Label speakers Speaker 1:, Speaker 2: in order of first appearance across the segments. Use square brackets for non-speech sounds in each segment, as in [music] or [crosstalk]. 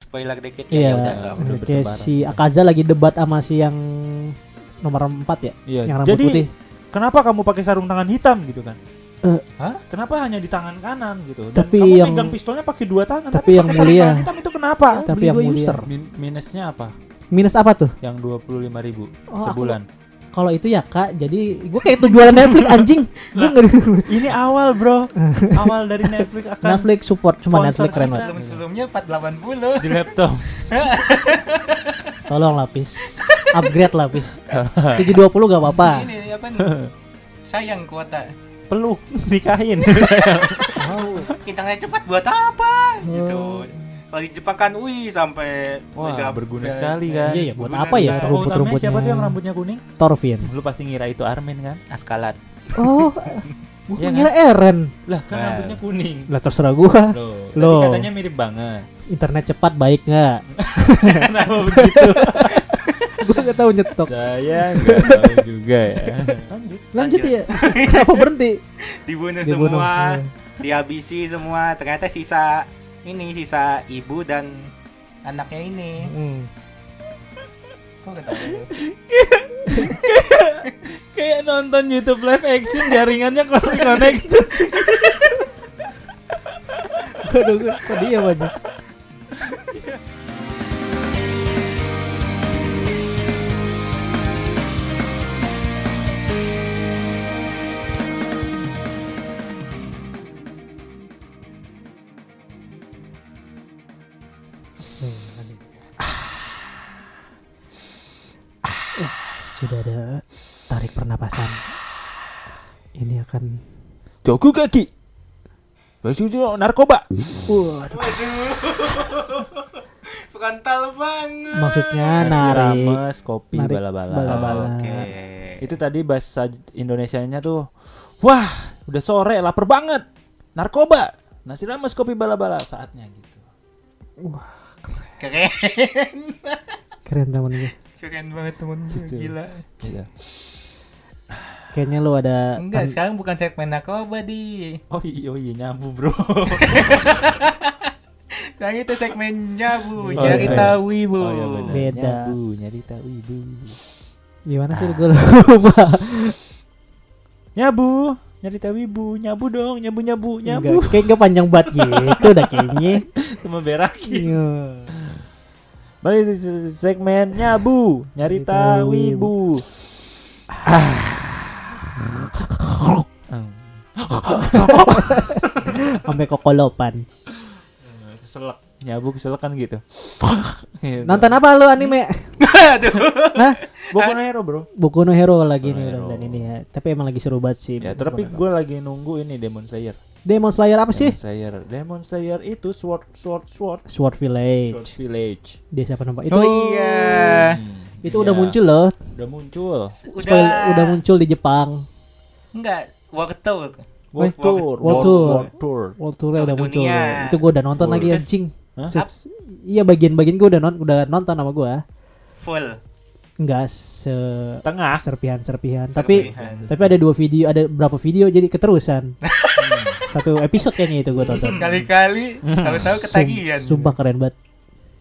Speaker 1: spoiler dikit
Speaker 2: Iya.
Speaker 1: ya, ya udah sob.
Speaker 2: Oke,
Speaker 3: Berdebar.
Speaker 2: si Akaza lagi debat sama si yang nomor 4 ya,
Speaker 3: Iya,
Speaker 2: yang rambut
Speaker 3: jadi
Speaker 2: putih.
Speaker 3: kenapa kamu pakai sarung tangan hitam gitu kan?
Speaker 2: Eh.
Speaker 3: Hah? Kenapa hanya di tangan kanan gitu? Dan
Speaker 2: Tapi
Speaker 3: kamu
Speaker 2: yang-
Speaker 3: megang pistolnya pakai dua tangan,
Speaker 2: tapi yang
Speaker 3: pakai sarung
Speaker 2: mulia.
Speaker 3: tangan hitam itu kenapa?
Speaker 2: Tapi
Speaker 3: Beli
Speaker 2: yang
Speaker 3: dua
Speaker 2: mulia.
Speaker 3: user. Min- minusnya apa?
Speaker 2: Minus apa tuh?
Speaker 3: Yang 25.000 ribu
Speaker 2: Oh, [laughs]
Speaker 3: sebulan.
Speaker 2: Kalau itu ya kak, jadi gue kayak itu jualan Netflix anjing. Gue
Speaker 3: Lah.
Speaker 2: nggak
Speaker 3: Ini awal [laughs] bro, awal dari Netflix akan
Speaker 2: Netflix support cuma
Speaker 3: kan Sponsor
Speaker 2: Netflix keren
Speaker 3: kita.
Speaker 2: banget.
Speaker 1: Sebelum-sebelumnya 480.
Speaker 3: di laptop.
Speaker 2: Tolong lapis, upgrade lapis. 720 gak apa-apa.
Speaker 1: Ini apa nih? Sayang kuota.
Speaker 3: Peluk
Speaker 2: [laughs]
Speaker 3: nikahin.
Speaker 1: Kita nggak cepat buat
Speaker 2: Oh.
Speaker 1: apa? Gitu. Kalau di Jepang kan, wih sampai
Speaker 3: Wah,
Speaker 1: mega-
Speaker 3: berguna
Speaker 1: ya,
Speaker 3: sekali,
Speaker 1: ya,
Speaker 3: kan?
Speaker 2: Iya ya, buat
Speaker 1: berguna
Speaker 2: apa
Speaker 1: sekali.
Speaker 2: ya
Speaker 3: Tokoh utamanya
Speaker 2: rumput-rumputnya?
Speaker 3: siapa tuh yang rambutnya kuning?
Speaker 2: Torvin.
Speaker 3: Lu pasti ngira itu Armin kan?
Speaker 1: Askalat.
Speaker 2: Oh, gue
Speaker 3: Iya kan?
Speaker 2: ngira Eren.
Speaker 3: Lah kan
Speaker 1: Nah.
Speaker 3: rambutnya kuning.
Speaker 2: Lah terserah gua.
Speaker 3: Loh,
Speaker 2: Loh.
Speaker 3: Tapi katanya mirip
Speaker 2: [laughs]
Speaker 3: banget.
Speaker 2: Internet cepat baik nggak?
Speaker 3: Kenapa [laughs] begitu?
Speaker 2: gua nggak tahu nyetok.
Speaker 3: Saya nggak tahu juga ya. Lanjut.
Speaker 2: Lanjut ya. Kenapa berhenti?
Speaker 1: Dibunuh,
Speaker 2: Dibunuh.
Speaker 1: semua,
Speaker 2: Iya.
Speaker 1: dihabisi semua. Ternyata sisa ini sisa ibu dan anaknya ini.
Speaker 2: Hmm.
Speaker 1: Kok nggak tahu? ya?
Speaker 3: Kayak nonton YouTube live action jaringannya connected.
Speaker 2: Aduh, gua- kok dia aja. Sudah ada tarik pernapasan. Ini akan
Speaker 3: Jogu kaki. Baju narkoba.
Speaker 2: Waduh.
Speaker 1: Frontal banget.
Speaker 2: maksudnya Nah,
Speaker 3: Nasi
Speaker 2: narik
Speaker 3: rames, kopi,
Speaker 2: Narik
Speaker 3: bala-bala.
Speaker 2: bala-bala.
Speaker 1: Oke.
Speaker 3: Itu tadi bahasa Indonesianya tuh. Wah, udah sore, lapar banget. Narkoba, nasi rames, kopi bala-bala saatnya gitu.
Speaker 1: Keren. [laughs]
Speaker 2: keren temen gue
Speaker 1: Keren banget temen gue,
Speaker 3: Gitu.
Speaker 1: Gila.
Speaker 3: Gitu.
Speaker 2: kayaknya lu
Speaker 1: Enggak,
Speaker 2: ada
Speaker 3: Kan-
Speaker 2: an-
Speaker 1: sekarang bukan segmen narkoba di.
Speaker 3: Oh iya, oh iya nyambung
Speaker 2: [laughs]
Speaker 3: bro.
Speaker 1: Sekarang itu segmennya bu,
Speaker 3: Oh,
Speaker 1: nyari
Speaker 3: iya.
Speaker 1: tahu ibu.
Speaker 3: Oh iya benar.
Speaker 2: Beda.
Speaker 3: Nyabu, nyari tahu ibu.
Speaker 2: gimana
Speaker 3: Ah.
Speaker 2: sih gue lupa
Speaker 3: Nyabu, nyari tahu ibu, nyabu dong, nyabu nyabu nyabu.
Speaker 2: Enggak, kayaknya panjang banget gitu udah kayaknya
Speaker 3: Cuma beraki. [laughs]
Speaker 2: Iya.
Speaker 3: Balik di se- segmen nyabu, nyari
Speaker 2: Nyari tahu
Speaker 3: tahu ibu. Ah.
Speaker 2: sampai kokolopan
Speaker 3: Keselak. Nyabu keselak kan gitu. Gitu.
Speaker 2: nonton apa lu anime
Speaker 1: Aduh.
Speaker 2: Hah?
Speaker 3: Boku no Hero, Bro.
Speaker 2: Boku no Hero lagi
Speaker 3: Boku no
Speaker 2: nih
Speaker 3: Hero.
Speaker 2: dan ini ya tapi emang lagi seru banget sih
Speaker 3: Ya, tapi gue lagi nunggu ini Demon Slayer.
Speaker 2: Demon Slayer apa sih
Speaker 3: Demon Slayer. Demon Slayer itu sword sword sword
Speaker 2: Sword
Speaker 3: sword
Speaker 2: Village
Speaker 3: village.
Speaker 2: desa penempat itu
Speaker 1: Oh iya.
Speaker 2: itu udah
Speaker 3: Iya,
Speaker 2: muncul loh
Speaker 3: Udah muncul.
Speaker 2: Spoil- udah muncul di Jepang
Speaker 1: Enggak, waktu
Speaker 3: World
Speaker 1: Wah,
Speaker 3: Tour,
Speaker 2: World Tour.
Speaker 3: World Tour.
Speaker 2: World Tour-nya udah
Speaker 1: Dunia.
Speaker 2: muncul. Itu gua udah nonton
Speaker 3: World.
Speaker 2: lagi
Speaker 1: Terus-
Speaker 2: anjing.
Speaker 3: Hah?
Speaker 2: Se- Iya bagian-bagian gua udah non udah nonton sama gua.
Speaker 1: full.
Speaker 2: Enggak se
Speaker 3: Tengah.
Speaker 2: serpihan-serpihan, tapi
Speaker 1: Serpihan.
Speaker 2: tapi ada dua video, ada berapa video jadi keterusan. Satu episode kayaknya itu gua tonton.
Speaker 1: Kali-kali
Speaker 3: Hmm.
Speaker 1: tahu-tahu
Speaker 2: Sum-
Speaker 1: ketagihan.
Speaker 2: Sumpah keren banget.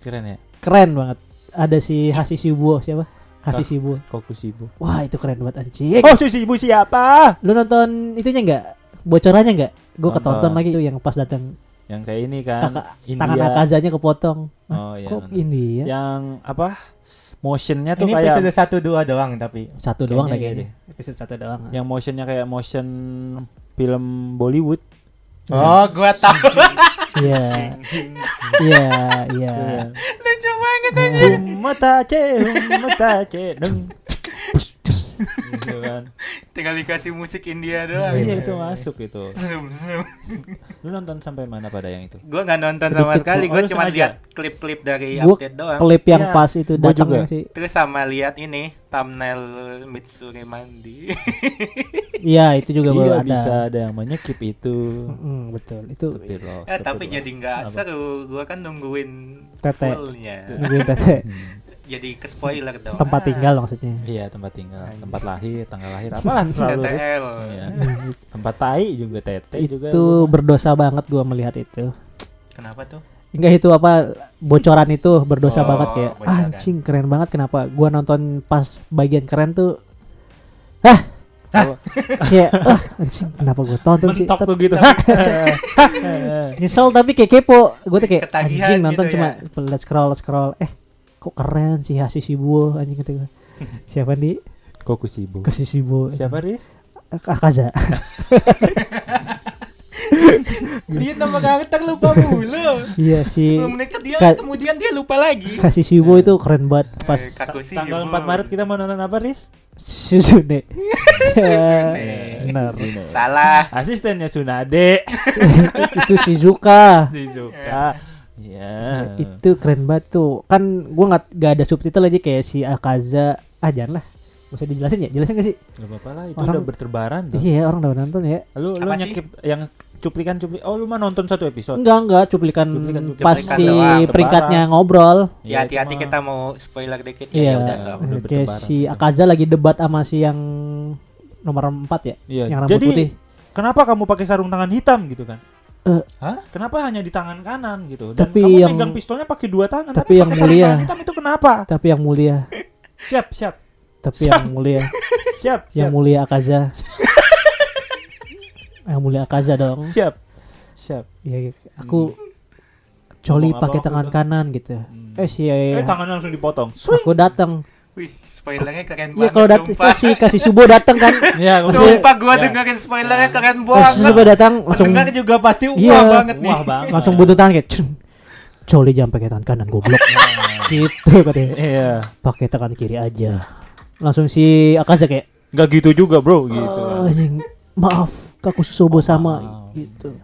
Speaker 3: Keren ya.
Speaker 2: Keren banget. Ada si Hasishibuo siapa? Hasishibuo.
Speaker 3: Kokushibu.
Speaker 2: Wah, itu keren banget anjing.
Speaker 3: Oh, si ibu siapa?
Speaker 2: Lu nonton itunya enggak? Bocorannya enggak? Gua
Speaker 3: Nonton.
Speaker 2: ketonton lagi tuh yang pas datang
Speaker 3: Yang kayak ini kan
Speaker 2: kakak
Speaker 3: India.
Speaker 2: tangan Akazanya kepotong.
Speaker 3: Oh iya.
Speaker 2: Kok
Speaker 3: nonton.
Speaker 2: India?
Speaker 3: Yang apa? Motionnya tuh
Speaker 1: Ini
Speaker 3: kayak
Speaker 1: episode satu dua doang tapi.
Speaker 2: satu doang
Speaker 3: Kayaknya
Speaker 2: lagi
Speaker 3: iya
Speaker 2: ini episode satu doang
Speaker 3: yang motionnya kayak motion film Bollywood.
Speaker 1: Oh,
Speaker 3: [laughs]
Speaker 1: gua tahu.
Speaker 2: iya iya iya
Speaker 1: Lucu banget.
Speaker 3: Iya. Mata ce, mata ce, deng. Gitu kan.
Speaker 1: Tinggal dikasih musik India doang.
Speaker 3: Iya itu masuk itu.
Speaker 1: Zoom, zoom.
Speaker 3: Lu nonton sampai mana pada yang itu?
Speaker 1: Gue nggak nonton
Speaker 3: Sedikit
Speaker 1: sama sekali.
Speaker 3: sih. Oh,
Speaker 1: Gue
Speaker 3: lu
Speaker 1: cuma
Speaker 3: sengaja?
Speaker 1: lihat klip-klip dari
Speaker 2: Gua
Speaker 1: update doang.
Speaker 2: klip yang
Speaker 3: Iya,
Speaker 2: pas itu
Speaker 3: gua
Speaker 2: datang
Speaker 3: juga.
Speaker 2: sih
Speaker 1: Terus sama lihat ini thumbnail Mitsuri Mandi. [laughs]
Speaker 2: iya itu juga baru
Speaker 3: Tidak
Speaker 2: ada
Speaker 3: bisa ada iya. yang menyekip itu.
Speaker 2: Mm, betul itu
Speaker 3: Tapi lost,
Speaker 1: ya, tapi
Speaker 3: lost.
Speaker 1: jadi nggak
Speaker 3: Oh, Apa?
Speaker 1: seru. Gue kan nungguin
Speaker 2: Tete.
Speaker 1: fullnya.
Speaker 2: nungguin tete
Speaker 3: Hmm.
Speaker 1: Jadi ke spoiler dong.
Speaker 2: tempat
Speaker 1: Ah,
Speaker 2: tinggal maksudnya
Speaker 3: Iya tempat tinggal, tempat lahir, tanggal lahir, apalah selalu terus.
Speaker 1: TTL.
Speaker 3: Iya. Tempat tai juga tete juga.
Speaker 2: itu berdosa banget gua melihat itu
Speaker 1: Kenapa tuh?
Speaker 2: Enggak itu apa bocoran itu berdosa
Speaker 1: Oh,
Speaker 2: banget kayak
Speaker 1: bocoran.
Speaker 2: anjing keren banget kenapa gua nonton pas bagian keren tuh Hah?
Speaker 3: Apa?
Speaker 2: kayak ah anjing kenapa gua tonton sih
Speaker 3: mentok
Speaker 2: Tet-
Speaker 3: tuh gitu.
Speaker 2: nyesel tapi kayak kepo gue tuh kayak
Speaker 1: Ketagihan
Speaker 2: anjing nonton
Speaker 1: gitu
Speaker 2: cuma
Speaker 1: ya.
Speaker 2: let's scroll let's scroll eh kok keren si Hasi Sibuo anjing kata
Speaker 1: [laughs]
Speaker 2: gue siapa nih
Speaker 3: Koku sibuk.
Speaker 2: ke Sibuo
Speaker 3: Siapa Riz?
Speaker 1: [laughs]
Speaker 2: Akaza Gitu.
Speaker 1: Dia nama karakter lupa mulu.
Speaker 2: iya si
Speaker 1: 10 menit dia
Speaker 2: Ka-
Speaker 1: kemudian dia lupa lagi.
Speaker 2: Kasih Sibuo itu keren banget pas
Speaker 1: Eh, Kaku Sibuk.
Speaker 3: Tanggal 4 Maret kita mau nonton apa Riz?
Speaker 1: [laughs]
Speaker 2: Suzune
Speaker 3: Benar.
Speaker 1: Salah.
Speaker 3: Asistennya
Speaker 1: [laughs]
Speaker 3: Sunade.
Speaker 2: itu Shizuka
Speaker 3: Shizuka.
Speaker 1: Eh.
Speaker 3: Iya.
Speaker 2: itu keren banget tuh kan gua nggak nggak ada subtitle aja kayak si Akaza ah jangan lah Nggak usah dijelasin ya jelasin gak sih
Speaker 3: Gak apa-apa lah, itu
Speaker 2: Orang-
Speaker 3: udah berterbaran tuh.
Speaker 2: iya orang udah nonton ya
Speaker 3: Lu lu
Speaker 1: Apa sih?
Speaker 3: nyekip yang cuplikan cuplik. Oh, lu mah nonton satu episode.
Speaker 2: Enggak, enggak, cuplikan,
Speaker 3: Cuplikan, cuplikan
Speaker 2: pas
Speaker 1: doang,
Speaker 2: si
Speaker 1: tebaran.
Speaker 2: peringkatnya ngobrol.
Speaker 1: Ya
Speaker 3: itu
Speaker 1: hati-hati
Speaker 3: mah.
Speaker 1: kita mau spoiler dikit ya.
Speaker 2: Iya.
Speaker 1: Yaudah, sok.
Speaker 3: udah
Speaker 2: Kayak
Speaker 3: bertebaran.
Speaker 2: si Akaza lagi debat sama si yang nomor 4 ya,
Speaker 3: Iya.
Speaker 2: yang rambut
Speaker 3: Jadi
Speaker 2: putih.
Speaker 3: kenapa kamu pakai sarung tangan hitam gitu kan?
Speaker 2: Eh.
Speaker 1: Hah?
Speaker 3: Kenapa hanya di tangan kanan gitu? Dan
Speaker 2: Tapi
Speaker 3: kamu
Speaker 2: yang-
Speaker 3: pegang pistolnya pakai dua tangan,
Speaker 2: tapi yang
Speaker 3: pakai sarung
Speaker 2: mulia.
Speaker 3: tangan hitam itu kenapa?
Speaker 2: Tapi yang mulia,
Speaker 3: Siap, siap,
Speaker 2: tapi yang mulia,
Speaker 3: siap,
Speaker 2: yang
Speaker 3: siap,
Speaker 2: mulia Akaza. yang mulia Akaza dong.
Speaker 3: siap, siap.
Speaker 2: Iya, aku coli
Speaker 3: Ngomong
Speaker 2: pakai
Speaker 3: apa
Speaker 2: tangan
Speaker 3: waktu itu?
Speaker 2: kanan gitu.
Speaker 3: Hmm.
Speaker 2: Eh si
Speaker 3: Eh, tangan langsung dipotong.
Speaker 2: aku datang.
Speaker 1: Wih, spoilernya keren
Speaker 2: Iya
Speaker 1: banget.
Speaker 2: kalau datang
Speaker 1: sumpah.
Speaker 2: si kasih subuh datang
Speaker 3: [laughs]
Speaker 2: kan.
Speaker 3: Iya,
Speaker 1: Sumpah gua
Speaker 3: Ya.
Speaker 1: dengerin spoilernya keren
Speaker 2: Kasih
Speaker 1: banget.
Speaker 2: subuh datang langsung
Speaker 1: Pendengar juga pasti wah
Speaker 2: Iya.
Speaker 1: banget nih.
Speaker 3: Wah, banget.
Speaker 2: langsung butuh tangan kayak "Cun, coli jangan pakai tangan kanan
Speaker 3: [laughs]
Speaker 2: goblok
Speaker 3: Nah.
Speaker 2: gitu katanya
Speaker 3: Iya.
Speaker 2: pakai tangan kiri aja langsung si Akaza kayak
Speaker 3: Enggak gitu juga, Bro, gitu.
Speaker 2: "Ah,
Speaker 3: Oh,
Speaker 2: anjing maaf kaku susubo sama
Speaker 3: wow.
Speaker 2: gitu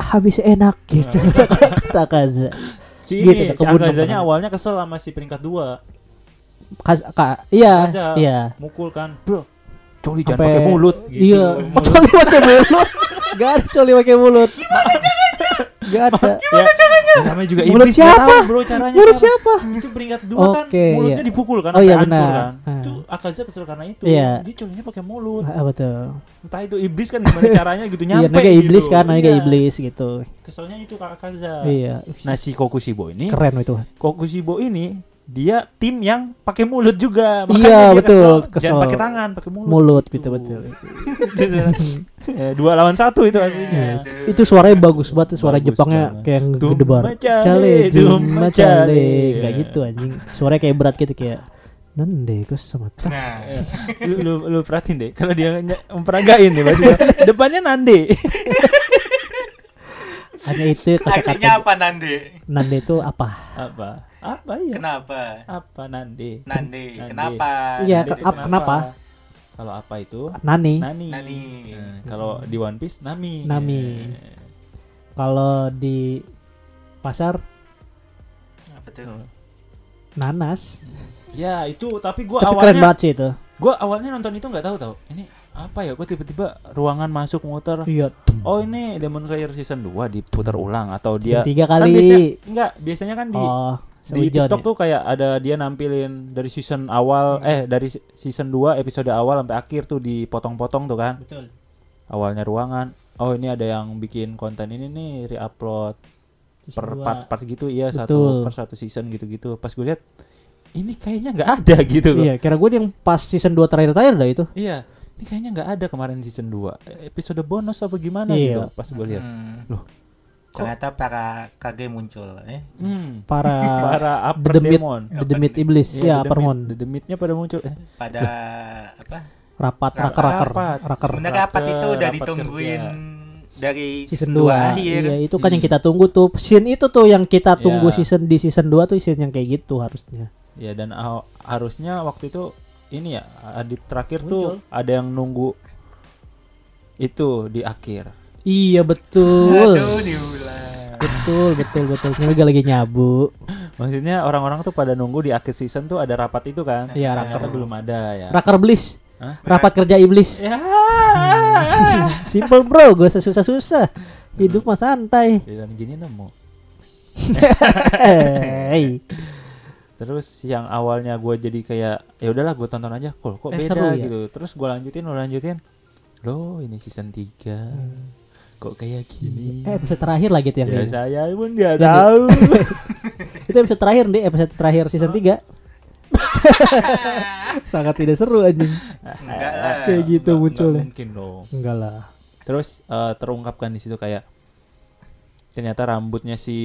Speaker 2: habis enak gitu [laughs]
Speaker 3: Nah.
Speaker 2: kata Akaza
Speaker 3: Si
Speaker 2: Gitu,
Speaker 3: ini,
Speaker 2: tak
Speaker 3: si
Speaker 2: kebun makanan.
Speaker 3: Akazanya awalnya kesel sama si peringkat 2.
Speaker 2: Kas, ka, iya
Speaker 3: Akaza.
Speaker 2: iya
Speaker 3: Mukul kan, Bro. Coli ah. jangan
Speaker 2: Sampai-
Speaker 3: pakai mulut gitu.
Speaker 2: iya Oh, [laughs] coli pakai mulut gak ada coli pakai mulut gak ada
Speaker 3: Gimana caranya? Namanya juga
Speaker 2: Mulut
Speaker 3: iblis nggak
Speaker 2: siapa?
Speaker 3: tahu, Bro, caranya.
Speaker 2: mulut
Speaker 3: cara-
Speaker 2: siapa
Speaker 3: Itu peringkat 2 kan,
Speaker 2: Oke,
Speaker 3: mulutnya
Speaker 2: iya.
Speaker 3: dipukul kan,
Speaker 2: Oh, iya,
Speaker 3: sampai hancur
Speaker 2: benar.
Speaker 3: kan.
Speaker 2: Ah.
Speaker 3: Itu Akaza kesel karena itu.
Speaker 2: Iya.
Speaker 3: Dia colinya pakai mulut.
Speaker 2: ah, betul
Speaker 3: Entah itu iblis kan gimana caranya gitu
Speaker 2: [laughs] iya
Speaker 3: nyampe.
Speaker 2: naga
Speaker 3: gitu.
Speaker 2: iblis kan naga
Speaker 3: Iya.
Speaker 2: iblis gitu
Speaker 3: Keselnya itu Kak Akaza.
Speaker 2: iya
Speaker 3: Nah, si Kokushibo ini
Speaker 2: keren itu
Speaker 3: Kokushibo ini dia tim yang pakai mulut juga
Speaker 2: Iya,
Speaker 3: dia
Speaker 2: betul,
Speaker 3: jangan
Speaker 2: kesel.
Speaker 3: pakai tangan pakai mulut,
Speaker 2: mulut gitu betul
Speaker 3: [laughs] Eh, dua lawan satu itu aslinya
Speaker 2: Iya. itu suaranya bagus banget tuh, suara
Speaker 3: Bagus
Speaker 2: Jepangnya
Speaker 3: banget.
Speaker 2: kayak yang
Speaker 3: Dumma
Speaker 2: gede banget
Speaker 3: chale,
Speaker 2: Chale,
Speaker 3: dumma
Speaker 2: dumma
Speaker 3: chale.
Speaker 2: chale. kayak
Speaker 3: Iya.
Speaker 2: gitu anjing suaranya kayak berat gitu kayak nande gue sama ta
Speaker 1: Nah,
Speaker 3: lu, lu, lu perhatiin deh kalau dia ny- memperagain nih [laughs] berarti depannya nande
Speaker 2: hanya itu
Speaker 1: artinya
Speaker 2: kata
Speaker 1: apa Nande?
Speaker 2: nande itu apa
Speaker 3: apa apa ya
Speaker 1: Kenapa?
Speaker 3: apa nande
Speaker 1: Nande,
Speaker 3: Nande.
Speaker 1: kenapa?
Speaker 2: Iya,
Speaker 3: Nande
Speaker 2: ke-
Speaker 3: itu
Speaker 2: ap- kenapa?
Speaker 3: kalau apa itu
Speaker 2: nani
Speaker 3: nani
Speaker 1: Nani.
Speaker 3: Eh, kalau di one piece nami Eh,
Speaker 2: Nami. kalau di pasar
Speaker 1: Apa
Speaker 3: Eh,
Speaker 1: tuh?
Speaker 2: nanas
Speaker 3: ya itu tapi gua
Speaker 2: tapi keren
Speaker 3: awalnya
Speaker 2: banget sih itu
Speaker 3: Gua awalnya nonton itu nggak tahu tau ini apa ya gue tiba-tiba ruangan masuk muter
Speaker 2: iya
Speaker 3: oh ini Demon Slayer season 2 diputar ulang atau dia
Speaker 2: Season tiga
Speaker 3: Kan
Speaker 2: kali.
Speaker 3: biasanya, enggak biasanya kan di
Speaker 2: oh
Speaker 3: di
Speaker 2: seujon ya.
Speaker 3: TikTok
Speaker 2: Hmm.
Speaker 3: tuh kayak ada dia nampilin dari season awal eh dari se- season 2 episode awal sampai akhir tuh dipotong-potong tuh kan
Speaker 2: betul
Speaker 3: awalnya ruangan oh ini ada yang bikin konten ini nih reupload per
Speaker 2: Season dua.
Speaker 3: part-part gitu iya
Speaker 2: Betul.
Speaker 3: satu per satu season gitu-gitu pas gue lihat ini kayaknya nggak ada [laughs] gitu loh.
Speaker 2: iya kira gue yang pas season 2 terakhir terakhir dah itu
Speaker 3: Iya, ini kayaknya nggak ada kemarin season 2 Episode bonus apa gimana
Speaker 2: Iya.
Speaker 3: gitu pas gue lihat.
Speaker 1: Hmm.
Speaker 3: Loh.
Speaker 1: Ternyata para kage muncul eh.
Speaker 3: Hmm.
Speaker 2: para
Speaker 3: Para upper
Speaker 2: the demit
Speaker 3: demon.
Speaker 2: the demit iblis
Speaker 3: Iya,
Speaker 2: ya
Speaker 3: the
Speaker 2: permon
Speaker 3: demit- The demitnya pada muncul. Eh,
Speaker 1: Pada apa?
Speaker 2: rapat raker raker
Speaker 3: Rapat.
Speaker 2: raker
Speaker 1: Sebenarnya rapat
Speaker 3: Rapat
Speaker 1: itu udah
Speaker 3: kerja.
Speaker 1: ditungguin dari season
Speaker 2: season 2
Speaker 1: 2 akhir.
Speaker 2: iya itu kan yang
Speaker 3: Hmm.
Speaker 2: kita tunggu tuh scene itu tuh yang kita
Speaker 3: Iya.
Speaker 2: tunggu season di season 2 tuh scene yang kayak gitu harusnya
Speaker 3: ya dan aw- harusnya waktu itu ini ya adit terakhir tuh ada yang nunggu itu di akhir.
Speaker 2: iya betul
Speaker 1: Aduh, diulang.
Speaker 2: betul betul betul ini juga lagi nyabu
Speaker 3: Iya. Maksudnya orang-orang tuh pada nunggu di akhir season tuh ada rapat itu kan?
Speaker 2: Iya,
Speaker 3: Ternyata
Speaker 2: rapat.
Speaker 3: belum ada ya.
Speaker 2: raker iblis
Speaker 3: Hah?
Speaker 2: rapat kerja iblis
Speaker 3: Ya.
Speaker 2: [laughs] simple bro gue susah susah hidup mah
Speaker 3: [laughs]
Speaker 2: santai [laughs]
Speaker 3: Ya, Dan gini nemu.
Speaker 2: Hey.
Speaker 3: Terus yang awalnya gue jadi kayak ya udahlah gue tonton aja kok kok
Speaker 2: Eh,
Speaker 3: beda
Speaker 2: seru ya?"
Speaker 3: gitu. Terus gue lanjutin, lo lanjutin. Loh, ini season 3. kok kayak gini
Speaker 2: Hmm. Eh, episode terakhir lagi tuh yang gitu.
Speaker 3: ya
Speaker 2: ini.
Speaker 3: saya pun nggak
Speaker 2: Yang di-
Speaker 3: tahu
Speaker 2: [laughs] Itu episode terakhir deh, episode terakhir season 3. Sangat tidak seru anjing.
Speaker 1: Enggak
Speaker 3: Eh,
Speaker 1: lah.
Speaker 2: Kayak gitu
Speaker 3: Nggak- nggak
Speaker 2: munculnya.
Speaker 3: mungkin dong
Speaker 2: Enggak lah.
Speaker 3: terus eh, terungkapkan di situ kayak ternyata rambutnya si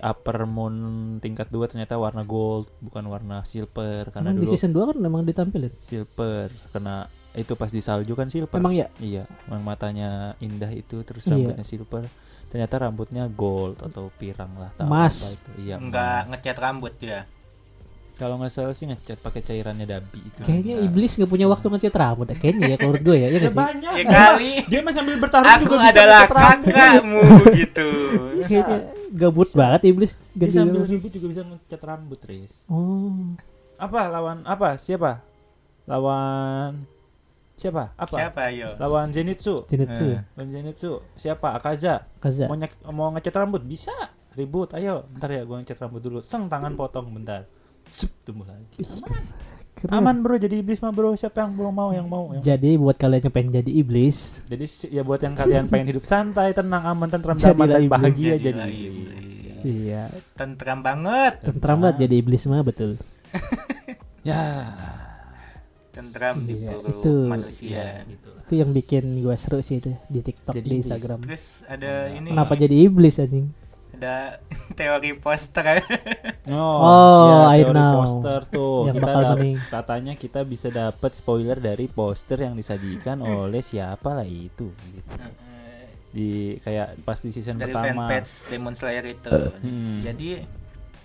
Speaker 3: upper moon tingkat 2 ternyata warna gold bukan warna silver karena
Speaker 2: Emang di
Speaker 3: dulu
Speaker 2: season 2 kan memang ditampilin.
Speaker 3: silver kena itu pas di salju kan silver
Speaker 2: Emang ya?
Speaker 3: iya yang matanya indah itu terus
Speaker 2: Iya.
Speaker 3: rambutnya silver ternyata rambutnya gold atau pirang lah tak
Speaker 2: Emas.
Speaker 3: apa itu iya
Speaker 1: Enggak
Speaker 3: emas.
Speaker 1: ngecat rambut dia.
Speaker 3: kalau nggak salah sih ngecat pakai cairannya dabi itu
Speaker 2: Kayaknya
Speaker 3: Nah,
Speaker 2: iblis nggak punya waktu ngecat rambut deh. Kayaknya ya kalau menurut gue ya. Iya
Speaker 3: ya
Speaker 2: nggak sih?
Speaker 3: banyak
Speaker 1: Ya kali.
Speaker 3: dia mah sambil bertarung
Speaker 1: Aku
Speaker 3: juga bisa
Speaker 1: adalah
Speaker 3: ngecat rambut.
Speaker 1: kakakmu
Speaker 2: [laughs]
Speaker 1: gitu.
Speaker 2: Kayaknya gabut banget iblis.
Speaker 3: dia
Speaker 2: Ganti
Speaker 3: sambil
Speaker 2: rambut.
Speaker 3: ribut juga bisa ngecat rambut Riz
Speaker 2: Oh.
Speaker 3: apa lawan apa siapa lawan siapa apa
Speaker 1: Siapa yo?
Speaker 3: lawan Zenitsu
Speaker 2: Tinitsu ya.
Speaker 1: Eh.
Speaker 3: lawan Zenitsu siapa Akaza
Speaker 2: Kaza.
Speaker 3: mau nyek- mau ngecat rambut bisa ribut ayo bentar ya gua ngecat rambut dulu seng tangan potong bentar Sup, tumbuh lagi
Speaker 2: Keren.
Speaker 3: aman bro jadi iblis mah bro siapa yang belum mau yang mau yang
Speaker 2: Jadi buat kalian yang pengen jadi iblis,
Speaker 3: jadi si- ya buat yang kalian pengen hidup santai tenang aman tentram
Speaker 2: Jadilah
Speaker 3: damai dan
Speaker 2: iblis.
Speaker 3: bahagia jadi
Speaker 1: Jadilah
Speaker 3: iblis
Speaker 1: iblis.
Speaker 2: iya,
Speaker 1: Tentram banget.
Speaker 2: tentram banget jadi iblis mah betul.
Speaker 3: ya
Speaker 1: Tentram di
Speaker 2: Iya, itu.
Speaker 1: buru manusia.
Speaker 3: gitu lah.
Speaker 2: Itu yang bikin gua seru sih itu di TikTok,
Speaker 3: Jadi
Speaker 2: di
Speaker 3: iblis.
Speaker 2: Instagram.
Speaker 1: Terus ada
Speaker 3: Iya.
Speaker 1: ini.
Speaker 2: Kenapa jadi iblis anjing?
Speaker 3: [laughs]
Speaker 1: Ada teori poster.
Speaker 2: Oh, I
Speaker 3: ya, teori
Speaker 2: know.
Speaker 3: poster tuh
Speaker 2: Yang
Speaker 3: kita
Speaker 2: bakal
Speaker 3: dap-
Speaker 2: mending.
Speaker 3: katanya kita bisa dapat spoiler dari poster yang disajikan oleh siapa lah itu gitu. di kayak pas di season
Speaker 1: [laughs] dari
Speaker 3: pertama
Speaker 1: fanpage Demon Slayer itu.
Speaker 3: Hmm.
Speaker 1: Jadi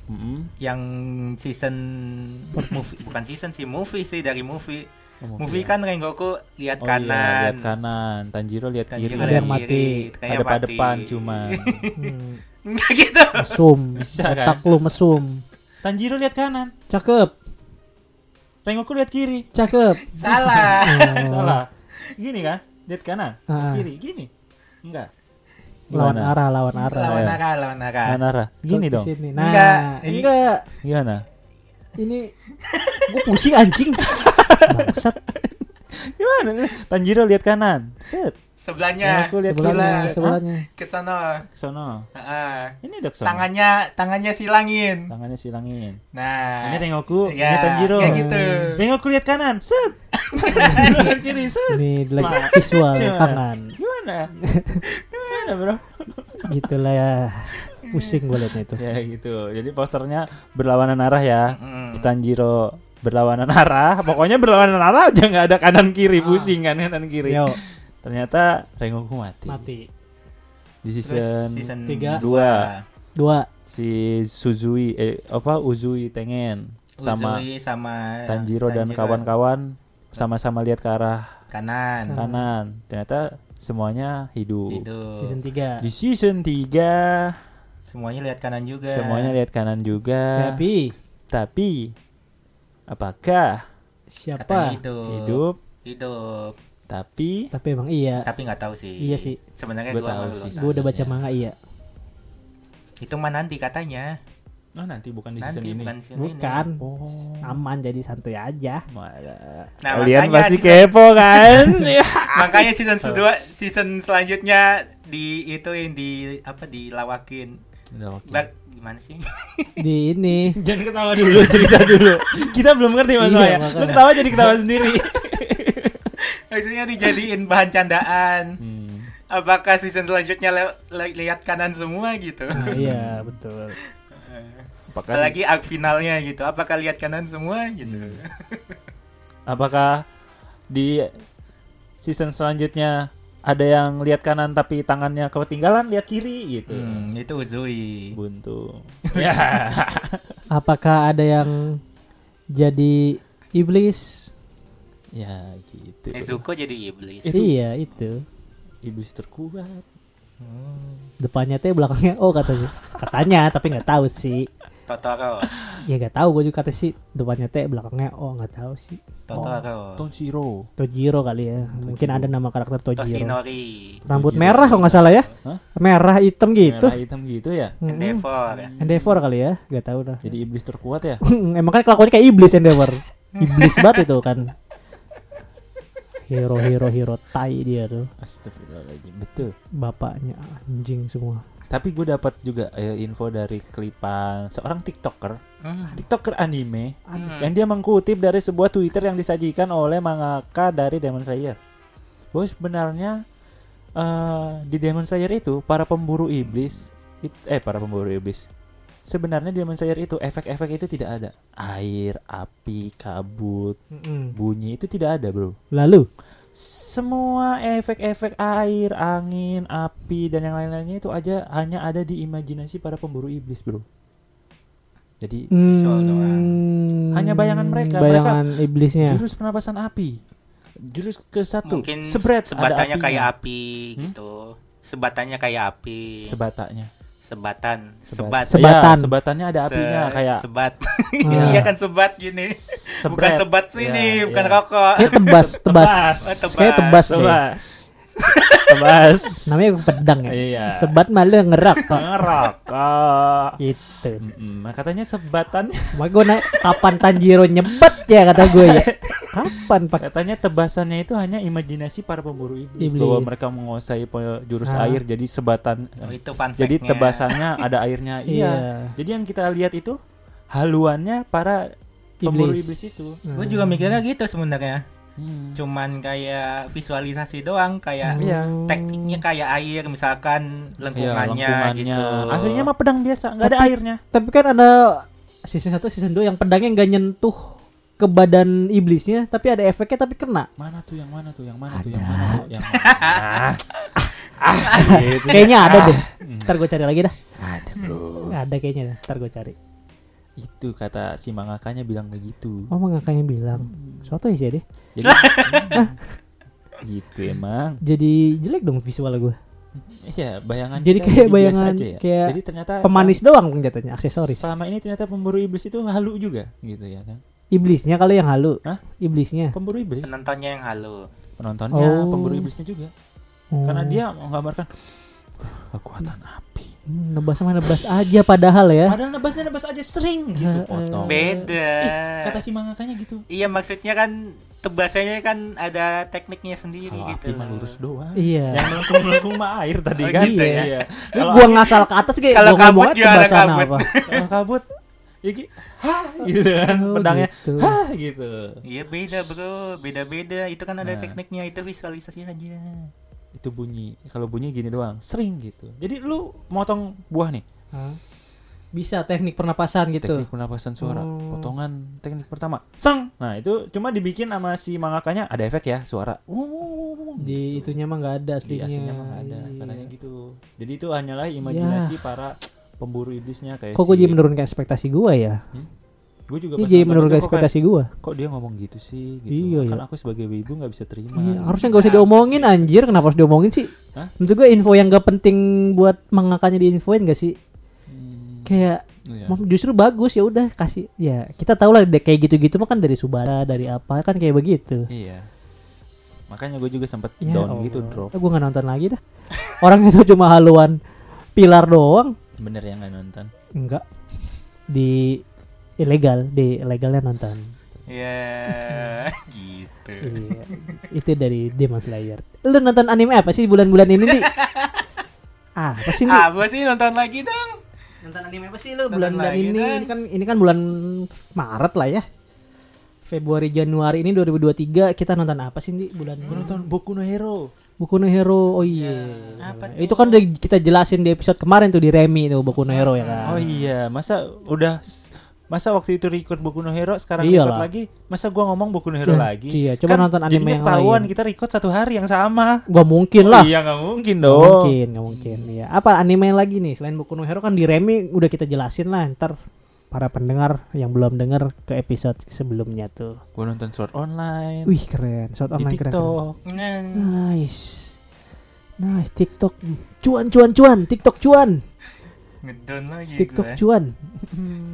Speaker 3: Mm-mm.
Speaker 1: yang season movie bukan season sih movie sih dari movie.
Speaker 3: Oh,
Speaker 1: Movie
Speaker 3: ya.
Speaker 1: kan Rengoku lihat
Speaker 3: Oh iya,
Speaker 1: kanan.
Speaker 3: lihat kanan Tanjiro lihat
Speaker 1: Tanjiro
Speaker 3: kiri
Speaker 2: Ada yang
Speaker 1: lihat
Speaker 2: mati.
Speaker 1: kiri,
Speaker 3: ada
Speaker 1: kayaknya
Speaker 3: pada
Speaker 1: mati.
Speaker 3: depan
Speaker 1: [laughs]
Speaker 3: cuman
Speaker 2: Hmm,
Speaker 1: Enggak gitu.
Speaker 2: mesum,
Speaker 3: Bisa, kan?
Speaker 2: otak lu mesum.
Speaker 3: Tanjiro lihat kanan
Speaker 2: Cakep,
Speaker 3: Rengoku lihat kiri
Speaker 2: cakep.
Speaker 1: Salah.
Speaker 2: [laughs] Oh,
Speaker 3: salah gini kan lihat kanan lihat
Speaker 2: Ah.
Speaker 3: kiri gini enggak
Speaker 2: Lawan
Speaker 3: Gimana?
Speaker 2: arah, lawan arah.
Speaker 1: lawan
Speaker 3: ya.
Speaker 1: arah, lawan arah.
Speaker 3: Lawan arah gini
Speaker 2: Ke
Speaker 3: dong
Speaker 2: sini. Nah,
Speaker 1: Enggak,
Speaker 2: enggak,
Speaker 1: ini-
Speaker 3: gimana [laughs]
Speaker 2: Ini gua pusing anjing. Bangsat.
Speaker 3: gimana Tanjiro lihat kanan set
Speaker 1: Sebelahnya.
Speaker 3: Aku [laughs] lihat
Speaker 2: Sebelahnya,
Speaker 1: Gila.
Speaker 2: sebelahnya.
Speaker 1: Ke sana.
Speaker 3: ke sono
Speaker 1: Heeh.
Speaker 3: Ini udah kesana.
Speaker 1: Tangannya tangannya silangin.
Speaker 3: Tangannya silangin.
Speaker 1: Nah.
Speaker 3: Ini Rengoku,
Speaker 1: ya,
Speaker 3: ini Tanjiro.
Speaker 1: kayak gitu.
Speaker 3: Rengoku lihat kanan,
Speaker 1: [laughs]
Speaker 3: set. lihat kiri, set.
Speaker 2: Ini lagi
Speaker 3: Nah.
Speaker 2: visual
Speaker 3: Gimana?
Speaker 2: tangan.
Speaker 3: Gimana? Gimana, Bro?
Speaker 2: Gitulah ya. Pusing gua liatnya itu.
Speaker 3: Ya gitu. Jadi posternya berlawanan arah ya.
Speaker 1: Mm.
Speaker 3: Tanjiro berlawanan arah. Pokoknya berlawanan arah aja nggak ada
Speaker 1: Ah.
Speaker 3: kanan kiri, pusing kan kanan kiri.
Speaker 2: Yo,
Speaker 3: Ternyata Rengoku mati.
Speaker 2: mati.
Speaker 3: Di
Speaker 1: Terus
Speaker 3: season,
Speaker 2: tiga.
Speaker 3: dua.
Speaker 2: Dua.
Speaker 3: si Suzui eh apa Uzui Tengen sama
Speaker 1: Uzui sama
Speaker 3: Tanjiro ya. dan kawan-kawan Kan. sama-sama lihat ke arah
Speaker 1: kanan Gitu.
Speaker 3: kanan ternyata semuanya Hmm. hidup,
Speaker 1: hidup
Speaker 2: Season 3.
Speaker 3: di season 3
Speaker 1: semuanya lihat kanan juga
Speaker 3: semuanya lihat kanan juga Ya. tapi,
Speaker 2: Tapi
Speaker 3: apakah
Speaker 1: katanya
Speaker 2: siapa?
Speaker 3: Oh.
Speaker 1: hidup
Speaker 3: hidup
Speaker 1: hidup
Speaker 3: tapi
Speaker 2: Tapi emang iya.
Speaker 1: tapi nggak tahu sih
Speaker 2: Iya sih.
Speaker 1: sebenarnya gua
Speaker 3: Gua tahu
Speaker 1: nggak
Speaker 3: sih.
Speaker 1: tahu.
Speaker 2: Gue udah baca
Speaker 3: Iya.
Speaker 2: manga iya.
Speaker 1: itu mah nanti katanya
Speaker 3: oh nanti bukan di season
Speaker 1: nanti
Speaker 3: ini
Speaker 1: bukan season ini.
Speaker 2: Bukan.
Speaker 3: oh
Speaker 2: Aman jadi santai aja.
Speaker 3: [laughs] malah.
Speaker 1: Nah,
Speaker 3: kalian
Speaker 1: makanya
Speaker 3: pasti
Speaker 1: season-
Speaker 3: kepo kan [laughs] Ya.
Speaker 1: [laughs] makanya season kedua season selanjutnya di itu yang di apa dilawakin
Speaker 3: Udah, oke.
Speaker 1: Bak, gimana sih [laughs]
Speaker 2: Di ini
Speaker 3: jangan ketawa Oh, dulu cerita dulu [laughs] Iya, kita belum ngerti masalahnya lu
Speaker 2: makanya.
Speaker 3: ketawa jadi ketawa [laughs] sendiri
Speaker 1: maksudnya dijadiin bahan candaan
Speaker 3: Hmm.
Speaker 1: apakah season selanjutnya le- le- lihat kanan semua gitu
Speaker 2: Nah, iya betul.
Speaker 3: apakah
Speaker 1: apalagi arc finalnya gitu apakah lihat kanan semua gitu
Speaker 3: Apakah di season selanjutnya ada yang lihat kanan tapi tangannya ketinggalan lihat kiri gitu.
Speaker 1: Hmm, itu Uzui.
Speaker 3: Buntu. ya.
Speaker 2: Apakah ada yang jadi iblis?
Speaker 3: Ya gitu.
Speaker 1: Nezuko jadi iblis.
Speaker 3: Itu.
Speaker 2: Iya itu.
Speaker 3: Iblis terkuat.
Speaker 2: Depannya teh belakangnya oh katanya. Katanya tapi nggak tahu sih.
Speaker 1: Totoro.
Speaker 2: Ya nggak tahu gue juga kata sih depannya teh belakangnya oh nggak tahu sih.
Speaker 1: Totoro.
Speaker 3: Oh, Tonshiro.
Speaker 2: Tojiro kali ya. Mungkin ada nama karakter Tojiro.
Speaker 1: Toshinori.
Speaker 2: Rambut
Speaker 3: Tojiro.
Speaker 2: merah kalau nggak salah ya.
Speaker 3: Hah?
Speaker 2: Merah hitam gitu.
Speaker 3: Merah hitam gitu ya.
Speaker 2: Mm-mm.
Speaker 1: Endeavor.
Speaker 2: Endeavor kali ya, gak tahu dah.
Speaker 3: Jadi iblis terkuat
Speaker 2: [laughs]
Speaker 3: ya.
Speaker 2: Emang kan kelakuannya kayak iblis Endeavor. Iblis banget itu kan. hero hero hero tai dia tuh
Speaker 3: Astagfirullahaladzim betul.
Speaker 2: bapaknya anjing semua
Speaker 3: Tapi gue dapat juga eh, info dari klipan seorang tiktoker,
Speaker 1: Hmm.
Speaker 3: tiktoker anime,
Speaker 1: Hmm.
Speaker 3: Anu, yang dia mengutip dari sebuah Twitter yang disajikan oleh mangaka dari Demon Slayer. Bahwa sebenarnya eh, di Demon Slayer itu para pemburu iblis, it- eh para pemburu iblis, sebenarnya di Demon Slayer itu efek-efek itu tidak ada. Air, api, kabut, bunyi itu tidak ada bro.
Speaker 2: lalu
Speaker 3: Semua efek-efek air, angin, api dan yang lain-lainnya itu aja hanya ada di imajinasi para pemburu iblis bro. Jadi
Speaker 1: Visual doang.
Speaker 2: hmm,
Speaker 3: Hanya bayangan mereka,
Speaker 2: bayangan iblisnya
Speaker 3: jurus penapasan api jurus ke satu
Speaker 1: Mungkin
Speaker 3: sebret ada
Speaker 1: sebatanya
Speaker 3: apinya.
Speaker 1: kayak api
Speaker 3: Hmm?
Speaker 1: gitu. Sebatanya kayak api.
Speaker 3: sebatanya
Speaker 1: Sebatan. Sebat.
Speaker 2: Sebat.
Speaker 3: Sebat- Iya,
Speaker 2: Sebatan.
Speaker 3: sebatannya ada apinya
Speaker 1: Se-
Speaker 3: kayak Hmm.
Speaker 1: sebat. [laughs]
Speaker 2: Ah.
Speaker 1: Iya kan sebat gini. Bukan
Speaker 3: sebret.
Speaker 1: sebat
Speaker 3: Iya,
Speaker 1: sini, bukan
Speaker 3: iya.
Speaker 1: rokok.
Speaker 2: kayak
Speaker 3: [laughs]
Speaker 2: tebas tebas
Speaker 1: Oh, tebas.
Speaker 2: kayak tebas deh
Speaker 3: eh,
Speaker 2: [laughs]
Speaker 3: tebas tebas
Speaker 2: namanya pedang ya
Speaker 3: Iya.
Speaker 2: sebat malah ngerak Pak.
Speaker 3: ngerokok
Speaker 2: gitu
Speaker 3: Mm-mm, nah, katanya sebatannya
Speaker 2: makanya gue naik kapan Tanjiro nyebet ya kata gue
Speaker 3: [laughs]
Speaker 2: ya kapan pak
Speaker 3: katanya tebasannya itu hanya imajinasi para pemburu iblis,
Speaker 2: Iblis.
Speaker 3: bahwa mereka menguasai pe- jurus
Speaker 2: Ah.
Speaker 3: air jadi sebatan
Speaker 1: Oh, itu fun
Speaker 3: jadi
Speaker 1: fact-nya.
Speaker 3: tebasannya ada
Speaker 2: [laughs]
Speaker 3: airnya iya
Speaker 2: Iya.
Speaker 3: jadi yang kita lihat itu haluannya para pemburu
Speaker 2: Iblis. Hmm.
Speaker 3: iblis itu
Speaker 1: Gue juga mikirnya gitu sebenarnya.
Speaker 3: Hmm.
Speaker 1: Cuman kayak visualisasi doang,
Speaker 2: Hmm.
Speaker 1: kayak
Speaker 3: Iya.
Speaker 1: ya, tekniknya kayak air misalkan
Speaker 3: Iya,
Speaker 1: lengkungannya, gitu.
Speaker 3: Aslinya mah pedang biasa, nggak ada
Speaker 2: Tapi-
Speaker 3: airnya.
Speaker 2: tapi kan ada season 1 season 2 yang pedangnya nggak nyentuh ke badan iblisnya tapi ada efeknya tapi kena
Speaker 3: Mana tuh yang mana tuh yang mana
Speaker 2: tuh, yang mana tuh,
Speaker 3: yang mana? ah, gitu.
Speaker 2: kayaknya ada deh ntar gue cari lagi dah
Speaker 3: Ada bro.
Speaker 2: ada kayaknya dah ntar gue cari
Speaker 3: [laughs] Itu kata si mangakanya bilang begitu.
Speaker 2: oh makanya bilang suatu aja deh [laughs]
Speaker 3: Jadi hmm, gitu emang.
Speaker 2: jadi jelek dong visual gue
Speaker 3: Iya, bayangan.
Speaker 2: Jadi
Speaker 3: kita
Speaker 2: kayak
Speaker 3: biasa
Speaker 2: bayangan,
Speaker 3: aja ya.
Speaker 2: kayak
Speaker 3: Jadi ternyata
Speaker 2: pemanis doang dong jatuhnya aksesoris
Speaker 3: Selama ini ternyata pemburu iblis itu halu juga gitu ya kan.
Speaker 2: iblisnya kali yang halu
Speaker 3: Hah?
Speaker 2: iblisnya
Speaker 3: Pemburu iblis,
Speaker 1: Penontonnya yang halu.
Speaker 3: penontonnya,
Speaker 2: Oh.
Speaker 3: pemburu iblisnya juga. Karena dia menggambarkan kekuatan api.
Speaker 2: Hmm, nebas mah nebas aja padahal ya
Speaker 3: Padahal nebasnya nebas aja sering
Speaker 2: [laughs]
Speaker 3: gitu potong.
Speaker 1: Beda.
Speaker 3: Ih, kata si mangakanya gitu.
Speaker 1: Iya maksudnya kan tebasannya kan ada tekniknya sendiri
Speaker 3: Kalau
Speaker 1: gitu.
Speaker 3: api mah lurus doang.
Speaker 2: iya
Speaker 3: Yang melengkung-melengkung mah air tadi
Speaker 1: Oh,
Speaker 3: kan.
Speaker 1: gitu ya?
Speaker 3: Iya.
Speaker 2: Lu
Speaker 3: Kalau
Speaker 2: gua
Speaker 3: api-
Speaker 2: ngasal ke atas kayak
Speaker 1: Kalau
Speaker 2: gua ngomong
Speaker 1: kabut
Speaker 2: aja
Speaker 1: gimana
Speaker 2: tebasan
Speaker 1: kabut?
Speaker 2: apa.
Speaker 3: kalau kabut, ya ki- hah gitu kan
Speaker 2: Oh,
Speaker 3: pedangnya.
Speaker 2: gitu.
Speaker 3: Hah gitu.
Speaker 1: Iya beda bro, beda-beda. Itu kan ada
Speaker 3: Nah.
Speaker 1: tekniknya, itu visualisasi aja.
Speaker 3: Itu bunyi. Kalau bunyi gini doang, sering gitu. Jadi lu motong buah nih,
Speaker 2: Hah? Bisa teknik pernapasan gitu.
Speaker 3: teknik pernapasan suara,
Speaker 2: Oh.
Speaker 3: potongan teknik pertama. Seng. Nah, itu cuma dibikin sama si mangakanya ada efek ya suara. Uh,
Speaker 2: Di itunya mah nggak ada
Speaker 3: di
Speaker 2: aslinya.
Speaker 3: aslinya mah nggak ada
Speaker 2: Iya.
Speaker 3: katanya gitu jadi itu hanyalah imajinasi para pemburu iblisnya kayak
Speaker 2: Kok gue jadi menurunkan ekspektasi gua ya?
Speaker 3: gue
Speaker 2: Ini
Speaker 3: juga pas
Speaker 2: jadi
Speaker 3: nonton
Speaker 2: menurunkan
Speaker 3: itu kok kayak,
Speaker 2: ekspektasi gua.
Speaker 3: kok dia ngomong gitu sih gitu
Speaker 2: Iya,
Speaker 3: kan
Speaker 2: iya.
Speaker 3: aku sebagai wibu nggak bisa terima gitu.
Speaker 2: Iya, harusnya nggak usah diomongin anjir, kenapa harus diomongin sih?
Speaker 3: Hah?
Speaker 2: Menurut gue info yang nggak penting buat mengakannya diinfoin gak sih?
Speaker 3: Hmm,
Speaker 2: Kayak
Speaker 3: iya.
Speaker 2: Mam, justru bagus ya udah kasih ya kita tahu lah de- kayak gitu-gitu mah kan dari Subara dari apa kan kayak begitu
Speaker 3: Iya. makanya gue juga sempet
Speaker 2: ya
Speaker 3: down gitu drop
Speaker 2: gue nggak nonton lagi dah orang itu cuma haluan pilar doang
Speaker 3: bener ya nggak nonton
Speaker 2: enggak di ilegal di ilegalnya nonton
Speaker 3: [laughs]
Speaker 1: Ya gitu.
Speaker 2: iya itu dari Demon Slayer lu nonton anime apa sih bulan-bulan ini di ah apa sih
Speaker 1: Ah,
Speaker 2: lu
Speaker 1: gua sih nonton lagi dong.
Speaker 2: nonton anime apa sih lu
Speaker 1: Nonton
Speaker 2: bulan-bulan
Speaker 1: lagi,
Speaker 2: ini
Speaker 1: kan?
Speaker 2: ini kan ini kan bulan Maret lah ya Februari Januari ini 2023 kita nonton apa sih di bulan
Speaker 3: gue nonton Boku no Hero
Speaker 2: Boku no Hero, oh iya.
Speaker 1: apa
Speaker 2: itu kan udah kita jelasin di episode kemarin tuh di Remi tuh Boku no Hero ya kan.
Speaker 3: oh iya masa udah masa waktu itu record Boku no Hero sekarang
Speaker 2: Iyalah.
Speaker 3: record lagi masa gue ngomong Boku no Hero
Speaker 2: Iya,
Speaker 3: lagi Kan
Speaker 2: iya, coba nonton anime
Speaker 3: jadinya
Speaker 2: yang
Speaker 3: ketahuan
Speaker 2: lain.
Speaker 3: kita record satu hari yang sama
Speaker 2: Gak mungkin lah.
Speaker 3: Iya nggak mungkin
Speaker 2: Nggak
Speaker 3: dong.
Speaker 2: mungkin, nggak mungkin. Iya. Apa anime lagi nih selain Boku no Hero kan di Remi udah kita jelasin lah ntar para pendengar yang belum dengar ke episode sebelumnya tuh.
Speaker 3: Gue nonton Sword Online
Speaker 2: Wih keren, shot
Speaker 3: di
Speaker 2: online keren. keren.
Speaker 3: TikTok.
Speaker 1: Nah,
Speaker 2: Nice. Nice TikTok cuan cuan cuan TikTok cuan
Speaker 1: ngedon lagi
Speaker 2: TikTok
Speaker 1: gua.
Speaker 2: cuan.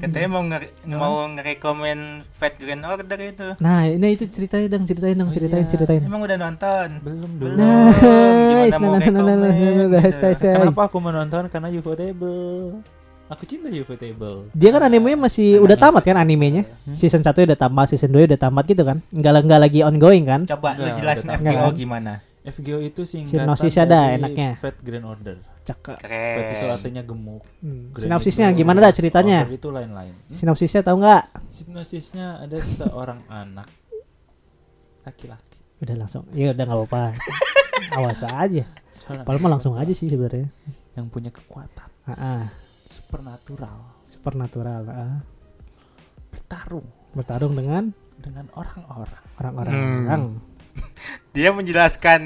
Speaker 1: Katanya mau nge mau ngerekomen Fat Grand Order itu.
Speaker 2: Nah, ini itu ceritain dong, ceritain dong,
Speaker 3: Oh
Speaker 2: ceritain
Speaker 3: iya.
Speaker 2: ceritain.
Speaker 1: Emang udah nonton?
Speaker 3: Belum
Speaker 1: Belum.
Speaker 3: dulu.
Speaker 2: Nice.
Speaker 1: Gimana mau
Speaker 2: [laughs]
Speaker 1: gitu
Speaker 2: Nah, nah, nah, nah, nah, nah, nah,
Speaker 1: rekomen?
Speaker 2: nah, nah, nah,
Speaker 1: Gitu.
Speaker 2: nah,
Speaker 3: Kenapa aku menonton karena UFO Table? Aku cinta Ufotable.
Speaker 2: Dia kan animenya masih udah tamat kan animenya? Season 1 udah tamat, season 2 udah tamat gitu kan? Enggak enggak lagi ongoing kan?
Speaker 1: Coba lu
Speaker 3: Udah,
Speaker 1: jelasin
Speaker 3: udah
Speaker 1: FGO
Speaker 2: tahu.
Speaker 1: gimana.
Speaker 3: FGO itu singkatan
Speaker 2: Sinopsis ada enaknya.
Speaker 3: Fat Grand Order.
Speaker 2: Cakep.
Speaker 3: Fat itu
Speaker 1: Keren.
Speaker 3: artinya gemuk.
Speaker 2: Hmm,
Speaker 3: Grand
Speaker 2: Sinopsisnya
Speaker 3: itu
Speaker 2: gimana dah
Speaker 3: order,
Speaker 2: ceritanya?
Speaker 3: Order itu lain-lain. Hmm?
Speaker 2: Sinopsisnya tahu nggak?
Speaker 3: Sinopsisnya ada seorang [laughs] anak laki-laki.
Speaker 2: Udah langsung. Ya udah nggak apa-apa. [laughs] Awas aja.
Speaker 3: Seorang
Speaker 2: Palma langsung aja sih sebenarnya.
Speaker 3: yang punya kekuatan
Speaker 2: Ah, ah,
Speaker 3: supernatural
Speaker 2: supernatural. ah.
Speaker 3: bertarung
Speaker 2: Bertarung dengan
Speaker 3: dengan orang-orang.
Speaker 2: orang-orang.
Speaker 1: Hmm.
Speaker 2: orang.
Speaker 1: Dia menjelaskan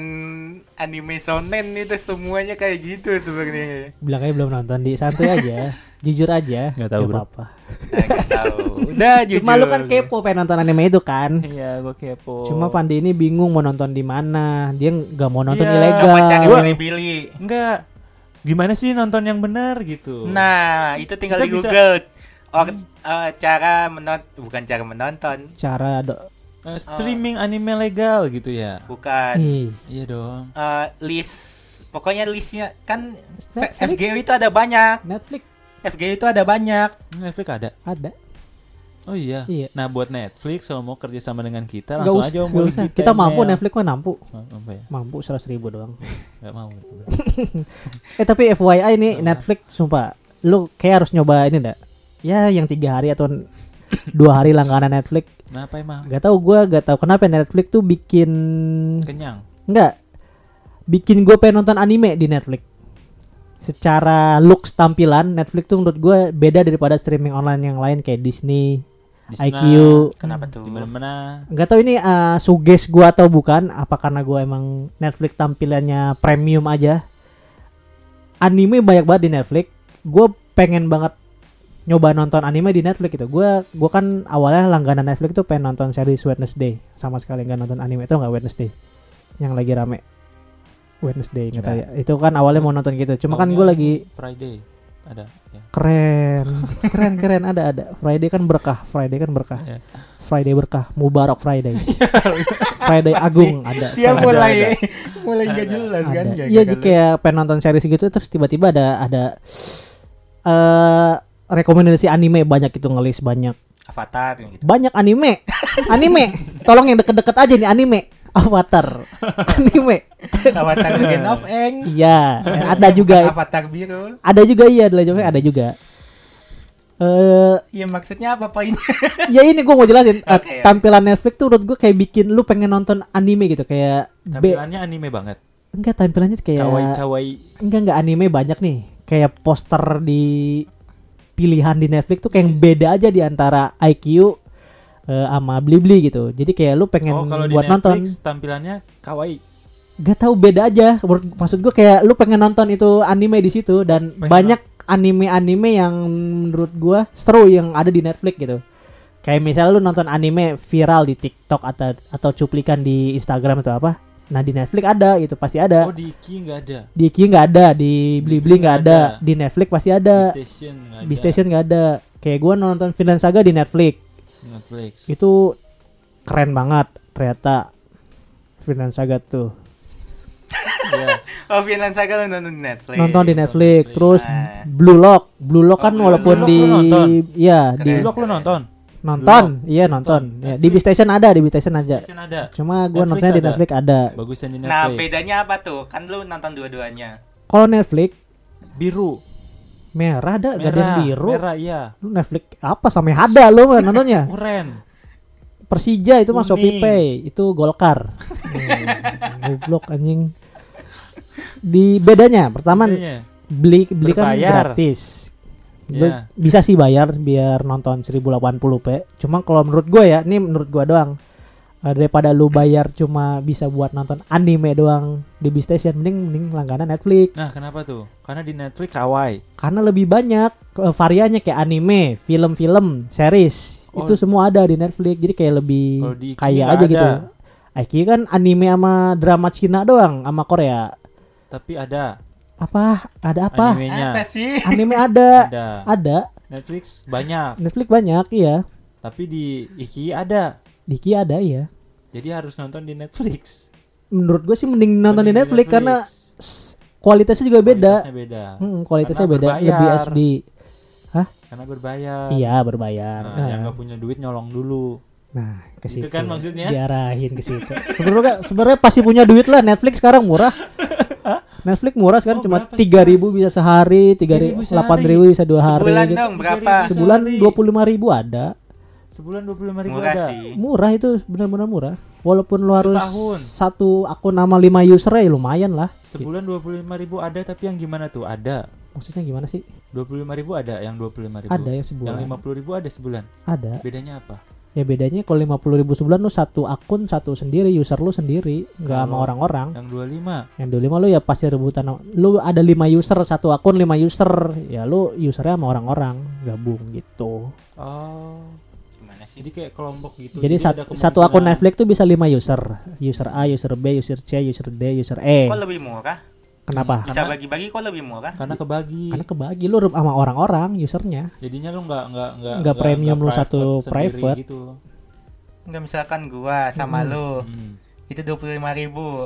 Speaker 1: anime shonen itu semuanya kayak gitu sebenarnya.
Speaker 2: Bilangnya belum nonton di santai aja. Jujur aja.
Speaker 3: Nggak tahu, bro.
Speaker 2: apa-apa.
Speaker 1: Nah, nggak tahu. Udah jujur.
Speaker 2: Cuma lu kan kepo pengen nonton anime itu kan?
Speaker 3: [laughs] Iya, gue kepo.
Speaker 2: Cuma Fandi ini bingung mau nonton di mana. Dia nggak mau nonton
Speaker 3: Iya.
Speaker 2: ilegal.
Speaker 1: Coba cari pilih-pilih.
Speaker 3: enggak gimana sih nonton yang benar gitu.
Speaker 1: Nah, itu tinggal
Speaker 3: Kita
Speaker 1: di
Speaker 3: bisa-
Speaker 1: Google. Or, eh, cara menonton bukan cara menonton,
Speaker 2: Cara do-
Speaker 3: Eh, streaming anime legal gitu ya.
Speaker 1: bukan
Speaker 2: Ih,
Speaker 3: Iya dong.
Speaker 1: eh, list. Pokoknya listnya kan F-
Speaker 2: Netflix.
Speaker 1: FGO itu ada banyak.
Speaker 2: Netflix
Speaker 1: FGO itu ada [laughs] banyak.
Speaker 3: Netflix ada.
Speaker 2: ada.
Speaker 3: Oh iya.
Speaker 2: Iya.
Speaker 3: Nah buat Netflix kalau mau kerja sama dengan kita
Speaker 2: Nggak
Speaker 3: langsung
Speaker 2: us-
Speaker 3: aja
Speaker 2: nggak
Speaker 3: omongin
Speaker 2: usah.
Speaker 3: kita.
Speaker 2: Kita mampu
Speaker 3: email.
Speaker 2: Netflix mah mampu.
Speaker 3: Oh, apa ya?
Speaker 2: Mampu 100 ribu
Speaker 3: [laughs]
Speaker 2: doang.
Speaker 3: Nggak
Speaker 2: [laughs]
Speaker 3: mau.
Speaker 2: eh tapi FYI nih
Speaker 3: Iya.
Speaker 2: Netflix sumpah lu kayak harus nyoba ini dah. Ya yang tiga hari atau [coughs] n- dua hari langganan Netflix.
Speaker 3: Kenapa emang?
Speaker 2: Gak tau gua gak tau kenapa Netflix tuh bikin
Speaker 3: Kenyang.
Speaker 2: nggak bikin gue pengen nonton anime di Netflix. Secara looks tampilan Netflix tuh menurut gue beda daripada streaming online yang lain kayak Disney,
Speaker 3: Disney,
Speaker 2: IQ.
Speaker 1: Kenapa tuh?
Speaker 3: Di mana-mana.
Speaker 2: Gak tau ini eh, suges gua atau bukan Apa karena gua emang Netflix tampilannya premium aja Anime banyak banget di Netflix Gue pengen banget nyoba nonton anime di Netflix gitu Gue gua kan awalnya langganan Netflix tuh pengen nonton series Wednesday Sama sekali nggak nonton anime itu nggak Wednesday Yang lagi rame Wednesday nggak tahu ya Itu kan awalnya mau nonton gitu Cuma kan gue
Speaker 3: Taunya
Speaker 2: lagi
Speaker 3: Friday ada. Ya.
Speaker 2: keren keren keren ada ada Friday kan berkah Friday kan berkah
Speaker 3: Iya.
Speaker 2: Friday berkah Mubarak
Speaker 1: [laughs]
Speaker 2: Friday Friday Agung
Speaker 1: Iya. Dia
Speaker 2: ada Friday.
Speaker 1: Iya, mulai mulai nggak
Speaker 3: Ada.
Speaker 1: jelas kan?
Speaker 2: ada
Speaker 1: nggak-
Speaker 2: iya
Speaker 1: nggak
Speaker 2: jadi kayak pengen nonton series gitu terus tiba-tiba ada ada eh rekomendasi anime banyak itu ngelis banyak
Speaker 1: jelas. Avatar yang gitu.
Speaker 2: banyak anime anime tolong yang deket-deket aja nih anime
Speaker 1: [laughs]
Speaker 2: Avatar anime
Speaker 1: [laughs] Avatar Legend of Aang.
Speaker 2: iya ada juga
Speaker 1: Avatar biru.
Speaker 2: ada juga iya ada juga ada juga eh
Speaker 1: Iya maksudnya apa poinnya?
Speaker 2: ya ini gue mau jelasin Eh,
Speaker 1: Oke, oke.
Speaker 2: tampilan Netflix tuh menurut gue kayak bikin lu pengen nonton anime gitu kayak be- Iya.
Speaker 3: Tampilannya anime banget.
Speaker 2: enggak tampilannya tuh kayak
Speaker 3: Kawaii kawaii.
Speaker 2: enggak enggak anime banyak nih kayak poster di pilihan di Netflix tuh kayak
Speaker 3: Hmm.
Speaker 2: yang beda aja di antara IQ eh, sama Blibli gitu jadi kayak lu pengen
Speaker 3: Oh kalau di
Speaker 2: buat
Speaker 3: Netflix
Speaker 2: nonton
Speaker 3: tampilannya kawaii.
Speaker 2: Gak tahu beda aja Menurut- maksud gue kayak lu pengen nonton itu anime di situ dan
Speaker 3: Pengen
Speaker 2: banyak anime-anime yang menurut gue seru yang ada di Netflix gitu kayak misalnya lu nonton anime viral di TikTok atau atau cuplikan di Instagram atau apa nah di Netflix ada itu pasti ada
Speaker 3: Oh di Iki nggak ada.
Speaker 2: di Ki nggak ada di Blibli nggak ada
Speaker 3: ada.
Speaker 2: di Netflix pasti
Speaker 3: Di
Speaker 2: ada
Speaker 3: Station nggak ada.
Speaker 2: di Iya. Station nggak ada kayak gue nonton Vinland Saga di Netflix
Speaker 3: Netflix.
Speaker 2: itu keren banget ternyata Vinland Saga tuh
Speaker 3: Iya.
Speaker 1: [laughs] Oh Vinland Saga lu nonton di Netflix.
Speaker 2: nonton di Netflix
Speaker 3: Netflix.
Speaker 2: terus
Speaker 1: Nah.
Speaker 2: Blue Lock Blue Lock
Speaker 1: Oh,
Speaker 2: kan
Speaker 1: Blue
Speaker 2: walaupun
Speaker 3: Lock.
Speaker 2: di
Speaker 3: Blue Lock lu nonton?
Speaker 2: iya di
Speaker 3: Blok lu nonton.
Speaker 2: nonton iya nonton ya, di Bistation ada di Bistation aja
Speaker 3: Station ada.
Speaker 2: cuma gue
Speaker 3: Netflix
Speaker 2: nontonnya di
Speaker 3: ada.
Speaker 2: Netflix ada
Speaker 3: Bagusan di Netflix.
Speaker 1: Nah bedanya apa tuh? Kan lu nonton dua-duanya.
Speaker 2: kalau Netflix
Speaker 3: biru,
Speaker 2: merah ada
Speaker 3: merah,
Speaker 2: gading biru Nah.
Speaker 3: merah iya.
Speaker 2: lu Netflix apa sampai ada lu mah
Speaker 3: [laughs]
Speaker 2: nontonnya
Speaker 3: Uren.
Speaker 2: Persija itu mah
Speaker 3: Kuning.
Speaker 2: ShopeePay itu
Speaker 3: [laughs]
Speaker 2: Golkar Hmm, goblok anjing di bedanya pertama
Speaker 3: Bedanya.
Speaker 2: beli beli kan
Speaker 3: Berbayar.
Speaker 2: gratis Lu
Speaker 3: Iya.
Speaker 2: bisa sih bayar biar nonton 1080p cuma kalau menurut gue ya ini menurut gue doang eh, daripada lu bayar cuma bisa buat nonton anime doang di B Station mending mending langganan Netflix
Speaker 3: Nah, kenapa tuh? Karena di Netflix kawaii.
Speaker 2: karena lebih banyak eh, variannya kayak anime film-film series
Speaker 3: Oh.
Speaker 2: itu semua ada di Netflix jadi kayak lebih
Speaker 3: Kalau di IQ
Speaker 2: kaya
Speaker 3: nggak
Speaker 2: aja gitu
Speaker 3: ada.
Speaker 2: IQ kan anime sama drama Cina doang sama Korea
Speaker 3: Tapi ada
Speaker 2: apa ada apa
Speaker 1: Apa
Speaker 3: animenya.
Speaker 1: sih?
Speaker 2: anime ada
Speaker 3: Ada.
Speaker 2: ada
Speaker 3: Netflix banyak,
Speaker 2: Netflix banyak iya
Speaker 3: tapi di Iki ada.
Speaker 2: Diki ada ya.
Speaker 3: Jadi harus nonton di Netflix.
Speaker 2: Menurut gue sih mending nonton di
Speaker 3: Mending
Speaker 2: Netflix, karena s- kualitasnya juga beda.
Speaker 3: Kualitasnya beda.
Speaker 2: Hmm, kualitasnya
Speaker 3: Karena
Speaker 2: beda,
Speaker 3: berbayar.
Speaker 2: lebih SD.
Speaker 3: karena berbayar.
Speaker 2: Iya berbayar.
Speaker 3: Nah,
Speaker 2: Nah,
Speaker 3: yang nggak punya duit nyolong dulu.
Speaker 2: Nah, ke situ.
Speaker 3: Itu kan maksudnya?
Speaker 2: Diarahin ke situ. Sebenarnya sebenarnya pasti punya duit lah Netflix sekarang murah. Netflix murah sekarang
Speaker 3: Oh,
Speaker 2: cuma
Speaker 3: berapa
Speaker 2: tiga ribu bisa sehari, tiga
Speaker 3: 3.000
Speaker 2: ribu,
Speaker 3: sehari.
Speaker 2: delapan ribu bisa dua hari.
Speaker 1: Sebulan
Speaker 2: gitu.
Speaker 1: dong berapa?
Speaker 3: Sebulan
Speaker 2: Sebulan
Speaker 3: sehari.
Speaker 2: dua puluh lima ribu ada.
Speaker 3: Sebulan dua puluh ribu
Speaker 1: Murah
Speaker 3: ada.
Speaker 1: sih.
Speaker 2: Murah itu benar-benar murah. Walaupun lu harus
Speaker 3: Setahun.
Speaker 2: satu akun nama lima user ya lumayan lah.
Speaker 3: Sebulan dua puluh ribu ada, tapi yang gimana tuh? Ada.
Speaker 2: Maksudnya gimana sih?
Speaker 3: Dua puluh ribu ada, yang dua puluh ribu.
Speaker 2: Ada yang sebulan.
Speaker 3: Yang lima ribu ada sebulan.
Speaker 2: Ada.
Speaker 3: Bedanya apa?
Speaker 2: Ya bedanya kalau lima puluh ribu sebulan lu satu akun satu sendiri, user lu sendiri, nggak sama
Speaker 3: Kalau- ya.
Speaker 2: orang-orang.
Speaker 3: Yang dua lima.
Speaker 2: Yang 25 lu ya pasti rebutan sama- lu ada 5 user satu akun 5 user ya lu usernya sama orang-orang gabung gitu.
Speaker 3: Oh.
Speaker 1: Gimana sih?
Speaker 3: Jadi kayak kelompok gitu.
Speaker 2: Jadi, sat-
Speaker 3: ada
Speaker 2: satu akun
Speaker 3: kemungkinan-
Speaker 2: Netflix tuh bisa 5 user. User A, user B, user C, user D, user E.
Speaker 1: Kok lebih murah?
Speaker 2: Kenapa?
Speaker 1: Bisa bagi-bagi kok lebih murah?
Speaker 3: Karena kebagi.
Speaker 2: Karena kebagi lu rep- sama orang-orang usernya.
Speaker 3: Jadinya lu nggak nggak nggak
Speaker 2: Nggak premium lu satu
Speaker 3: sendiri
Speaker 2: private.
Speaker 3: gitu.
Speaker 1: Enggak misalkan gua sama lu
Speaker 3: Hmm.
Speaker 1: itu 25.000.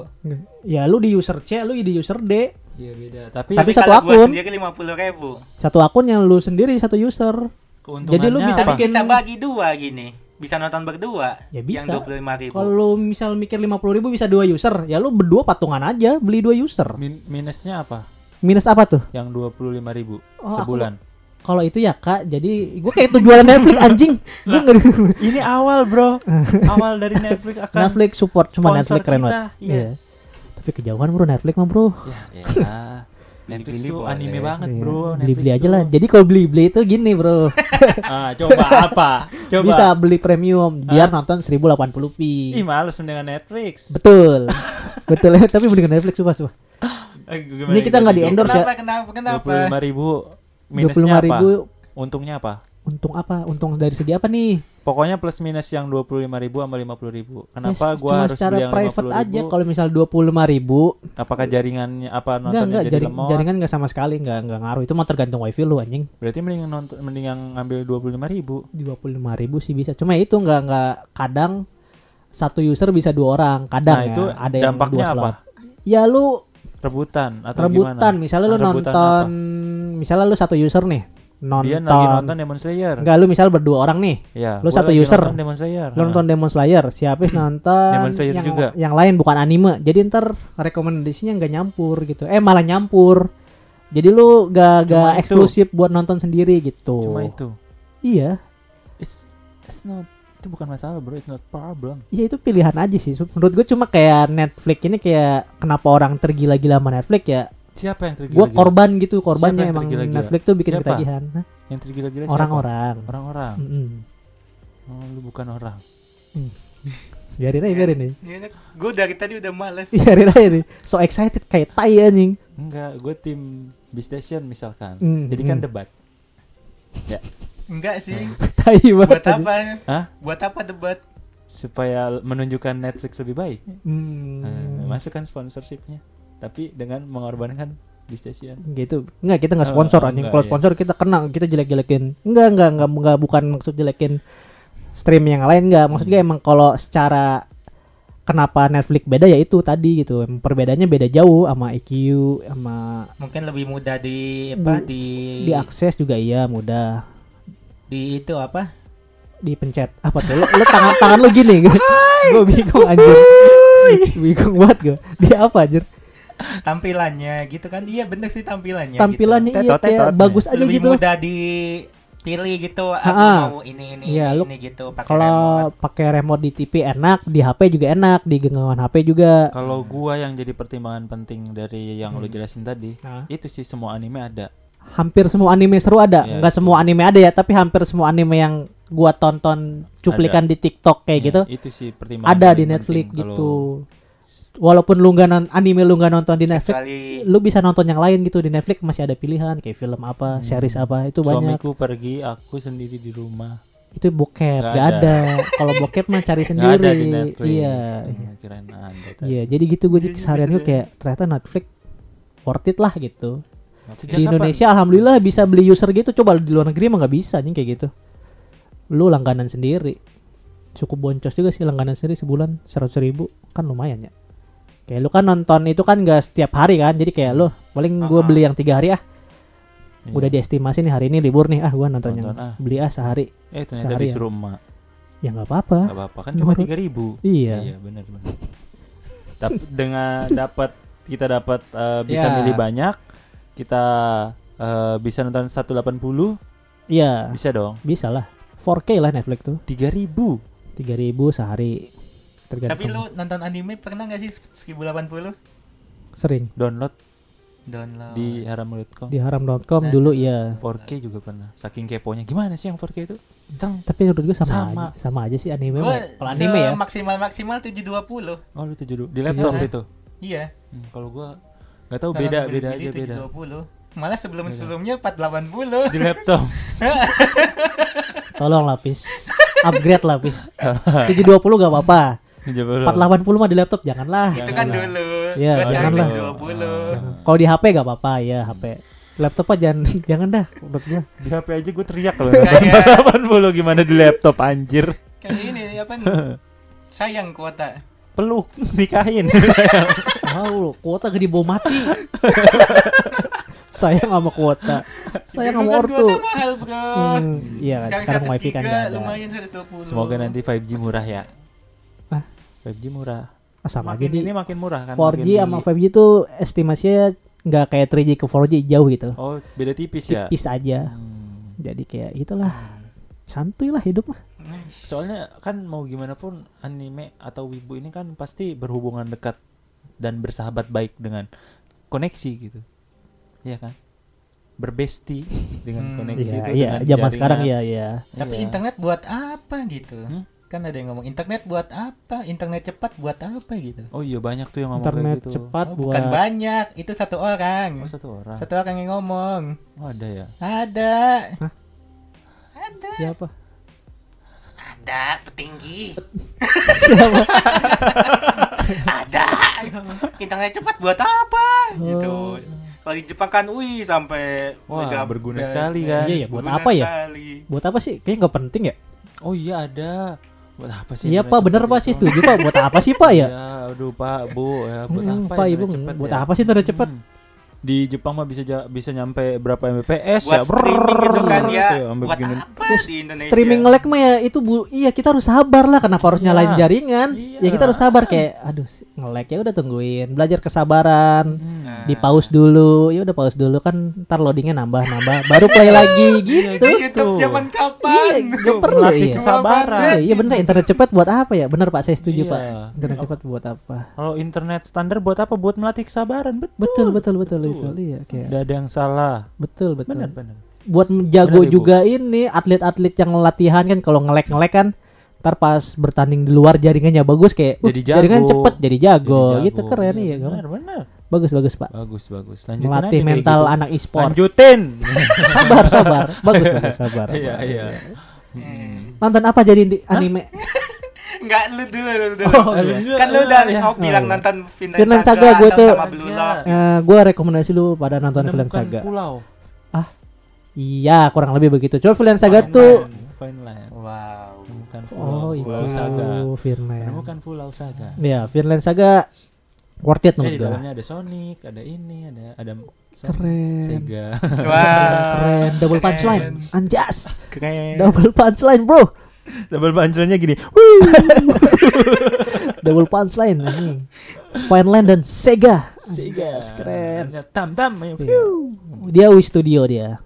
Speaker 2: Ya lu di user C, lu di user D.
Speaker 3: Iya beda. Tapi
Speaker 2: Tapi satu
Speaker 1: kalau Gua
Speaker 2: akun.
Speaker 1: sendiri 50.000.
Speaker 2: Satu akun yang lu sendiri satu user.
Speaker 3: keuntungannya
Speaker 2: jadi lu bisa
Speaker 3: apa?
Speaker 2: bikin-
Speaker 1: Bisa bagi dua gini. Bisa nonton berdua.
Speaker 2: Ya bisa.
Speaker 1: Yang 25.000.
Speaker 2: Kalau lu misal mikir 50 ribu bisa dua user, ya lu berdua patungan aja beli dua user.
Speaker 3: Min- minusnya apa?
Speaker 2: Minus apa tuh?
Speaker 3: Yang dua puluh lima ribu
Speaker 2: Oh, aku- [laughs]
Speaker 3: sebulan.
Speaker 2: Kalau itu ya kak, jadi gue kayak tujuan Netflix anjing. Gue nggak
Speaker 3: Ini awal bro, [laughs] awal
Speaker 2: [laughs]
Speaker 3: dari Netflix akan.
Speaker 2: Netflix support semua
Speaker 3: kan sponsor
Speaker 2: Netflix keren
Speaker 3: kita,
Speaker 2: banget.
Speaker 3: iya.
Speaker 2: Tapi kejauhan bro Netflix mah bro.
Speaker 3: Ya, elah. Netflix
Speaker 1: Beli-beli
Speaker 3: tuh
Speaker 1: boleh.
Speaker 3: anime banget
Speaker 2: Iya.
Speaker 3: bro.
Speaker 2: beli
Speaker 3: Netflix
Speaker 2: beli aja
Speaker 3: tuh.
Speaker 2: lah. Jadi kalau beli beli itu gini bro,
Speaker 3: [laughs] Ah, coba apa? [laughs] Coba.
Speaker 2: bisa beli premium biar nonton 1080p.
Speaker 3: Ih males dengan Netflix.
Speaker 2: Betul, [laughs] betul. Tapi mendingan Netflix sumpah sumpah. Ini kita nggak di endorse ya.
Speaker 1: Kenapa? Kenapa?
Speaker 3: Eh, Dua
Speaker 1: Kenapa?
Speaker 3: puluh lima ribu. Minusnya
Speaker 2: 25.000
Speaker 3: apa? Untungnya apa?
Speaker 2: untung apa? Untung dari segi apa nih?
Speaker 3: Pokoknya plus minus yang dua puluh lima ribu sama lima puluh ribu. Kenapa
Speaker 2: Ya,
Speaker 3: gua
Speaker 2: cuma
Speaker 3: harus
Speaker 2: secara
Speaker 3: beli yang lima
Speaker 2: private
Speaker 3: puluh
Speaker 2: aja
Speaker 3: ribu?
Speaker 2: kalau misal 25 ribu
Speaker 3: Apakah jaringannya apa
Speaker 2: enggak
Speaker 3: nontonnya
Speaker 2: enggak
Speaker 3: jadi
Speaker 2: jaring-
Speaker 3: lemot?
Speaker 2: jaringan enggak sama sekali enggak enggak ngaruh itu mah tergantung wifi lu anjing
Speaker 3: Berarti mending nonton mending yang ngambil dua puluh lima ribu.
Speaker 2: dua puluh lima ribu sih bisa cuma itu nggak nggak kadang satu user bisa dua orang kadang
Speaker 3: Nah,
Speaker 2: ya.
Speaker 3: itu
Speaker 2: ada yang
Speaker 3: dampaknya
Speaker 2: dua
Speaker 3: apa?
Speaker 2: slot. ya lu
Speaker 3: Rebutan atau
Speaker 2: rebutan
Speaker 3: gimana?
Speaker 2: misalnya lu
Speaker 3: Rebutan
Speaker 2: nonton misalnya lu satu user nih
Speaker 3: apa?
Speaker 2: nonton
Speaker 3: Dia lagi nonton Demon Slayer.
Speaker 2: enggak lu misal berdua orang nih
Speaker 3: Ya,
Speaker 2: Lu
Speaker 3: gua
Speaker 2: satu
Speaker 3: lagi
Speaker 2: user.
Speaker 3: Nonton Demon Slayer.
Speaker 2: lu nonton Demon Slayer si Hafiz nonton
Speaker 3: Hmm. Demon Slayer
Speaker 2: yang
Speaker 3: juga.
Speaker 2: yang lain bukan anime jadi ntar rekomendasinya nggak nyampur gitu eh malah nyampur jadi lu gak,
Speaker 3: Cuma
Speaker 2: gak
Speaker 3: itu.
Speaker 2: eksklusif buat nonton sendiri gitu
Speaker 3: Cuma itu.
Speaker 2: iya
Speaker 3: It's, it's not itu bukan masalah bro, it's not problem.
Speaker 2: ya itu pilihan aja sih menurut gue cuma kayak Netflix ini kayak kenapa orang tergila-gila sama Netflix ya
Speaker 3: Siapa yang tergila-gila?
Speaker 2: gue korban gitu korbannya
Speaker 3: Siapa yang
Speaker 2: emang
Speaker 3: tergila-gila?
Speaker 2: Netflix tuh bikin
Speaker 3: Siapa?
Speaker 2: ketagihan Hah?
Speaker 3: Yang tergila-gila siapa?
Speaker 2: orang-orang Hmm.
Speaker 3: Orang-orang.
Speaker 2: Mm-mm.
Speaker 3: Oh, lu bukan orang.
Speaker 2: biarin
Speaker 3: Eh.
Speaker 2: aja biarin aja [laughs]
Speaker 1: Ya, Gua dari tadi udah males.
Speaker 2: biarin aja nih so excited kayak tai anjing [laughs]
Speaker 3: Enggak, gue tim B-Station misalkan.
Speaker 2: Hmm,
Speaker 3: Jadi kan
Speaker 2: hmm.
Speaker 3: debat.
Speaker 1: Enggak
Speaker 2: [laughs]
Speaker 1: sih.
Speaker 2: tai banget
Speaker 1: Buat
Speaker 2: anjing.
Speaker 1: apa?
Speaker 3: Hah?
Speaker 1: Buat apa debat?
Speaker 3: Supaya menunjukkan Netflix lebih baik.
Speaker 2: Hmm.
Speaker 3: Eh, masukkan sponsorshipnya. Tapi dengan mengorbankan B-Station.
Speaker 2: gitu nggak kita nggak
Speaker 3: Oh,
Speaker 2: sponsor
Speaker 3: oh,
Speaker 2: anjing
Speaker 3: nggak,
Speaker 2: kalau
Speaker 3: iya.
Speaker 2: sponsor kita kena kita jelek jelekin nggak nggak nggak nggak bukan maksud jelekin stream yang lain nggak maksudnya
Speaker 3: Hmm.
Speaker 2: emang kalau secara kenapa Netflix beda ya itu tadi gitu Em, perbedaannya beda jauh sama EQ sama
Speaker 1: Mungkin lebih mudah di apa
Speaker 2: Bu-
Speaker 1: di
Speaker 3: Hmm.
Speaker 2: diakses juga iya mudah
Speaker 1: di itu apa?
Speaker 2: dipencet apa tuh lo, lo tangan tangan lo gini gue bingung anjir bingung banget gue dia apa anjir
Speaker 3: Ya gitu
Speaker 1: tampilannya gitu kan iya bener sih tampilannya
Speaker 2: tampilannya
Speaker 1: gitu.
Speaker 2: iya kayak
Speaker 3: tetot-tetotnya.
Speaker 2: bagus aja
Speaker 1: lebih
Speaker 2: gitu
Speaker 1: mudah dipilih gitu aku
Speaker 2: Ha-ha.
Speaker 1: mau ini ini
Speaker 2: Iya,
Speaker 1: ini,
Speaker 2: lu-
Speaker 1: ini gitu pakai
Speaker 2: kalau
Speaker 1: remote.
Speaker 2: pakai remote di TV enak di HP juga enak di genggaman HP juga
Speaker 3: Kalau gua yang jadi pertimbangan penting dari yang lu jelasin tadi,
Speaker 2: Nah.
Speaker 3: itu sih semua anime ada.
Speaker 2: hampir semua anime seru ada.
Speaker 3: Iya,
Speaker 2: Enggak
Speaker 3: itu.
Speaker 2: semua anime ada ya, tapi hampir semua anime yang gua tonton cuplikan di TikTok kayak
Speaker 3: Ya,
Speaker 2: gitu
Speaker 3: Itu sih pertimbangan.
Speaker 2: ada di
Speaker 3: paling penting
Speaker 2: Netflix
Speaker 3: kalau-
Speaker 2: gitu. Walaupun lu nggak non- anime lu nggak nonton di Netflix,
Speaker 1: kecuali
Speaker 2: lu bisa nonton yang lain gitu di Netflix masih ada pilihan kayak film apa,
Speaker 3: Hmm.
Speaker 2: series apa, itu banyak.
Speaker 3: Suamiku pergi, aku sendiri di rumah.
Speaker 2: Itu bokep,
Speaker 3: Nggak
Speaker 2: nggak ada. Kalau bokep mah cari
Speaker 3: [laughs] Nggak
Speaker 2: sendiri.
Speaker 3: ada di Netflix.
Speaker 2: Iya.
Speaker 3: Hmm, Kirain ada. tadi.
Speaker 2: Iya, jadi gitu gue jadi
Speaker 1: Jadi
Speaker 2: keseharian
Speaker 1: bisa
Speaker 2: gue kayak ternyata Netflix worth it lah gitu.
Speaker 3: Sejak
Speaker 2: di
Speaker 3: kapan?
Speaker 2: Indonesia alhamdulillah bisa beli user gitu coba di luar negeri emang nggak bisa anjing kayak gitu lu langganan sendiri cukup boncos juga sih langganan sendiri sebulan seratus ribu kan lumayan ya kayak lu kan nonton itu kan nggak setiap hari kan jadi kayak lu paling
Speaker 1: Ah.
Speaker 2: gua beli yang tiga hari ah
Speaker 3: Iya.
Speaker 2: udah diestimasi nih hari ini libur nih ah gua nontonnya
Speaker 3: Nonton ah.
Speaker 2: beli ah sehari
Speaker 3: Eh ternyata
Speaker 2: seharian.
Speaker 3: disuruh emak.
Speaker 2: ya nggak apa-apa
Speaker 3: Gak apa-apa kan cuma
Speaker 2: Nurut.
Speaker 3: tiga ribu.
Speaker 2: iya,
Speaker 3: benar benar. Tapi dengan dapat kita dapat eh, bisa
Speaker 2: Ya.
Speaker 3: milih banyak, kita eh, bisa nonton 180
Speaker 2: iya
Speaker 3: bisa dong.
Speaker 2: bisa lah 4K lah Netflix tuh
Speaker 3: 3000.
Speaker 2: 3000 sehari tergantung
Speaker 1: Tapi lu nonton anime pernah gak sih 1080?
Speaker 2: sering
Speaker 3: Download
Speaker 1: Download.
Speaker 3: di haram.com.
Speaker 2: di haram.com
Speaker 1: Eh.
Speaker 2: dulu iya
Speaker 3: 4K juga pernah. Saking keponya. Gimana sih yang 4K itu? Cang.
Speaker 2: tapi menurut gue sama
Speaker 3: Sama.
Speaker 2: aja. sama aja sih anime
Speaker 1: Gua
Speaker 2: mah. kalau anime ya
Speaker 1: maksimal maksimal 720.
Speaker 3: Oh lu tuh dulu di laptop
Speaker 1: Iya.
Speaker 3: itu.
Speaker 1: Iya.
Speaker 3: Hmm, kalau gua nggak
Speaker 2: Oh,
Speaker 3: tahu beda beda aja beda.
Speaker 1: 720. Malah sebelum-sebelumnya 480.
Speaker 3: Di laptop. [laughs]
Speaker 2: tolong lapis upgrade lapis 720 gak apa-apa
Speaker 3: Coba lu.
Speaker 2: 480 mah di laptop janganlah
Speaker 1: Itu kan
Speaker 3: Janganlah.
Speaker 1: dulu.
Speaker 2: Iya,
Speaker 1: Gua sekarang
Speaker 2: janganlah.
Speaker 1: 720.
Speaker 2: Jangan. kalau di HP gak apa-apa ya HP laptop aja jangan [laughs] jangan dah menurut gue
Speaker 3: Di HP aja gue teriak loh.
Speaker 1: Kayak-
Speaker 3: 480 gimana di laptop anjir.
Speaker 1: Kayak ini apa nih? Sayang kuota. [laughs]
Speaker 3: Peluk nikahin.
Speaker 2: wow kuota gede bau mati [laughs] sayang sama kuota
Speaker 1: Dulu
Speaker 2: sayang sama
Speaker 1: kan
Speaker 2: ortu
Speaker 1: kuota mahal, Bro.
Speaker 2: Hmm, iya kan sekarang wifi kan
Speaker 1: 103,
Speaker 2: gak ada
Speaker 1: lumayan 120.
Speaker 3: [laughs] Semoga nanti 5G murah ya.
Speaker 2: Hah?
Speaker 3: 5G murah.
Speaker 2: Ah, sama
Speaker 3: makin
Speaker 2: aja
Speaker 3: ini
Speaker 2: di
Speaker 3: makin murah kan.
Speaker 2: 4G
Speaker 3: makin
Speaker 2: sama
Speaker 3: di-
Speaker 2: 5G tuh estimasinya nggak kayak 3G ke 4G jauh gitu
Speaker 3: Oh, beda tipis ya.
Speaker 2: tipis aja
Speaker 3: Hmm.
Speaker 2: jadi kayak itulah santuy lah hidup mah
Speaker 1: Hmm.
Speaker 3: Soalnya kan mau gimana pun anime atau wibu ini kan pasti berhubungan dekat dan bersahabat baik dengan koneksi gitu. Iya kan? Berbesti dengan
Speaker 1: Hmm.
Speaker 3: koneksi
Speaker 2: iya iya
Speaker 3: itu dengan
Speaker 2: zaman
Speaker 3: jaringan.
Speaker 2: sekarang ya ya
Speaker 1: Tapi
Speaker 3: Iya.
Speaker 1: internet buat apa gitu?
Speaker 3: Hmm?
Speaker 1: Kan ada yang ngomong internet buat apa? Internet cepat buat apa gitu?
Speaker 3: Oh iya banyak tuh yang ngomong
Speaker 2: internet
Speaker 3: kayak gitu.
Speaker 2: cepat
Speaker 1: Oh,
Speaker 2: buat
Speaker 1: bukan banyak, itu satu orang.
Speaker 3: Oh, satu orang.
Speaker 1: Satu orang yang ngomong.
Speaker 3: Oh, ada ya.
Speaker 1: Ada.
Speaker 2: Hah?
Speaker 1: Ada.
Speaker 2: siapa
Speaker 1: Ada [laughs] petinggi.
Speaker 2: siapa
Speaker 1: Ada. Internet cepat buat apa? Gitu.
Speaker 2: Oh.
Speaker 1: Kalau di Jepang kan wih sampai
Speaker 3: Wah,
Speaker 1: mega-
Speaker 3: berguna
Speaker 1: mega-
Speaker 3: sekali
Speaker 1: mega-
Speaker 3: kan.
Speaker 2: Iya, iya, buat
Speaker 1: berguna
Speaker 2: apa ya?
Speaker 1: sekali.
Speaker 2: buat apa sih kayaknya nggak penting ya
Speaker 3: Oh iya ada. Buat apa sih?
Speaker 2: iya
Speaker 3: internet
Speaker 2: pak bener
Speaker 3: cepat
Speaker 2: pak
Speaker 3: itu?
Speaker 2: sih setuju pak buat apa sih pak ya
Speaker 3: aduh Pak, Bu, ya Iya, buat
Speaker 2: Hmm,
Speaker 3: apa
Speaker 2: pak
Speaker 3: internet
Speaker 2: ibu
Speaker 3: cepat
Speaker 2: buat
Speaker 3: ya?
Speaker 2: apa sih internet cepat
Speaker 3: Hmm. Di Jepang mah bisa ja- bisa nyampe berapa Mbps
Speaker 1: Buat
Speaker 3: ya?
Speaker 1: streaming
Speaker 3: Brrrr,
Speaker 1: gitu kan ya.
Speaker 3: tuh, sampai
Speaker 1: Buat
Speaker 3: begini.
Speaker 1: apa
Speaker 2: Terus
Speaker 1: di Indonesia?
Speaker 2: streaming lag mah ya itu bu iya kita harus sabar lah kenapa harus
Speaker 3: Iya.
Speaker 2: nyalain jaringan
Speaker 3: Iya.
Speaker 2: ya kita harus sabar kayak aduh ngelag ya udah tungguin belajar kesabaran
Speaker 3: Hmm.
Speaker 1: Nah,
Speaker 2: di pause dulu ya udah pause dulu kan ntar loadingnya nambah nambah baru play lagi gitu
Speaker 1: Di YouTube
Speaker 3: Tuh.
Speaker 1: zaman
Speaker 2: iya
Speaker 1: kapan?
Speaker 2: gak perlu
Speaker 3: Melatih
Speaker 2: iya
Speaker 3: kesabaran.
Speaker 2: Iya, iya bener internet cepat buat apa ya bener pak saya setuju
Speaker 3: Iya.
Speaker 2: pak internet cepat buat apa
Speaker 3: Kalau internet standar buat apa? Buat melatih kesabaran, betul.
Speaker 2: betul betul betul betul
Speaker 3: Betul.
Speaker 2: iya kayak
Speaker 3: Tidak ada yang salah.
Speaker 2: betul betul
Speaker 3: Benar, benar.
Speaker 2: buat menjago
Speaker 3: Benar, Ibu.
Speaker 2: juga ini atlet-atlet yang latihan kan kalau ngelek ngelek kan ntar pas bertanding di luar jaringannya bagus kayak "Uh,
Speaker 3: Jadi jago.
Speaker 2: jaringan cepet jadi jago,
Speaker 3: Jadi
Speaker 2: gitu keren iya kan?
Speaker 3: Benar, benar.
Speaker 2: bagus bagus pak
Speaker 3: Bagus, bagus. Lanjutin aja
Speaker 2: melatih
Speaker 3: kayak
Speaker 2: mental
Speaker 3: gitu.
Speaker 2: anak e-sport
Speaker 3: Lanjutin.
Speaker 2: sabar sabar bagus bagus sabar
Speaker 3: [laughs] Iya,
Speaker 2: sabar.
Speaker 3: iya.
Speaker 2: nonton apa jadi di anime
Speaker 1: Enggak lu dulu lu dulu.
Speaker 2: Oh,
Speaker 3: iya.
Speaker 1: kan lu udah
Speaker 3: Iya.
Speaker 1: mau bilang nonton Vinland,
Speaker 2: Vinland Saga,
Speaker 1: Saga
Speaker 2: gua
Speaker 1: atau
Speaker 2: tuh-
Speaker 1: sama Blue Lock.
Speaker 2: Eh, gua rekomendasi lu pada nonton
Speaker 3: Menemukan
Speaker 2: Vinland Saga
Speaker 3: pulau.
Speaker 2: iya kurang lebih begitu coba Vinland Saga
Speaker 3: Finland,
Speaker 2: tuh
Speaker 3: Finland.
Speaker 1: Wow.
Speaker 3: Menemukan pulau.
Speaker 2: oh
Speaker 3: pulau
Speaker 2: itu Iya.
Speaker 3: Saga.
Speaker 2: Vinland
Speaker 3: Menemukan pulau Saga.
Speaker 2: ya Vinland Saga worth it
Speaker 3: Eh,
Speaker 2: menurut
Speaker 3: di
Speaker 2: gua
Speaker 3: dalamnya ada Sonic, ada ini, ada ada
Speaker 2: [laughs]
Speaker 3: Sonic,
Speaker 2: keren [laughs]
Speaker 3: Sega. Ah,
Speaker 1: Wow.
Speaker 2: keren double punchline anjas
Speaker 1: Keren.
Speaker 2: double punchline bro
Speaker 3: Double punchline gini.
Speaker 2: double punchline anjing Finland dan Sega
Speaker 3: Sega.
Speaker 2: Keren.
Speaker 3: Tam tam. ayo.
Speaker 2: Iya. dia Wii Studio dia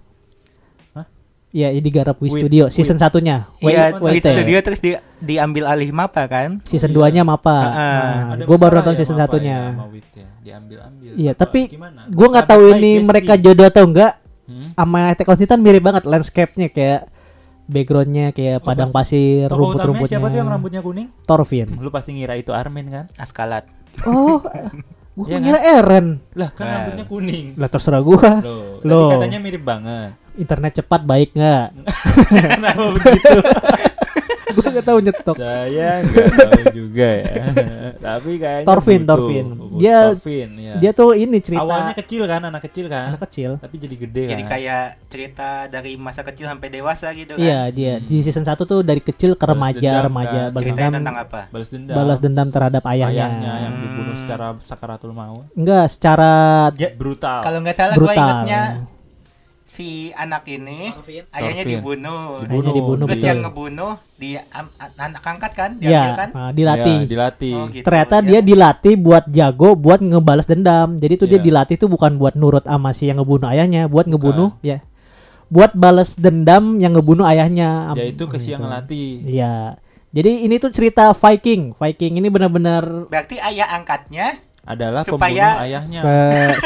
Speaker 3: Hah?
Speaker 2: Iya, ini garap Wii
Speaker 3: Wii-
Speaker 2: Studio season
Speaker 3: Wii.
Speaker 2: satunya.
Speaker 1: Iya,
Speaker 2: Wait-
Speaker 1: Twitch
Speaker 2: Waite.
Speaker 1: Studio terus di, diambil alih mapa kan?
Speaker 2: Season 2-nya
Speaker 3: Iya.
Speaker 2: Mapa.
Speaker 1: Heeh.
Speaker 2: Nah,
Speaker 3: Ada
Speaker 2: gue baru
Speaker 3: masalah
Speaker 2: nonton
Speaker 3: ya
Speaker 2: season
Speaker 3: sama apa
Speaker 2: satunya.
Speaker 3: ya, sama Wit ya? Diambil-ambil.
Speaker 2: Iya,
Speaker 3: Apa-
Speaker 2: tapi
Speaker 3: gimana?
Speaker 2: gue nggak
Speaker 3: Sahabat
Speaker 2: tahu
Speaker 3: baik,
Speaker 2: ini
Speaker 3: bestie.
Speaker 2: mereka jodoh atau enggak
Speaker 3: Hmm?
Speaker 2: sama Attack on Titan mirip banget landscape-nya kayak background-nya kayak
Speaker 3: Oh,
Speaker 2: padang
Speaker 3: pas-
Speaker 2: pasir,
Speaker 3: Tokoh utamanya
Speaker 2: rumput-rumputnya.
Speaker 3: siapa tuh yang rambutnya kuning? [laughs]
Speaker 2: Thorfinn.
Speaker 3: Lu pasti ngira itu Armin kan?
Speaker 1: Askalat.
Speaker 2: Oh, gue
Speaker 3: Iya kan?
Speaker 2: ngira Eren.
Speaker 3: Lah, kan
Speaker 1: Nah.
Speaker 3: rambutnya kuning.
Speaker 2: Lah terserah gua.
Speaker 3: Loh,
Speaker 2: Loh.
Speaker 3: tadi katanya mirip
Speaker 2: [laughs]
Speaker 3: banget.
Speaker 2: Internet cepat baik
Speaker 3: [laughs]
Speaker 2: nggak?
Speaker 3: Kenapa begitu?
Speaker 2: gua nggak tahu nyetok.
Speaker 3: Saya nggak tahu juga
Speaker 2: [laughs]
Speaker 3: ya. tapi kayaknya
Speaker 2: Thorfinn,
Speaker 3: butuh.
Speaker 2: Thorfinn.
Speaker 3: Butuh
Speaker 2: Dia-
Speaker 3: Thorfinn, ya.
Speaker 2: Dia tuh ini cerita
Speaker 3: awalnya kecil kan, anak kecil kan.
Speaker 2: anak kecil.
Speaker 3: tapi jadi gede
Speaker 1: Jadi
Speaker 3: kan.
Speaker 1: kayak cerita dari masa kecil sampai dewasa gitu kan.
Speaker 2: Iya dia di season 1 tuh dari kecil ke
Speaker 3: Hmm. Balas
Speaker 2: remaja
Speaker 3: dendam,
Speaker 2: remaja
Speaker 3: kan?
Speaker 2: balas
Speaker 1: Ceritanya
Speaker 2: dendam,
Speaker 1: tentang apa?
Speaker 3: balas dendam.
Speaker 2: balas dendam iya, terhadap ayahnya.
Speaker 3: ayahnya ya. yang dibunuh
Speaker 1: Hmm.
Speaker 3: secara sakaratul maut.
Speaker 2: Enggak secara
Speaker 3: brutal.
Speaker 1: Kalau nggak salah gua
Speaker 2: brutal.
Speaker 1: ingatnya si anak ini
Speaker 4: Marvin.
Speaker 1: ayahnya
Speaker 3: Thorfinn.
Speaker 1: dibunuh.
Speaker 2: Dibunuh, Ayahnya dibunuh,
Speaker 1: Terus
Speaker 2: betul.
Speaker 1: yang ngebunuh di am- a- anak angkat kan, diambil
Speaker 2: ya
Speaker 1: kan?
Speaker 2: ah, dilatih
Speaker 3: Ya, dilatih.
Speaker 1: Oh, gitu.
Speaker 2: ternyata
Speaker 1: Ya.
Speaker 2: dia dilatih buat jago buat ngebalas dendam jadi tuh dia
Speaker 3: Iya.
Speaker 2: dilatih tuh bukan buat nurut sama si yang ngebunuh ayahnya buat ngebunuh ya buat balas dendam yang ngebunuh ayahnya Am-
Speaker 3: Ya itu ke
Speaker 2: gitu.
Speaker 3: siang ngelatih.
Speaker 2: Iya. Jadi ini tuh cerita Viking. Viking ini benar-benar
Speaker 1: Berarti ayah angkatnya
Speaker 3: Adalah
Speaker 1: Supaya-
Speaker 3: pembunuh ayahnya.
Speaker 2: se-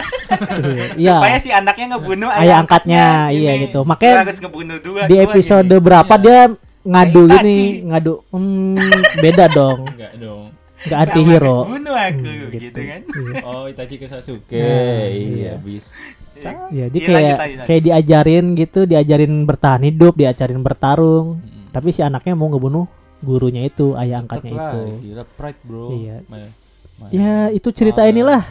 Speaker 1: supaya
Speaker 2: Iya.
Speaker 1: si anaknya ngebunuh
Speaker 2: Ayah angkatnya, iya
Speaker 1: ini.
Speaker 2: gitu. Makanya
Speaker 1: Dia harus ngebunuh dua.
Speaker 2: Di
Speaker 1: dua
Speaker 2: episode
Speaker 1: ini.
Speaker 2: berapa
Speaker 3: Iya.
Speaker 2: dia ngadu
Speaker 1: Itachi.
Speaker 2: ini, ngadu hmm, beda dong.
Speaker 4: Enggak dong.
Speaker 2: Gak
Speaker 1: Sama
Speaker 2: anti hero.
Speaker 1: Dibunuh aku
Speaker 2: Hmm,
Speaker 1: gitu.
Speaker 2: gitu.
Speaker 1: kan.
Speaker 4: Oh, Itachi ke Sasuke.
Speaker 2: Nah,
Speaker 4: iya,
Speaker 2: iya.
Speaker 4: bis.
Speaker 1: Iya,
Speaker 2: Ya, dia kayak
Speaker 1: lanjut, lanjut, lanjut.
Speaker 2: kayak diajarin gitu, diajarin bertahan hidup, diajarin bertarung. Tapi si anaknya mau ngebunuh gurunya itu, ayah angkatnya
Speaker 3: Hmm. Tetep
Speaker 2: itu.
Speaker 3: lah, gitu. Gila pride, Bro.
Speaker 2: Iya.
Speaker 3: Ma- ma- Gitu.
Speaker 2: Ya, itu cerita
Speaker 3: Parah.
Speaker 2: inilah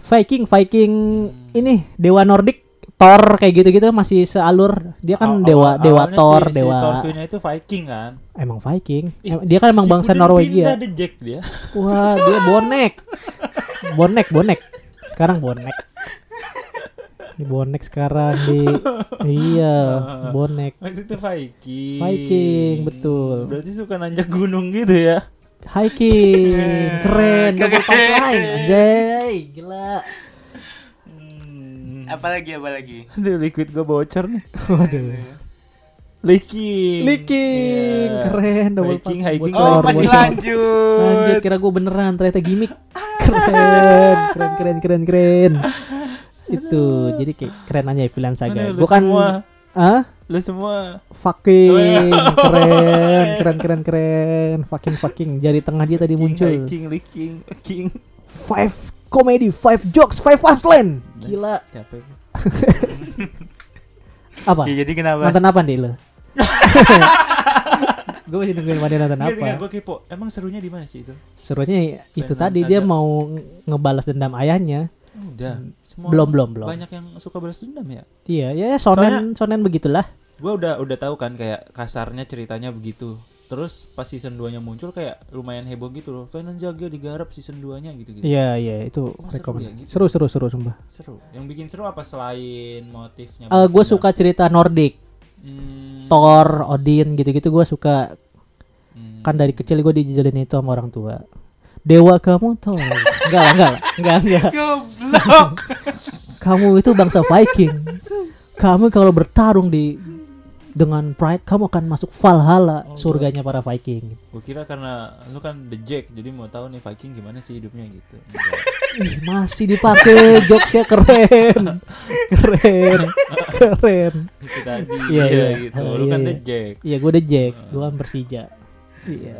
Speaker 2: Viking Viking
Speaker 3: Hmm.
Speaker 2: ini dewa Nordik Thor kayak gitu-gitu masih sealur dia kan
Speaker 3: Aw-
Speaker 2: dewa
Speaker 3: awal-
Speaker 2: dewa
Speaker 3: awalnya
Speaker 2: Thor
Speaker 3: si,
Speaker 2: dewa
Speaker 3: Si Thorfinn itu Viking kan.
Speaker 2: emang Viking
Speaker 3: Ih,
Speaker 2: Em- dia kan emang
Speaker 3: si
Speaker 2: bangsa
Speaker 3: Udin
Speaker 2: Norwegia
Speaker 3: Pindah deh Jack dia. [laughs]
Speaker 2: wah dia bonek bonek bonek sekarang bonek di bonek sekarang di
Speaker 3: [laughs]
Speaker 2: iya bonek
Speaker 3: Waktu itu Viking.
Speaker 2: Viking, betul.
Speaker 3: Berarti suka nanjak gunung gitu ya. [laughs]
Speaker 2: hiking
Speaker 1: Keren.
Speaker 2: keren double
Speaker 1: Keren.
Speaker 2: punchline anjay
Speaker 3: [laughs]
Speaker 2: gila
Speaker 1: Apalagi apalagi.
Speaker 3: Aduh, liquid gue bocor nih.
Speaker 2: waduh
Speaker 3: Leaking.
Speaker 2: Leaking,
Speaker 3: Iya.
Speaker 2: keren double punch-
Speaker 3: Hiking, hiking,
Speaker 2: bocor,
Speaker 1: Oh,
Speaker 3: Keluar
Speaker 1: masih
Speaker 2: bocor.
Speaker 1: lanjut.
Speaker 2: Lanjut kira gue beneran ternyata gimmick. Keren, keren, keren, keren, keren. Itu jadi kayak keren aja Villain Saga. ya.
Speaker 3: Aduh, lu
Speaker 2: Bukan
Speaker 3: semua. Oh, iya.
Speaker 2: ah
Speaker 3: Lu semua
Speaker 2: fucking
Speaker 3: [laughs]
Speaker 2: keren, keren, keren, keren. Fucking fucking jari tengah dia tadi muncul.
Speaker 3: Hiking, leaking, leaking.
Speaker 2: Five comedy, five jokes, five punchline.
Speaker 3: Nah.
Speaker 2: Gila.
Speaker 3: Capek.
Speaker 2: Apa?
Speaker 1: Ya,
Speaker 3: Iya,
Speaker 1: jadi kenapa?
Speaker 2: Nonton apa nih
Speaker 3: [laughs]
Speaker 2: lo? gue masih nungguin Mandi nonton
Speaker 3: Enggak,
Speaker 2: apa.
Speaker 3: enggak, gue Iya, kepo. Emang serunya di mana sih itu?
Speaker 2: Serunya itu
Speaker 3: Villain
Speaker 2: tadi dia
Speaker 3: Saga.
Speaker 2: mau ngebalas dendam ayahnya.
Speaker 3: Udah.
Speaker 2: Hmm.
Speaker 3: Semua
Speaker 2: Belum, belum, belum.
Speaker 3: Banyak yang suka balas dendam ya.
Speaker 2: Iya, ya sonen sonen begitulah.
Speaker 3: Gue udah udah tahu kan kayak kasarnya ceritanya begitu. Terus pas season 2-nya muncul kayak lumayan heboh gitu loh. Finance jaga digarap season 2-nya gitu-gitu.
Speaker 2: Iya iya itu
Speaker 3: Wah, seru
Speaker 2: rekomend.
Speaker 3: ya gitu.
Speaker 2: Seru seru seru sumpah.
Speaker 3: Seru. Yang bikin seru apa selain motifnya?
Speaker 2: Eh
Speaker 3: balas
Speaker 2: gue
Speaker 3: dendam?
Speaker 2: suka cerita Nordik,
Speaker 3: Hmm,
Speaker 2: Thor, Odin gitu-gitu gue suka.
Speaker 3: hmm.
Speaker 2: Kan dari kecil gue dijajalin itu sama orang tua. Dewa kamu Thor. enggak lah, enggak lah, enggak enggak.
Speaker 1: Goblok.
Speaker 2: Kamu itu bangsa Viking. Kamu kalau bertarung di dengan pride kamu akan masuk
Speaker 3: Oh,
Speaker 2: Valhalla, surganya para Viking.
Speaker 3: Gue kira karena lu kan the Jack, jadi mau tahu nih Viking gimana sih hidupnya
Speaker 2: [laughs]
Speaker 3: gitu.
Speaker 2: Ih, masih dipakai jokesnya keren. Keren. Keren.
Speaker 3: itu tadi
Speaker 2: Iya,
Speaker 3: iya,
Speaker 2: iya.
Speaker 3: gitu.
Speaker 2: Oh, iya,
Speaker 3: Lu kan
Speaker 2: iya.
Speaker 3: the Jack.
Speaker 2: Iya, gue udah Jack, gue kan Persija. Iya.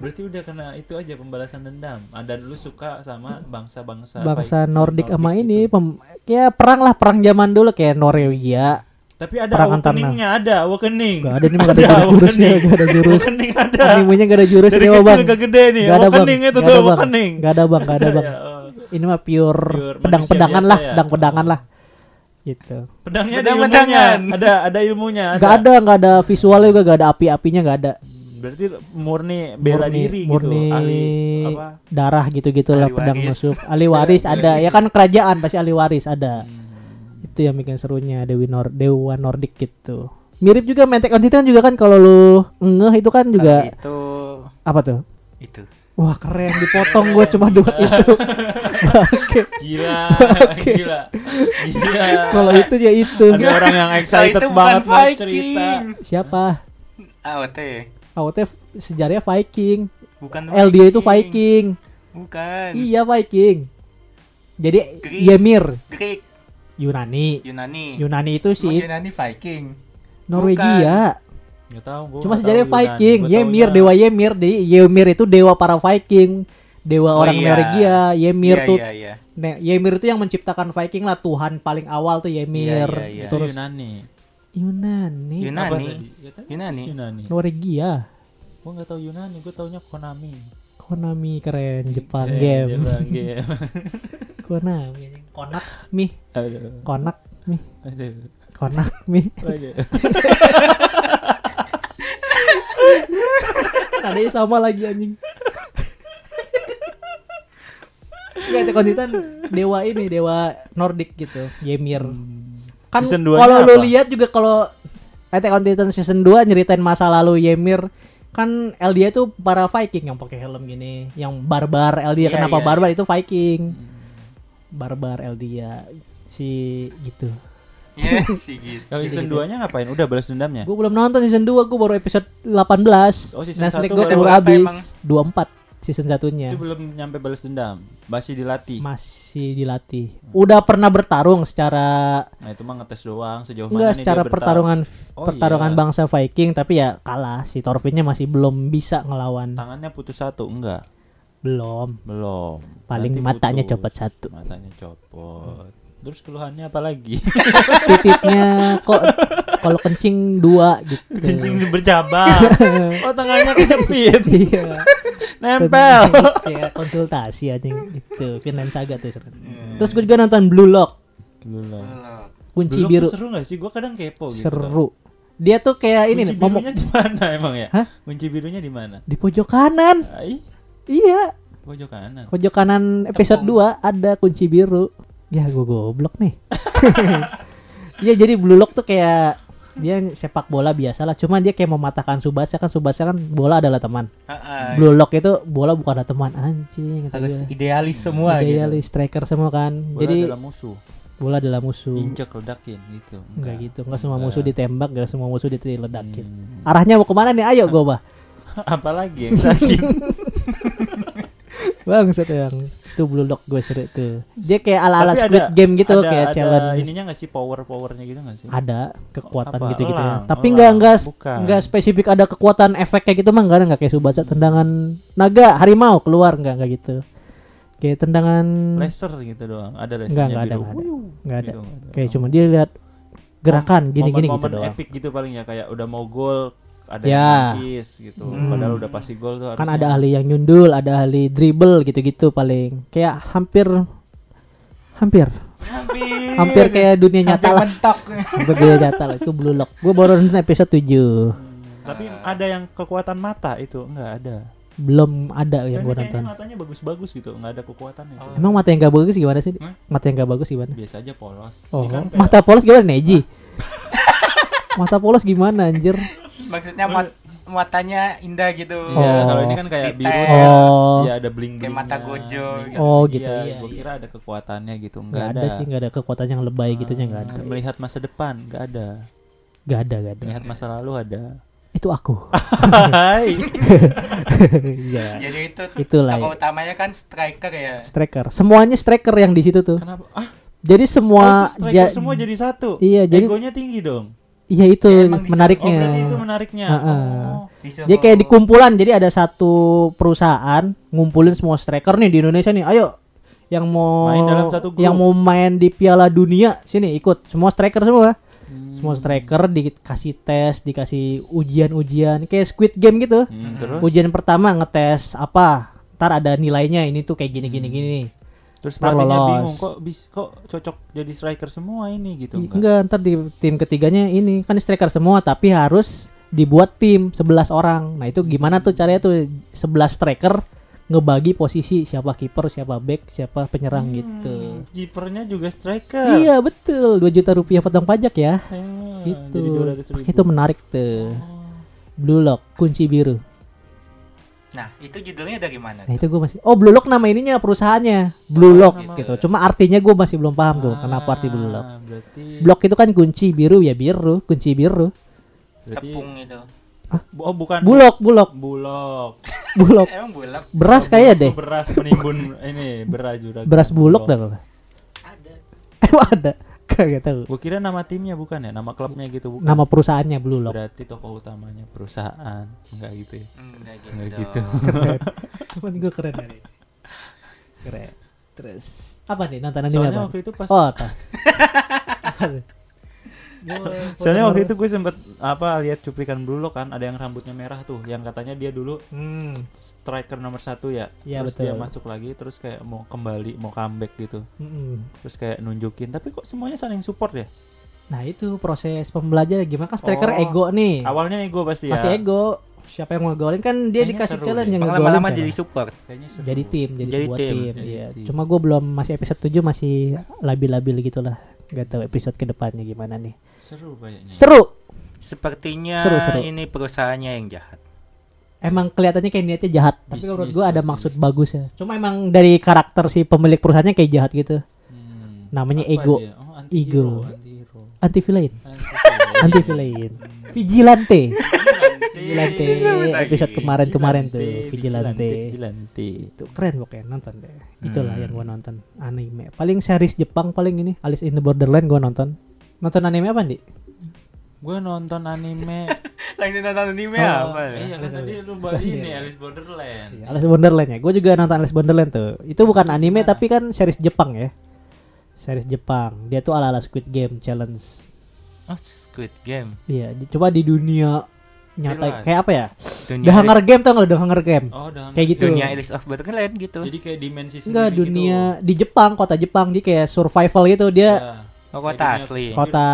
Speaker 3: Berarti udah kena itu aja pembalasan dendam. Ah, Dan lu suka sama bangsa-bangsa
Speaker 2: bangsa
Speaker 3: Viking,
Speaker 2: Nordik sama ini
Speaker 3: gitu.
Speaker 2: pem- ya perang lah perang zaman dulu kayak
Speaker 3: [laughs]
Speaker 2: Norwegia
Speaker 3: Tapi ada
Speaker 2: perang antar
Speaker 3: awakeningnya ada, awakening.
Speaker 2: Nggak ada, ini
Speaker 3: [laughs]
Speaker 2: mah nggak ada jurus- jurusnya,
Speaker 3: awakening.
Speaker 2: nggak ada jurus.
Speaker 3: Awakening ada.
Speaker 2: animenya gak ada jurus
Speaker 3: Dari
Speaker 2: ini mah,
Speaker 3: kecil
Speaker 2: bang
Speaker 3: ke gede nih,
Speaker 2: Nggak ada bang
Speaker 3: awakening itu
Speaker 2: Nggak
Speaker 3: tuh,
Speaker 2: ada bang
Speaker 3: awakening.
Speaker 2: Nggak ada bang nggak ada bang
Speaker 3: [laughs] Ya, eh,
Speaker 2: ini mah pure,
Speaker 3: Pure
Speaker 2: pedang pedangan
Speaker 3: manusia
Speaker 2: lah
Speaker 3: biasa ya.
Speaker 2: pedang pedangan lah gitu
Speaker 3: pedangnya ada ilmunya.
Speaker 1: Pedang-pedangan.
Speaker 3: Ada ada ilmunya.
Speaker 2: nggak ada nggak ada visualnya juga nggak ada api apinya nggak ada
Speaker 3: Berarti murni bela
Speaker 2: Murni-
Speaker 3: diri
Speaker 2: murni
Speaker 3: gitu, ahli apa?
Speaker 2: darah gitu gitulah
Speaker 1: Ahli
Speaker 2: pedang
Speaker 1: waris.
Speaker 2: musuh ahli waris ada ya kan kerajaan pasti ahli waris ada
Speaker 3: Hmm.
Speaker 2: itu yang bikin serunya Dewi Nor Dewa Nordik gitu mirip juga Mentek on Titan juga kan kalau lu ngeh itu kan [laughs] juga
Speaker 1: Itu
Speaker 2: apa tuh
Speaker 1: itu.
Speaker 2: Wah keren dipotong gue cuma dua
Speaker 3: [laughs]
Speaker 2: itu. Oke.
Speaker 3: Gila,
Speaker 2: [laughs] Oke.
Speaker 3: gila. Gila.
Speaker 2: Kalau itu ya itu.
Speaker 3: Ada orang yang excited
Speaker 1: itu bukan
Speaker 3: banget buat
Speaker 1: Viking. Ah,
Speaker 3: cerita.
Speaker 2: Siapa?
Speaker 1: AOT.
Speaker 2: Awalnya sejarahnya Viking.
Speaker 1: Bukan
Speaker 2: LDA itu Viking.
Speaker 1: Bukan.
Speaker 2: Iya Viking. Jadi
Speaker 1: Kan. Greece.
Speaker 2: Ymir
Speaker 1: Greek,
Speaker 2: Yunani.
Speaker 1: Yunani.
Speaker 2: Yunani itu
Speaker 1: Emang
Speaker 2: si
Speaker 1: Yunani Viking.
Speaker 2: Norwegia.
Speaker 3: Nggak tahu
Speaker 1: Oh,
Speaker 3: gua
Speaker 2: Cuma
Speaker 3: nggak
Speaker 2: sejarahnya
Speaker 3: tahu Yunani.
Speaker 2: Viking. Iya,
Speaker 3: Gua
Speaker 2: Ymir
Speaker 3: taunya
Speaker 2: dewa Ymir di Ymir itu dewa para Viking. Dewa
Speaker 1: Oh,
Speaker 2: orang
Speaker 1: iya.
Speaker 2: Norwegia. Ymir
Speaker 1: Iya,
Speaker 2: tuh
Speaker 1: iya, iya.
Speaker 2: Ne- Ymir itu yang menciptakan Viking lah Tuhan paling awal tuh Ymir.
Speaker 1: Iya, iya, iya.
Speaker 3: itu
Speaker 2: Terus
Speaker 3: Yunani.
Speaker 2: Yunani.
Speaker 1: Yunani.
Speaker 3: Apa tadi? Ya, tadi
Speaker 1: Yunani.
Speaker 3: Yunani.
Speaker 2: Norwegia.
Speaker 3: Gua nggak tahu Yunani, gua taunya Konami.
Speaker 2: Konami keren Jepang
Speaker 3: Eh, [laughs]
Speaker 2: game.
Speaker 3: Jepang game.
Speaker 2: [laughs] Konami konak mi
Speaker 3: Aduh.
Speaker 2: konak mi
Speaker 3: Aduh.
Speaker 2: konak [laughs] mi.
Speaker 3: [laughs] Aduh.
Speaker 2: Ada yang sama lagi anjing.
Speaker 4: Hmm.
Speaker 2: Gak ada kontitan dewa ini dewa Nordik gitu Ymir kan
Speaker 3: Season duanya
Speaker 2: kalau lu
Speaker 3: apa?
Speaker 2: lihat juga kalau Attack on Titan season 2 nyeritain masa lalu Ymir kan Eldia itu para Viking yang pakai helm gini, yang barbar Eldia
Speaker 4: Iya, iya,
Speaker 2: kenapa barbar itu Viking. Barbar Eldia si gitu.
Speaker 1: Ya
Speaker 2: [laughs]
Speaker 1: sih gitu.
Speaker 3: Yang season 2-nya ngapain? Udah balas dendamnya?
Speaker 2: Gue belum nonton season 2, gue baru episode 18.
Speaker 3: Eh. Oh, season
Speaker 2: Netflix
Speaker 3: satu
Speaker 2: gue
Speaker 3: baru
Speaker 2: baru
Speaker 1: berapa
Speaker 2: habis
Speaker 1: emang?
Speaker 2: 24 season satunya.
Speaker 3: Itu belum nyampe balas dendam, masih dilatih.
Speaker 2: Masih dilatih. Udah pernah bertarung secara
Speaker 3: Nah, itu mah ngetes doang sejauh mana
Speaker 2: enggak
Speaker 3: nih dia
Speaker 2: secara
Speaker 3: bertarung.
Speaker 2: pertarungan
Speaker 3: Oh,
Speaker 2: pertarungan
Speaker 3: iya.
Speaker 2: bangsa Viking tapi ya kalah si Thorfinnnya masih belum bisa ngelawan.
Speaker 3: Tangannya putus satu, enggak.
Speaker 2: Belum.
Speaker 3: Belum.
Speaker 2: Paling
Speaker 3: Nanti
Speaker 2: matanya
Speaker 3: putus.
Speaker 2: copot satu.
Speaker 3: Matanya copot. Terus keluhannya apa
Speaker 2: [laughs]
Speaker 3: lagi?
Speaker 2: Titiknya kok kalau kencing dua gitu.
Speaker 3: bercabang.
Speaker 2: [laughs]
Speaker 3: oh, tangannya kejepit.
Speaker 2: Iya.
Speaker 3: Nempel.
Speaker 2: Kayak konsultasi aja gitu. Finland Saga tuh seru.
Speaker 3: Hmm.
Speaker 2: Terus gue juga nonton Blue Lock,
Speaker 3: Belum.
Speaker 2: kunci
Speaker 3: Belum
Speaker 2: biru.
Speaker 3: tuh seru gak sih? Gue kadang kepo gitu.
Speaker 2: Seru. Dia tuh kayak ini nih,
Speaker 3: Ini kunci
Speaker 2: momok
Speaker 3: birunya di mana emang ya?
Speaker 2: Hah?
Speaker 3: Kunci birunya di mana?
Speaker 2: di pojok kanan.
Speaker 3: Ai,
Speaker 2: Iya,
Speaker 3: pojok kanan.
Speaker 2: pojok kanan episode
Speaker 1: Tepung.
Speaker 2: 2 ada kunci biru. Ya gue goblok nih. [laughs] Iya jadi Blue Lock tuh kayak dia sepak bola biasa lah, cuman dia kayak mematahkan Subasa kan Subasa kan bola adalah teman.
Speaker 3: Ah, iya.
Speaker 2: Blue Lock itu bola bukanlah teman anjing. kata
Speaker 1: Harus
Speaker 2: gue.
Speaker 1: idealis semua gitu.
Speaker 2: Idealis striker semua kan.
Speaker 3: Bola
Speaker 2: jadi
Speaker 3: adalah musuh.
Speaker 2: bola adalah musuh.
Speaker 3: Injek ledakin gitu.
Speaker 2: Enggak gitu, enggak semua musuh ditembak, enggak semua musuh diteledakin.
Speaker 3: Hmm. Nah.
Speaker 2: Arahnya mau kemana nih? Ayo gue bah.
Speaker 3: [laughs] Apalagi yang
Speaker 2: [laughs]
Speaker 3: sakit.
Speaker 2: Bangsat yang itu Blue Lock gue seru tuh. Dia kayak ala-ala
Speaker 3: Tapi
Speaker 2: Squid
Speaker 3: ada-
Speaker 2: Game gitu
Speaker 3: ada-
Speaker 2: kayak
Speaker 3: ada
Speaker 2: challenge.
Speaker 3: ininya nggak sih power powernya gitu nggak sih
Speaker 2: ada kekuatan
Speaker 3: Apa?
Speaker 2: gitu gitu ya.
Speaker 3: Elang,
Speaker 2: Tapi nggak
Speaker 3: elang,
Speaker 2: nggak sp-
Speaker 3: bukan.
Speaker 2: nggak spesifik ada kekuatan efek kayak gitu mah nggak ada nggak kayak Subasa tendangan naga harimau keluar nggak nggak gitu. Kayak tendangan
Speaker 3: laser gitu doang ada
Speaker 2: nggak
Speaker 3: lasernya
Speaker 2: nggak ada
Speaker 3: biru.
Speaker 2: nggak ada
Speaker 3: Wuyuh.
Speaker 2: nggak ada.
Speaker 3: Gitu, nggak ada.
Speaker 2: Kayak cuma dia lihat gerakan gini gini gitu
Speaker 3: Momen-momen
Speaker 2: doang.
Speaker 3: epic gitu paling ya kayak udah mau gol ada
Speaker 2: Ya.
Speaker 3: yang nangis gitu
Speaker 1: Hmm.
Speaker 3: padahal udah pasti gol tuh
Speaker 2: Kan ada ahli yang nyundul, ada ahli dribble gitu gitu paling. Kayak hampir hampir
Speaker 1: Hampir.
Speaker 2: hampir kayak dunia nyata lah.
Speaker 1: mentok.
Speaker 2: Hampir dunia nyata lah itu Blue Lock. Gue baru nonton episode 7
Speaker 3: tapi ada yang kekuatan mata itu nggak ada
Speaker 2: belum ada yang Oh.
Speaker 3: Tapi
Speaker 2: gue
Speaker 3: kayaknya
Speaker 2: nonton.
Speaker 3: matanya bagus-bagus gitu nggak ada kekuatannya itu
Speaker 2: Emang mata yang gak bagus gimana sih?
Speaker 3: Hah?
Speaker 2: Mata yang gak bagus gimana?
Speaker 3: biasa aja polos
Speaker 2: Oh,
Speaker 3: Ini kan kayak-
Speaker 2: mata polos gimana Neji? mata polos gimana anjir?
Speaker 1: Maksudnya mat- matanya indah gitu.
Speaker 3: Iya,
Speaker 2: Oh.
Speaker 3: kalau ini kan kayak
Speaker 1: Detail.
Speaker 3: biru
Speaker 2: Oh.
Speaker 3: ya ada bling bling
Speaker 1: Kayak mata gojo gitu.
Speaker 2: Oh, gitu, iya,
Speaker 3: gue
Speaker 2: iya.
Speaker 3: kira ada kekuatannya gitu nggak
Speaker 2: Gak
Speaker 3: ada, Ah,
Speaker 2: ada. sih, gak ada kekuatan yang lebay gitunya gak ada.
Speaker 3: melihat masa depan nggak ada
Speaker 2: Gak ada, gak ada.
Speaker 3: melihat masa lalu ada
Speaker 2: Itu aku. [laughs]
Speaker 3: Hai.
Speaker 2: Iya.
Speaker 1: Jadi itu
Speaker 2: Itulah
Speaker 1: tokoh
Speaker 2: ya.
Speaker 1: utamanya kan striker ya.
Speaker 2: Striker. Semuanya striker yang di situ tuh.
Speaker 3: [laughs] Kenapa? Ah,
Speaker 2: Jadi
Speaker 3: wah,
Speaker 2: semua ja-
Speaker 3: Oh, semua jadi satu.
Speaker 2: Iya, jadi-
Speaker 3: egonya tinggi dong.
Speaker 2: Iya itu
Speaker 1: Ya, emang di situ.
Speaker 3: Oh,
Speaker 2: menariknya.
Speaker 3: berarti itu menariknya.
Speaker 2: Heeh.
Speaker 3: Oh.
Speaker 1: Disuruh-
Speaker 2: Dia kayak di kumpulan, jadi ada satu perusahaan ngumpulin semua striker nih di Indonesia nih. Ayo yang mau
Speaker 3: Main dalam satu grup.
Speaker 2: yang mau main di Piala Dunia sini ikut semua striker semua.
Speaker 3: Hmm.
Speaker 2: Semua striker dikasih tes, dikasih ujian-ujian kayak Squid Game gitu.
Speaker 3: Hmm, terus
Speaker 2: Ujian pertama ngetes apa? Ntar ada nilainya ini tuh kayak gini
Speaker 3: Hmm.
Speaker 2: gini gini nih.
Speaker 3: terus
Speaker 2: ntar
Speaker 3: pelatihnya
Speaker 2: lolos.
Speaker 3: bingung kok bis- kok cocok jadi striker semua ini gitu
Speaker 2: Ih, Iya, Enggak, ntar di tim ketiganya ini kan striker semua tapi harus dibuat tim 11 orang. Nah, itu gimana tuh caranya tuh 11 striker ngebagi posisi siapa kiper, siapa back, siapa penyerang gitu.
Speaker 3: Hmm, kipernya juga striker.
Speaker 2: Iya, betul. 2 juta rupiah potong pajak ya.
Speaker 3: Ah,
Speaker 2: Gitu.
Speaker 3: Jadi 200 ribu. Oh.
Speaker 2: Itu menarik tuh. Blue Lock, kunci biru.
Speaker 1: Nah, itu judulnya dari mana?
Speaker 2: Nah, itu gue masih Oh, Blue Lock nama ininya perusahaannya. Blue Lock
Speaker 3: nama- ya.
Speaker 2: gitu. Cuma artinya gue masih belum paham tuh kenapa arti Blue Lock.
Speaker 3: Ah, Berarti
Speaker 2: Blok itu kan kunci biru ya biru, kunci biru.
Speaker 3: Iya. berarti
Speaker 1: Tepung itu.
Speaker 3: oh bukan
Speaker 2: Bulok, bulok,
Speaker 3: bulok.
Speaker 2: bulok.
Speaker 1: Emang bulat.
Speaker 2: Beras kayaknya Iya deh.
Speaker 3: Beras menimbun ini beras juragan.
Speaker 2: Beras bulog dah [laughs] kalau. Emang ada. Kagak tahu.
Speaker 3: Gue kira nama timnya bukan ya, nama klubnya gitu bukan.
Speaker 2: Nama perusahaannya Blue [laughs] Lock.
Speaker 3: Berarti tokoh utamanya perusahaan, enggak gitu ya.
Speaker 1: Enggak gitu.
Speaker 3: Enggak gitu. [laughs]
Speaker 2: Cuman gue keren kali. Keren. Terus apa nih nonton anime
Speaker 3: Soalnya
Speaker 2: apa?
Speaker 3: waktu itu pas
Speaker 2: Oh, apa? [laughs] Apa tuh?
Speaker 3: Soalnya waktu itu gue sempet apa lihat cuplikan Blue Lock kan ada yang rambutnya merah tuh, yang katanya dia dulu
Speaker 2: Hmm.
Speaker 3: striker nomor satu ya.
Speaker 2: Iya,
Speaker 3: terus
Speaker 2: betul.
Speaker 3: dia masuk lagi terus kayak mau kembali, mau comeback gitu.
Speaker 2: Mm-mm.
Speaker 3: Terus kayak nunjukin, tapi kok semuanya saling support ya?
Speaker 2: Nah itu proses pembelajaran gimana kan striker
Speaker 3: Oh.
Speaker 2: ego nih
Speaker 3: Awalnya ego pasti ya.
Speaker 2: masih ego siapa yang mau golin kan dia
Speaker 3: Kayaknya
Speaker 2: dikasih
Speaker 3: seru
Speaker 2: challenge
Speaker 3: deh.
Speaker 2: yang ngegolin
Speaker 1: Lama-lama
Speaker 2: siapa.
Speaker 1: jadi support.
Speaker 3: Kayaknya seru.
Speaker 2: jadi tim jadi,
Speaker 3: Jadi
Speaker 2: sebuah
Speaker 3: tim,
Speaker 2: tim,
Speaker 3: jadi
Speaker 2: iya.
Speaker 3: tim.
Speaker 2: cuma gue belum masih episode 7 masih labil-labil gitulah Gak tahu episode kedepannya gimana nih.
Speaker 3: Seru kayaknya.
Speaker 2: Seru.
Speaker 1: Sepertinya
Speaker 2: Seru, seru.
Speaker 1: ini perusahaannya yang jahat.
Speaker 2: Emang kelihatannya kayak niatnya jahat, tapi
Speaker 3: Bisnis,
Speaker 2: menurut gua ada
Speaker 3: bisnis,
Speaker 2: maksud
Speaker 3: bisnis.
Speaker 2: bagus ya. Cuma emang dari karakter si pemilik perusahaannya kayak jahat gitu.
Speaker 3: Hmm.
Speaker 2: Namanya
Speaker 3: Apa
Speaker 2: ego.
Speaker 3: dia? Oh,
Speaker 2: Ego.
Speaker 3: anti-hero, anti-hero.
Speaker 2: Anti villain,
Speaker 3: Anti-hero.
Speaker 2: anti villain. Vigilante. Vigilante
Speaker 1: Sebentar lagi.
Speaker 2: episode kemarin-kemarin tuh
Speaker 5: Vigilante,
Speaker 2: Vigilante.
Speaker 5: vigilante.
Speaker 2: itu keren pokoknya nonton deh itulah yang gua nonton anime paling series Jepang paling ini Alice in the Borderland gua nonton nonton anime apa nih
Speaker 5: Gue nonton anime
Speaker 1: [laughs] Langsung nonton anime
Speaker 2: Oh,
Speaker 1: apa? ya?
Speaker 3: Iya kan tadi lu bahas ini Alice Borderland.
Speaker 2: Alice in Borderland ya gue juga nonton Alice in Borderland tuh itu bukan anime
Speaker 3: Iya.
Speaker 2: tapi kan series Jepang ya series Jepang dia tuh ala ala Squid Game Challenge
Speaker 1: Oh, Squid Game.
Speaker 2: iya di- coba di dunia nyata
Speaker 3: Real.
Speaker 2: kayak apa ya
Speaker 1: Dunia
Speaker 2: The Hunger Game tau nggak The Hunger Game
Speaker 3: Iya. Oh, udah.
Speaker 2: kayak gitu
Speaker 1: Dunia Alice of Borderland gitu.
Speaker 3: Jadi kayak dimensi
Speaker 2: enggak
Speaker 3: sendiri
Speaker 2: dunia di Jepang kota Jepang dia kayak survival gitu
Speaker 3: gitu.
Speaker 2: dia
Speaker 3: Ya.
Speaker 1: Oh, kota
Speaker 3: Jadi
Speaker 1: asli.
Speaker 3: dunia-
Speaker 2: kota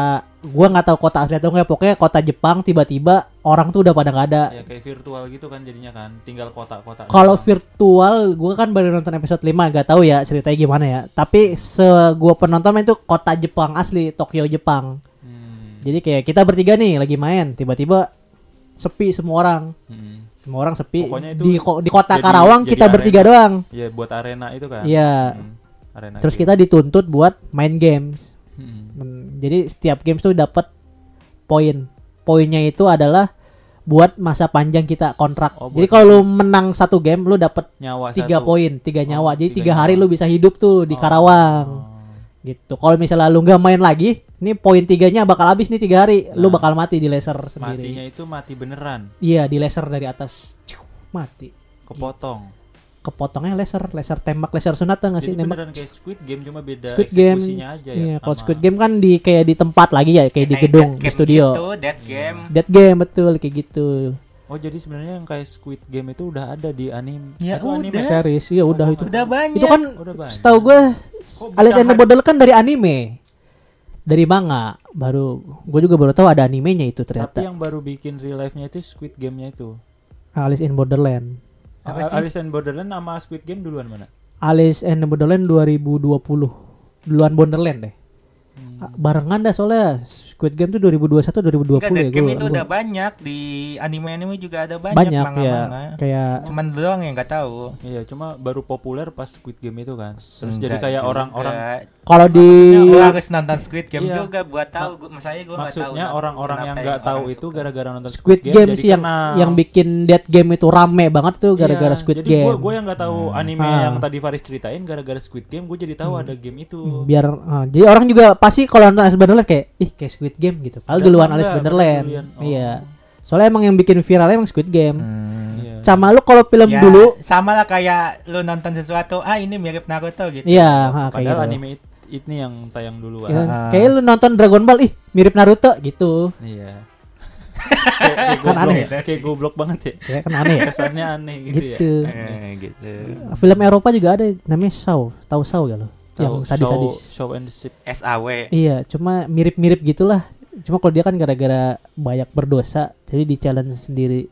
Speaker 2: gua nggak tahu kota asli atau enggak pokoknya kota Jepang tiba-tiba orang tuh udah pada nggak ada
Speaker 3: Ya kayak virtual gitu kan jadinya kan, tinggal kotak-kotak.
Speaker 2: kalau
Speaker 3: doang.
Speaker 2: virtual gua kan baru nonton episode 5 nggak tahu ya ceritanya gimana ya tapi se gua penonton itu kota Jepang asli Tokyo Jepang
Speaker 3: Hmm.
Speaker 2: jadi kayak kita bertiga nih lagi main tiba-tiba sepi semua orang
Speaker 3: Hmm.
Speaker 2: semua orang sepi
Speaker 3: Pokoknya itu
Speaker 2: di ko- di kota
Speaker 3: jadi-
Speaker 2: Karawang
Speaker 3: jadi
Speaker 2: kita
Speaker 3: arena.
Speaker 2: bertiga doang
Speaker 3: Ya buat arena itu kan.
Speaker 2: Iya.
Speaker 3: Hmm. Arena.
Speaker 2: terus
Speaker 3: gitu.
Speaker 2: kita dituntut buat main games
Speaker 3: Hmm.
Speaker 2: Hmm, Jadi setiap games tuh dapat poin. Poinnya itu adalah buat masa panjang kita kontrak.
Speaker 3: Oh, buat
Speaker 2: Jadi kalau lu menang satu game lu dapat
Speaker 3: Nyawa
Speaker 2: tiga
Speaker 3: satu.
Speaker 2: poin, tiga
Speaker 3: Oh,
Speaker 2: nyawa. Jadi
Speaker 3: tiga
Speaker 2: tiga hari
Speaker 3: nyawa.
Speaker 2: lu bisa hidup tuh di
Speaker 3: Oh.
Speaker 2: Karawang.
Speaker 3: Oh.
Speaker 2: Gitu. Kalau misalnya lu nggak main lagi, nih poin tiganya bakal habis nih tiga hari. Lu
Speaker 3: Nah.
Speaker 2: bakal mati di laser sendiri.
Speaker 3: Matinya itu mati beneran,
Speaker 2: Iya di laser dari atas. Ciu, Mati.
Speaker 3: kepotong.
Speaker 2: Kepotongnya laser, laser tembak, laser sunat tuh nggak sih
Speaker 3: Jadi
Speaker 2: Iya. nembak?
Speaker 3: beneran kayak Squid Game cuma beda
Speaker 2: Squid Game.
Speaker 3: eksekusinya aja ya.
Speaker 2: Iya, kalau
Speaker 3: sama-
Speaker 2: Squid Game kan di kayak di tempat lagi ya, kayak di
Speaker 1: Kayak
Speaker 2: gedung,
Speaker 1: Dead
Speaker 2: di
Speaker 1: Game
Speaker 2: studio.
Speaker 1: Gitu, dead
Speaker 3: Iya.
Speaker 1: game.
Speaker 2: Dead game betul kayak gitu.
Speaker 3: Oh, jadi sebenarnya yang kayak Squid Game itu udah ada di anime.
Speaker 1: Ya,
Speaker 3: Atau anime.
Speaker 1: udah.
Speaker 2: Series, iya udah itu.
Speaker 1: Udah banyak.
Speaker 2: Itu kan
Speaker 3: Udah banyak.
Speaker 2: setahu gue
Speaker 3: bisa
Speaker 2: Alice in the
Speaker 3: har-
Speaker 2: Borderland kan dari anime. Dari manga baru gue juga baru tahu ada animenya itu
Speaker 3: Tapi
Speaker 2: ternyata.
Speaker 3: yang baru bikin real life-nya itu Squid Game-nya itu.
Speaker 2: Alice in Borderland.
Speaker 3: Apa Alice in Borderland sama Squid Game duluan mana?
Speaker 2: Alice in the Borderland 2020. Duluan Borderland deh.
Speaker 3: Hmm.
Speaker 2: A- Barengan dah soalnya Squid Game tuh 2021 2020
Speaker 1: Enggak, dead
Speaker 2: ya
Speaker 1: game
Speaker 2: gua-
Speaker 1: itu
Speaker 2: gua-
Speaker 1: udah banyak di anime-anime juga ada banyak,
Speaker 2: banyak ya
Speaker 1: manga-manga.
Speaker 2: kayak
Speaker 1: Cuman lu doang yang nggak tahu.
Speaker 3: Iya, cuma baru populer pas Squid Game itu kan. Terus
Speaker 1: Enggak
Speaker 3: jadi kayak
Speaker 1: juga.
Speaker 3: orang-orang
Speaker 2: kalau di
Speaker 1: Maksudnya orang harus nonton Squid Game
Speaker 3: Iya.
Speaker 1: juga buat tahu. Gua, maksudnya gue nggak tahu.
Speaker 3: maksudnya
Speaker 1: kenapa-
Speaker 3: orang-orang yang
Speaker 1: kenapa ya?
Speaker 3: nggak tahu
Speaker 1: orang
Speaker 3: itu
Speaker 1: suka.
Speaker 3: gara-gara nonton
Speaker 2: Squid Game
Speaker 3: jadi
Speaker 2: sih yang
Speaker 3: kenal.
Speaker 2: yang bikin Dead Game itu rame banget tuh gara-gara
Speaker 3: Iya,
Speaker 2: Squid
Speaker 3: jadi
Speaker 2: Game.
Speaker 3: Gue gua yang nggak tahu
Speaker 1: Hmm.
Speaker 3: anime
Speaker 2: Ah. Hmm.
Speaker 3: yang tadi Faris ceritain gara-gara Squid Game, gue jadi tahu ada game itu.
Speaker 2: biar ah, jadi orang juga pasti kalau nonton Alice Borderland kayak ih kayak Squid Game gitu. Padahal
Speaker 3: Padahal
Speaker 2: duluan
Speaker 3: enggak,
Speaker 2: Alice
Speaker 3: padahal
Speaker 2: Borderland.
Speaker 3: duluan. Oh.
Speaker 2: Iya. Soalnya emang yang bikin viralnya emang Squid Game.
Speaker 1: Hmm.
Speaker 3: Iya.
Speaker 2: Sama lu kalau film
Speaker 1: Ya,
Speaker 2: dulu
Speaker 1: sama lah kayak lu nonton sesuatu ah ini mirip Naruto gitu
Speaker 2: Iya, ah, kayak gitu.
Speaker 3: Padahal
Speaker 2: Iya.
Speaker 3: anime it- ini yang tayang duluan.
Speaker 2: Kayak-
Speaker 1: Ah.
Speaker 2: Kayak lu nonton Dragon Ball ih mirip Naruto gitu. [laughs]
Speaker 3: Iya. kayak kayak
Speaker 2: Kan
Speaker 3: goblok,
Speaker 2: aneh
Speaker 1: ya?
Speaker 3: kayak goblok banget ya.
Speaker 2: Kayak kan aneh ya.
Speaker 3: Kesannya aneh [laughs] gitu,
Speaker 2: gitu.
Speaker 3: ya.
Speaker 1: Eh, gitu
Speaker 2: Film Eropa juga ada namanya Saw. Tahu Saw gak lo? Yang
Speaker 3: Tahu,
Speaker 2: sadis-sadis.
Speaker 3: Show, show and sip.
Speaker 1: SAW
Speaker 2: Iya, cuma mirip-mirip gitulah. Cuma kalau dia kan gara-gara banyak berdosa, jadi di challenge sendiri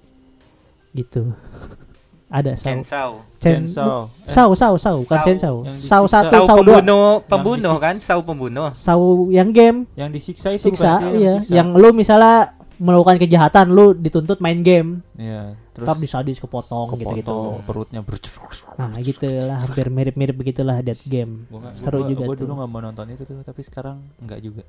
Speaker 2: gitu. [laughs] ada Saw.
Speaker 1: Chainsaw
Speaker 2: Chen-
Speaker 3: Chainsaw. Eh,
Speaker 2: Sau, sau, sau, bukan
Speaker 1: Sau.
Speaker 2: Chainsaw.
Speaker 3: Yang disiksa.
Speaker 2: Sau satu,
Speaker 1: Saw
Speaker 2: sau dua.
Speaker 1: pembunuh pembunuh
Speaker 3: disiksa.
Speaker 1: kan Saw pembunuh
Speaker 2: Sau yang game,
Speaker 3: Yang disiksa itu bukan
Speaker 2: siksa,
Speaker 3: sih
Speaker 2: iya.
Speaker 3: disiksa.
Speaker 2: Yang lu misalnya melakukan kejahatan, lu dituntut main game,
Speaker 3: Iya, terus
Speaker 2: tetap disadis kepotong,
Speaker 3: foto
Speaker 2: gitu-gitu.
Speaker 3: perutnya ber
Speaker 2: Nah, gitu lah, hampir mirip-mirip begitulah Dead Game.
Speaker 3: Gua nggak-
Speaker 2: Seru
Speaker 3: gua-
Speaker 2: juga
Speaker 3: gua
Speaker 2: tuh.
Speaker 3: dulu nggak mau nonton itu tuh tapi sekarang nggak
Speaker 2: [laughs]
Speaker 3: juga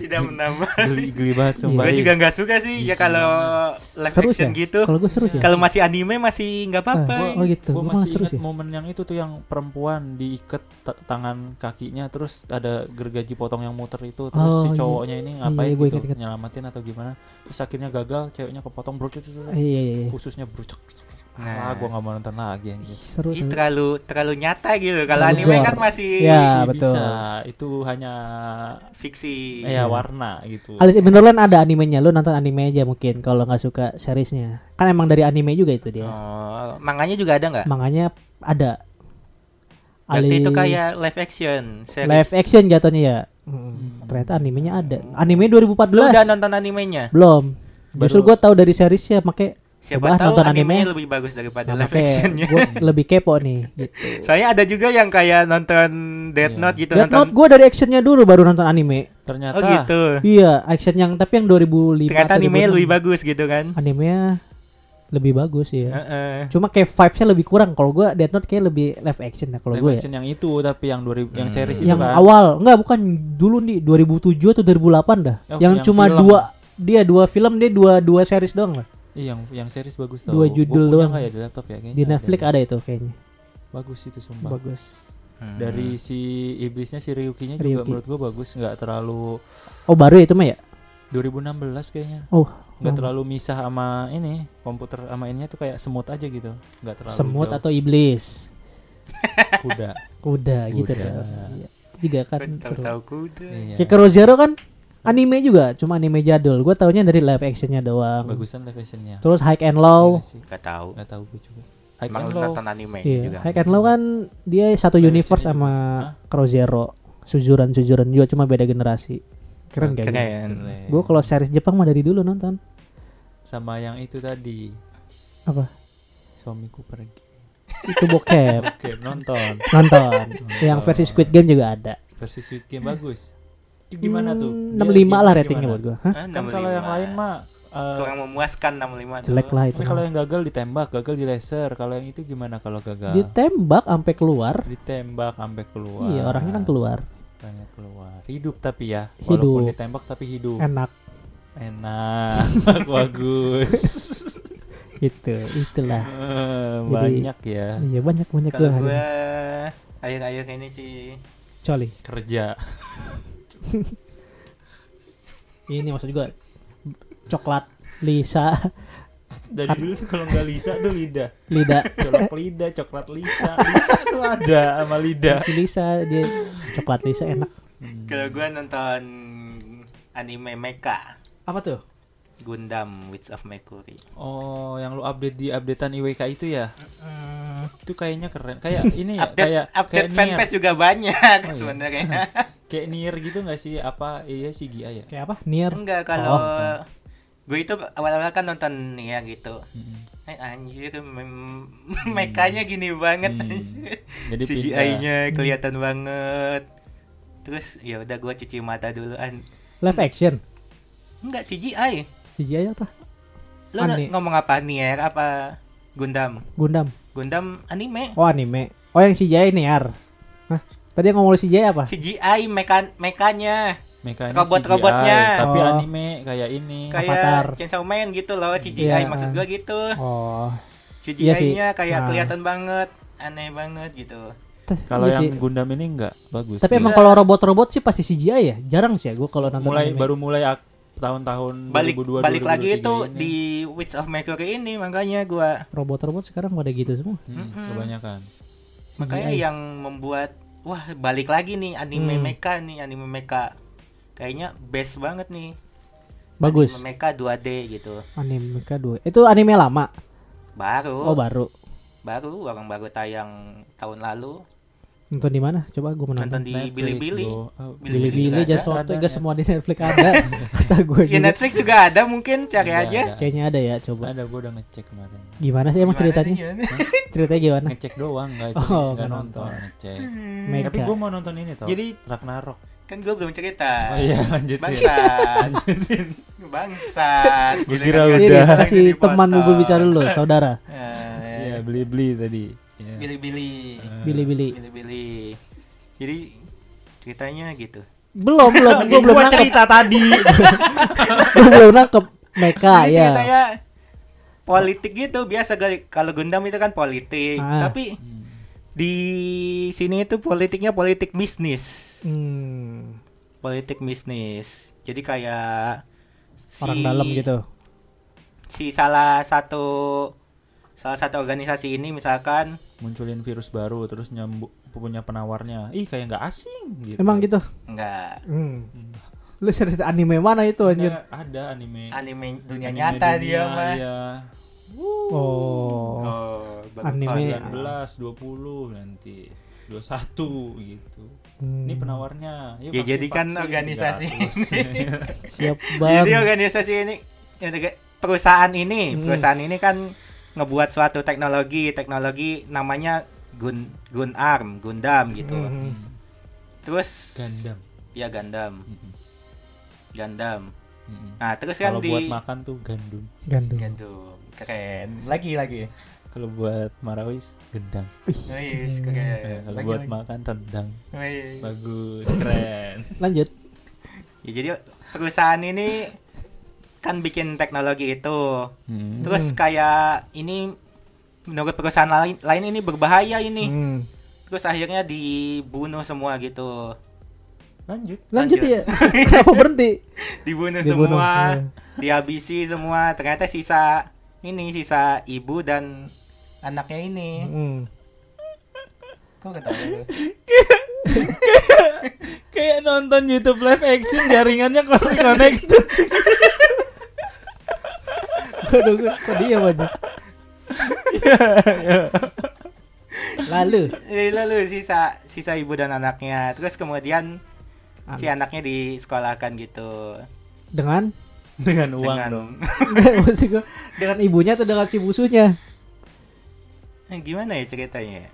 Speaker 1: tidak [laughs] menambah
Speaker 3: geli geli banget
Speaker 2: Iya.
Speaker 3: sumpah
Speaker 1: gue
Speaker 3: Ih,
Speaker 1: juga nggak suka sih ya kalau live
Speaker 2: Seru sih.
Speaker 1: action
Speaker 2: ya?
Speaker 1: gitu
Speaker 2: Kalau gue seru sih. ya?
Speaker 1: kalau masih anime masih nggak apa-apa
Speaker 2: Ah, oh gitu.
Speaker 3: Gue
Speaker 2: Gua malah
Speaker 3: masih
Speaker 2: seru
Speaker 3: ingat
Speaker 2: sih.
Speaker 3: momen yang itu tuh yang perempuan diikat ta- tangan kakinya terus ada gergaji potong yang muter itu terus
Speaker 2: Oh,
Speaker 3: si
Speaker 2: iya.
Speaker 3: cowoknya ini ngapain
Speaker 2: Iya, gua
Speaker 3: gitu
Speaker 2: ingat-ingat.
Speaker 3: nyelamatin atau gimana terus akhirnya gagal ceweknya kepotong bro cucu
Speaker 2: Iya, iya, iya.
Speaker 3: khususnya bro cuk, cuk, cuk.
Speaker 1: Nah.
Speaker 3: ah gue nggak mau nonton lagi anjir.
Speaker 2: Seru
Speaker 1: Ih,
Speaker 2: tuh.
Speaker 1: terlalu terlalu nyata gitu kalau
Speaker 2: Terlalu
Speaker 1: anime
Speaker 2: gore.
Speaker 1: kan masih
Speaker 2: Ya,
Speaker 3: Masih
Speaker 2: betul.
Speaker 3: bisa itu hanya
Speaker 1: fiksi
Speaker 3: eh, ya warna gitu
Speaker 2: Alice in Borderland ada animenya, lu nonton anime aja mungkin kalau nggak suka seriesnya. Kan emang dari anime juga itu dia.
Speaker 1: oh, manganya juga ada nggak
Speaker 2: Makanya ada.
Speaker 1: Berarti itu kayak
Speaker 2: Alice-
Speaker 1: live action series.
Speaker 2: live action jatuhnya ya. Hmm, Ternyata animenya ada. Anime
Speaker 1: Lu udah
Speaker 2: 2014.
Speaker 1: nonton animenya
Speaker 2: Belum. Justru
Speaker 3: Baru-
Speaker 2: gua tahu dari seriesnya, makanya
Speaker 1: Siapa
Speaker 2: Coba
Speaker 1: tahu
Speaker 2: nonton
Speaker 1: animenya
Speaker 2: anime.
Speaker 1: lebih bagus daripada live
Speaker 2: Nah, makanya
Speaker 1: actionnya. [laughs]
Speaker 2: gue lebih kepo nih. Gitu.
Speaker 1: Soalnya ada juga yang kayak nonton Death
Speaker 3: Iya.
Speaker 1: Note gitu
Speaker 2: Death
Speaker 1: nonton.
Speaker 2: Note gue dari actionnya dulu baru nonton anime.
Speaker 3: Ternyata
Speaker 1: Oh gitu.
Speaker 2: Iya, action yang tapi yang 2005.
Speaker 1: Ternyata animenya lebih bagus gitu kan.
Speaker 2: Animenya lebih bagus ya.
Speaker 1: Heeh.
Speaker 2: Cuma kayak vibes-nya lebih kurang. Kalau gue Death Note kayak lebih live action ya kalau
Speaker 3: live
Speaker 2: gue. Ya.
Speaker 3: action yang itu tapi yang 2000 yang
Speaker 6: Hmm.
Speaker 3: series itu
Speaker 2: Yang
Speaker 3: kan.
Speaker 2: awal, enggak bukan dulu nih 2007 atau 2008 dah.
Speaker 3: Oh,
Speaker 2: yang
Speaker 3: yang
Speaker 2: cuma
Speaker 3: film.
Speaker 2: dua dia dua film dia dua dua series doang lah.
Speaker 3: Iya, yang yang series bagus tau.
Speaker 2: Dua
Speaker 3: Gua
Speaker 2: judul
Speaker 3: punya
Speaker 2: doang.
Speaker 3: nggak ya di laptop ya kayaknya.
Speaker 2: Di Netflix
Speaker 3: ada.
Speaker 2: ada itu kayaknya.
Speaker 3: Bagus itu sumpah.
Speaker 2: Bagus.
Speaker 1: Hmm.
Speaker 3: Dari si iblisnya si Ryukinya juga
Speaker 2: Ryuki.
Speaker 3: menurut gua bagus, nggak terlalu
Speaker 2: Oh baru ya itu mah ya?
Speaker 3: 2016 kayaknya.
Speaker 2: Oh.
Speaker 3: Nggak
Speaker 2: oh.
Speaker 3: terlalu misah sama ini, komputer sama ininya tuh kayak semut aja gitu. Nggak terlalu
Speaker 2: oh, semut
Speaker 3: jauh.
Speaker 2: atau iblis?
Speaker 3: kuda.
Speaker 2: Kuda gitu
Speaker 3: Kuda.
Speaker 2: tuh. Iya. Itu juga kan seru.
Speaker 1: Tahu-tahu kuda.
Speaker 3: Iya.
Speaker 2: Kikero Zero kan anime juga, cuma anime jadul. Gue taunya dari live actionnya doang.
Speaker 3: Bagusan live actionnya.
Speaker 2: Terus High and Low.
Speaker 3: Iya sih.
Speaker 1: Gak tahu.
Speaker 3: Nggak tahu gue juga. High
Speaker 1: Emang
Speaker 3: and
Speaker 1: lu
Speaker 3: low.
Speaker 1: nonton anime
Speaker 3: gitu
Speaker 2: Iya,
Speaker 1: juga.
Speaker 2: High and Low kan dia satu
Speaker 3: Live
Speaker 2: universe
Speaker 3: actionnya
Speaker 2: sama
Speaker 3: Hah?
Speaker 2: Kikero Zero. Sujuran-sujuran juga cuma beda generasi. Keren kayak gitu.
Speaker 1: Keren.
Speaker 3: Ah, Keren. ya? Iya.
Speaker 2: Gue kalau series Jepang mah dari dulu nonton.
Speaker 3: sama yang itu tadi
Speaker 2: Apa?
Speaker 3: suamiku pergi.
Speaker 2: Itu
Speaker 3: [laughs]
Speaker 2: bokep.
Speaker 3: Oke, nonton.
Speaker 2: nonton.
Speaker 3: Oh.
Speaker 2: Yang versi Squid Game juga ada.
Speaker 3: Versi Squid Game bagus. Itu gimana tuh?
Speaker 2: Hmm, 65
Speaker 3: Dia
Speaker 2: lah
Speaker 3: gimana?
Speaker 2: ratingnya buat gue. Hah?
Speaker 1: Ah,
Speaker 3: Kan
Speaker 1: 65.
Speaker 3: kalau yang lain mah eh,
Speaker 1: kurang memuaskan 65 tuh.
Speaker 2: Jelek lah itu.
Speaker 3: tapi kalau yang gagal ditembak, gagal di laser. Kalau yang itu gimana kalau gagal?
Speaker 2: Ditembak sampai keluar.
Speaker 3: ditembak sampai keluar.
Speaker 2: Iya, orangnya kan keluar.
Speaker 3: Orangnya keluar. Hidup tapi ya,
Speaker 2: Hidup.
Speaker 3: walaupun ditembak tapi hidup.
Speaker 2: Enak
Speaker 3: Enak,
Speaker 2: [laughs]
Speaker 3: bagus.
Speaker 2: gitu. Itulah.
Speaker 3: Eh, Banyak ya
Speaker 2: Iya, banyak-banyak gue
Speaker 1: Kalau
Speaker 2: hari.
Speaker 1: gua
Speaker 2: ini.
Speaker 1: akhir-akhir ini sih
Speaker 2: Coli.
Speaker 3: kerja.
Speaker 2: Ini maksud gue coklat Lisa [laughs]
Speaker 3: Dari dulu tuh kalau nggak Lisa tuh lidah.
Speaker 2: Lida
Speaker 3: Colok lidah, coklat Lisa. Lisa tuh ada sama lidah.
Speaker 2: si Lisa dia coklat Lisa enak
Speaker 1: kalau gua nonton anime mecha
Speaker 2: apa tuh
Speaker 1: Gundam Witch of Mercury.
Speaker 3: Oh, yang lu update di updatean IWK itu ya? Itu kayaknya keren. Kayak ini
Speaker 1: Eh,
Speaker 3: ya,
Speaker 1: update
Speaker 3: kayak
Speaker 1: update
Speaker 3: kayak
Speaker 1: fanpage
Speaker 3: Nier.
Speaker 1: juga banyak
Speaker 3: Oh, iya. [laughs]
Speaker 1: sebenarnya.
Speaker 3: Kayak Nier gitu nggak sih? Apa iya sih GIA ya?
Speaker 2: kayak apa Nier
Speaker 1: Enggak kalau
Speaker 2: Oh.
Speaker 3: iya.
Speaker 1: gue itu awal-awal kan nonton Nia gitu. Eh, anjir, mem- [laughs] mekanya gini banget. [laughs]
Speaker 3: Hmm. Jadi Hmm.
Speaker 1: CGI-nya kelihatan banget. Terus ya udah gue cuci mata dulu an.
Speaker 2: live action
Speaker 1: Enggak CGI.
Speaker 2: CGI apa
Speaker 1: Lo na-
Speaker 2: Ani-
Speaker 1: ngomong apa Nier apa Gundam?
Speaker 2: Gundam
Speaker 1: Gundam anime.
Speaker 2: oh anime oh yang CGI Nier Hah? tadi yang ngomong CGI apa
Speaker 1: CGI mekan mekanya
Speaker 3: Mekanya
Speaker 1: Robot-robotnya.
Speaker 3: CGI, tapi
Speaker 2: Oh.
Speaker 3: anime kayak ini.
Speaker 2: Avatar.
Speaker 1: kayak Chainsaw Man gitu loh CGI
Speaker 2: Iya.
Speaker 1: maksud gua gitu.
Speaker 2: oh Iya sih.
Speaker 1: CGI-nya kayak
Speaker 2: Nah.
Speaker 1: kelihatan banget, aneh banget gitu.
Speaker 2: T-
Speaker 3: Kalau
Speaker 2: iya
Speaker 3: yang
Speaker 2: sih.
Speaker 3: Gundam ini enggak bagus.
Speaker 2: tapi
Speaker 3: Iya.
Speaker 2: emang kalau robot-robot sih pasti CGI ya jarang sih ya gue kalau nonton
Speaker 3: mulai
Speaker 2: anime.
Speaker 3: baru mulai ak- tahun-tahun
Speaker 1: Balik
Speaker 3: 2002
Speaker 1: balik lagi
Speaker 3: 2023
Speaker 1: itu
Speaker 3: ini.
Speaker 1: di Witch of Mercury ini makanya gua
Speaker 2: robot-robot sekarang pada gitu semua
Speaker 3: Hmm,
Speaker 1: Mm-mm.
Speaker 3: kebanyakan.
Speaker 2: CGI.
Speaker 1: makanya iya, yang membuat wah balik lagi nih anime
Speaker 2: Hmm.
Speaker 1: mecha nih anime mecha. Kayaknya best banget nih.
Speaker 2: bagus
Speaker 1: Anime mecha 2D gitu.
Speaker 2: anime kedua itu anime lama
Speaker 1: Baru
Speaker 2: oh baru
Speaker 1: baru orang baru tayang tahun lalu
Speaker 2: nonton di mana coba gue menonton
Speaker 1: nonton di
Speaker 3: Netflix,
Speaker 1: Bilibili.
Speaker 3: bro. Oh,
Speaker 2: Bilibili
Speaker 1: juga ada.
Speaker 2: jadi waktu
Speaker 3: Seadanya.
Speaker 2: enggak semua di Netflix ada. [laughs] Kata gue
Speaker 1: Ya
Speaker 2: juga.
Speaker 1: Netflix juga ada mungkin cari
Speaker 3: Ada,
Speaker 1: aja.
Speaker 3: ada.
Speaker 2: Kayaknya ada ya coba.
Speaker 3: Iya, Ada gue udah ngecek kemarin.
Speaker 2: Gimana sih emang
Speaker 1: Gimana
Speaker 2: ceritanya?
Speaker 1: nih, gimana?
Speaker 2: Ceritanya gimana?
Speaker 3: Ngecek doang enggak
Speaker 2: [laughs] Oh, nggak
Speaker 3: enggak
Speaker 2: nonton.
Speaker 3: nonton, ngecek.
Speaker 2: Mega.
Speaker 3: Tapi gue mau nonton ini tau.
Speaker 1: Jadi-
Speaker 3: Ragnarok.
Speaker 1: Kan gue belum cerita.
Speaker 3: Oh iya lanjutin.
Speaker 1: Bangsat.
Speaker 3: lanjutin.
Speaker 1: Bangsat.
Speaker 3: Gua
Speaker 1: Giliran
Speaker 3: kira
Speaker 1: gua
Speaker 2: Ini
Speaker 3: udah.
Speaker 1: cerita
Speaker 2: kasih
Speaker 1: yang
Speaker 2: teman
Speaker 1: dipotong.
Speaker 2: berbicara dulu, saudara.
Speaker 1: Eh,
Speaker 3: Iya beli beli tadi. Iya.
Speaker 1: Bili-bili.
Speaker 2: Bili-bili.
Speaker 1: Bili-bili. Jadi ceritanya gitu.
Speaker 2: Belum, belum.
Speaker 3: Kan
Speaker 2: Gue belum nangkep. [laughs]
Speaker 3: [laughs] tadi.
Speaker 2: Gue belum nangkep. Meka
Speaker 1: Jadi
Speaker 2: ya.
Speaker 1: ceritanya politik gitu biasa kali- kalau Gundam itu kan politik,
Speaker 2: Ah.
Speaker 1: tapi
Speaker 3: Hmm.
Speaker 1: di sini itu politiknya politik bisnis.
Speaker 2: Hmm,
Speaker 1: Politik bisnis. Jadi kayak si-
Speaker 2: orang dalam gitu.
Speaker 1: Si salah satu salah satu organisasi ini misalkan
Speaker 3: Munculin virus baru terus nyambuk punya penawarnya. Ih kayak nggak asing gitu.
Speaker 2: Emang gitu.
Speaker 1: enggak
Speaker 2: Hmm. Lu cerita anime mana itu anjir?
Speaker 3: Ada, ada anime.
Speaker 1: anime dunia
Speaker 3: Anime
Speaker 1: nyata
Speaker 3: dunia,
Speaker 1: dia mah.
Speaker 3: Iya.
Speaker 2: Oh.
Speaker 1: Oh, bagus.
Speaker 2: Anime. Iya.
Speaker 3: 19, 20 nanti 21 gitu.
Speaker 2: Hmm.
Speaker 3: Ini penawarnya. Yuk,
Speaker 1: Ya, jadikan organisasi
Speaker 3: 300.
Speaker 1: [laughs]
Speaker 2: Siap
Speaker 1: Jadi
Speaker 2: banget.
Speaker 1: organisasi ini yang ada- perusahaan ini,
Speaker 2: Hmm.
Speaker 1: perusahaan ini kan ngebuat suatu teknologi, teknologi namanya Gun Gun Arm, Gundam gitu.
Speaker 2: Mhm.
Speaker 3: Hmm.
Speaker 1: Terus
Speaker 3: Gandam.
Speaker 1: ya Gundam,
Speaker 3: Mm-mm.
Speaker 1: Gundam.
Speaker 3: Mm-mm.
Speaker 1: Nah, terus kan
Speaker 3: Hmm. Kalau
Speaker 1: di
Speaker 3: buat makan tuh gandum.
Speaker 2: Gandum.
Speaker 1: Gundam. Keren. Lagi
Speaker 3: [laughs]
Speaker 1: lagi.
Speaker 3: Kalau buat marawis gendang.
Speaker 1: Wis,
Speaker 3: Eh,
Speaker 1: keren.
Speaker 3: kalau
Speaker 1: Lagi,
Speaker 3: buat
Speaker 1: lagi.
Speaker 3: makan rendang.
Speaker 1: Wis.
Speaker 3: Bagus, keren.
Speaker 2: Lanjut.
Speaker 1: Ya, jadi perusahaan ini kan bikin teknologi itu.
Speaker 3: Hmm.
Speaker 1: Terus kayak ini menurut perusahaan lain lain ini berbahaya ini.
Speaker 2: Hmm.
Speaker 1: Terus akhirnya dibunuh semua gitu.
Speaker 3: Lanjut.
Speaker 2: Lanjut
Speaker 1: Lanjut. [laughs]
Speaker 2: ya. Kenapa berhenti?
Speaker 1: Dibunuh,
Speaker 2: Dibunuh,
Speaker 1: semua,
Speaker 2: iya.
Speaker 1: dihabisi semua. Ternyata sisa ini sisa ibu dan anaknya ini.
Speaker 2: Hmm.
Speaker 1: Kok ya? ketawa lu?
Speaker 3: Kayak nonton YouTube live action jaringannya [laughs] connected.
Speaker 2: Waduh, gua- kok diam aja. Lalu
Speaker 1: Eh, Lalu sisa sisa ibu dan anaknya. Terus kemudian si anaknya disekolahkan gitu
Speaker 2: dengan
Speaker 3: Dengan uang
Speaker 1: dengan
Speaker 3: dong.
Speaker 2: Enggak, [laughs] maksud gua, dengan ibunya atau dengan si musuhnya?
Speaker 1: Eh, [laughs] gimana ya ceritanya?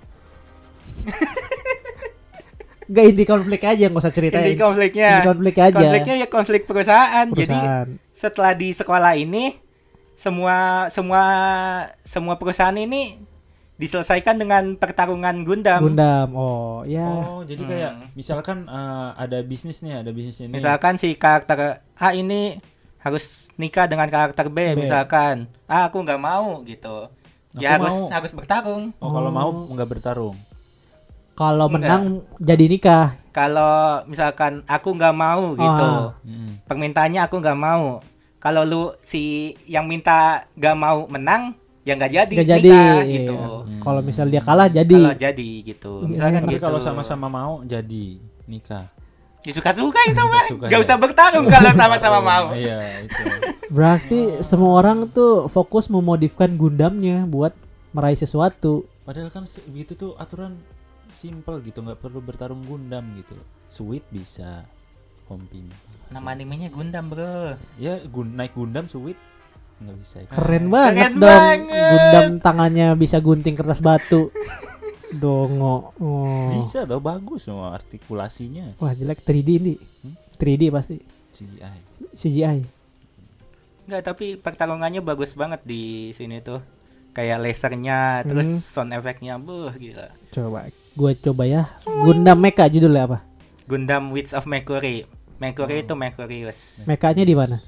Speaker 2: Enggak inti konflik aja nggak usah ceritain.
Speaker 1: Inti konfliknya.
Speaker 2: Inti konflik aja.
Speaker 1: Konfliknya ya konflik perusahaan. Jadi
Speaker 2: Perusahaan.
Speaker 1: setelah di sekolah ini semua semua semua perusahaan ini diselesaikan dengan pertarungan Gundam.
Speaker 2: Gundam. Oh, ya.
Speaker 3: Oh, jadi kayak
Speaker 1: Hmm.
Speaker 3: misalkan eh, ada bisnis nih, ada bisnis ini.
Speaker 1: Misalkan si karakter A ini harus nikah dengan karakter B,
Speaker 3: B.
Speaker 1: misalkan. Ah, aku nggak mau gitu. Ya
Speaker 3: Aku
Speaker 1: harus
Speaker 3: mau.
Speaker 1: harus bertarung.
Speaker 3: Oh, kalau mau nggak bertarung.
Speaker 2: Kalau
Speaker 1: Enggak.
Speaker 2: menang jadi nikah.
Speaker 1: Kalau misalkan aku nggak mau gitu.
Speaker 2: Ah.
Speaker 3: Mm-mm.
Speaker 1: Permintaannya aku nggak mau. Kalau lu si yang minta nggak mau menang, ya nggak jadi
Speaker 2: Enggak
Speaker 1: nikah
Speaker 2: jadi.
Speaker 1: gitu.
Speaker 2: Iya. Kalau misal dia kalah jadi.
Speaker 1: Kalau jadi gitu.
Speaker 2: Iya,
Speaker 1: Misalkan
Speaker 3: Tapi
Speaker 1: gitu.
Speaker 3: kalau sama-sama mau jadi nikah.
Speaker 1: Ya suka-suka itu mah.
Speaker 3: Suka-suka
Speaker 1: Gak
Speaker 3: ya.
Speaker 1: usah bertarung
Speaker 3: [laughs]
Speaker 1: kalau sama-sama mau.
Speaker 3: Oh, Iya, itu.
Speaker 2: Berarti semua orang tuh fokus memodifkan Gundamnya buat meraih sesuatu.
Speaker 3: Padahal kan se- gitu tuh aturan simple gitu, nggak perlu bertarung Gundam gitu. Sweet bisa, Hompim.
Speaker 1: Nama animenya Gundam, Bro.
Speaker 3: Ya, gun naik Gundam Sweet nggak bisa. Ya.
Speaker 2: Keren banget dong.
Speaker 1: Eh, banget.
Speaker 2: Gundam tangannya bisa gunting
Speaker 1: [laughs]
Speaker 2: kertas batu. Dongo. Oh.
Speaker 3: Bisa tuh bagus semua artikulasinya
Speaker 2: Wah, jelek 3D ini.
Speaker 3: Hmm?
Speaker 2: 3D pasti.
Speaker 3: CGI.
Speaker 2: CGI.
Speaker 1: Enggak, tapi pertarungannya bagus banget di sini tuh. Kayak lasernya, terus
Speaker 2: Hmm.
Speaker 1: sound effectnya, buh gila.
Speaker 2: Coba gue coba ya. Gundam Mecha judulnya apa?
Speaker 1: Gundam Witch of Mercury. Mercury itu Mercurius.
Speaker 2: Mekanya di mana?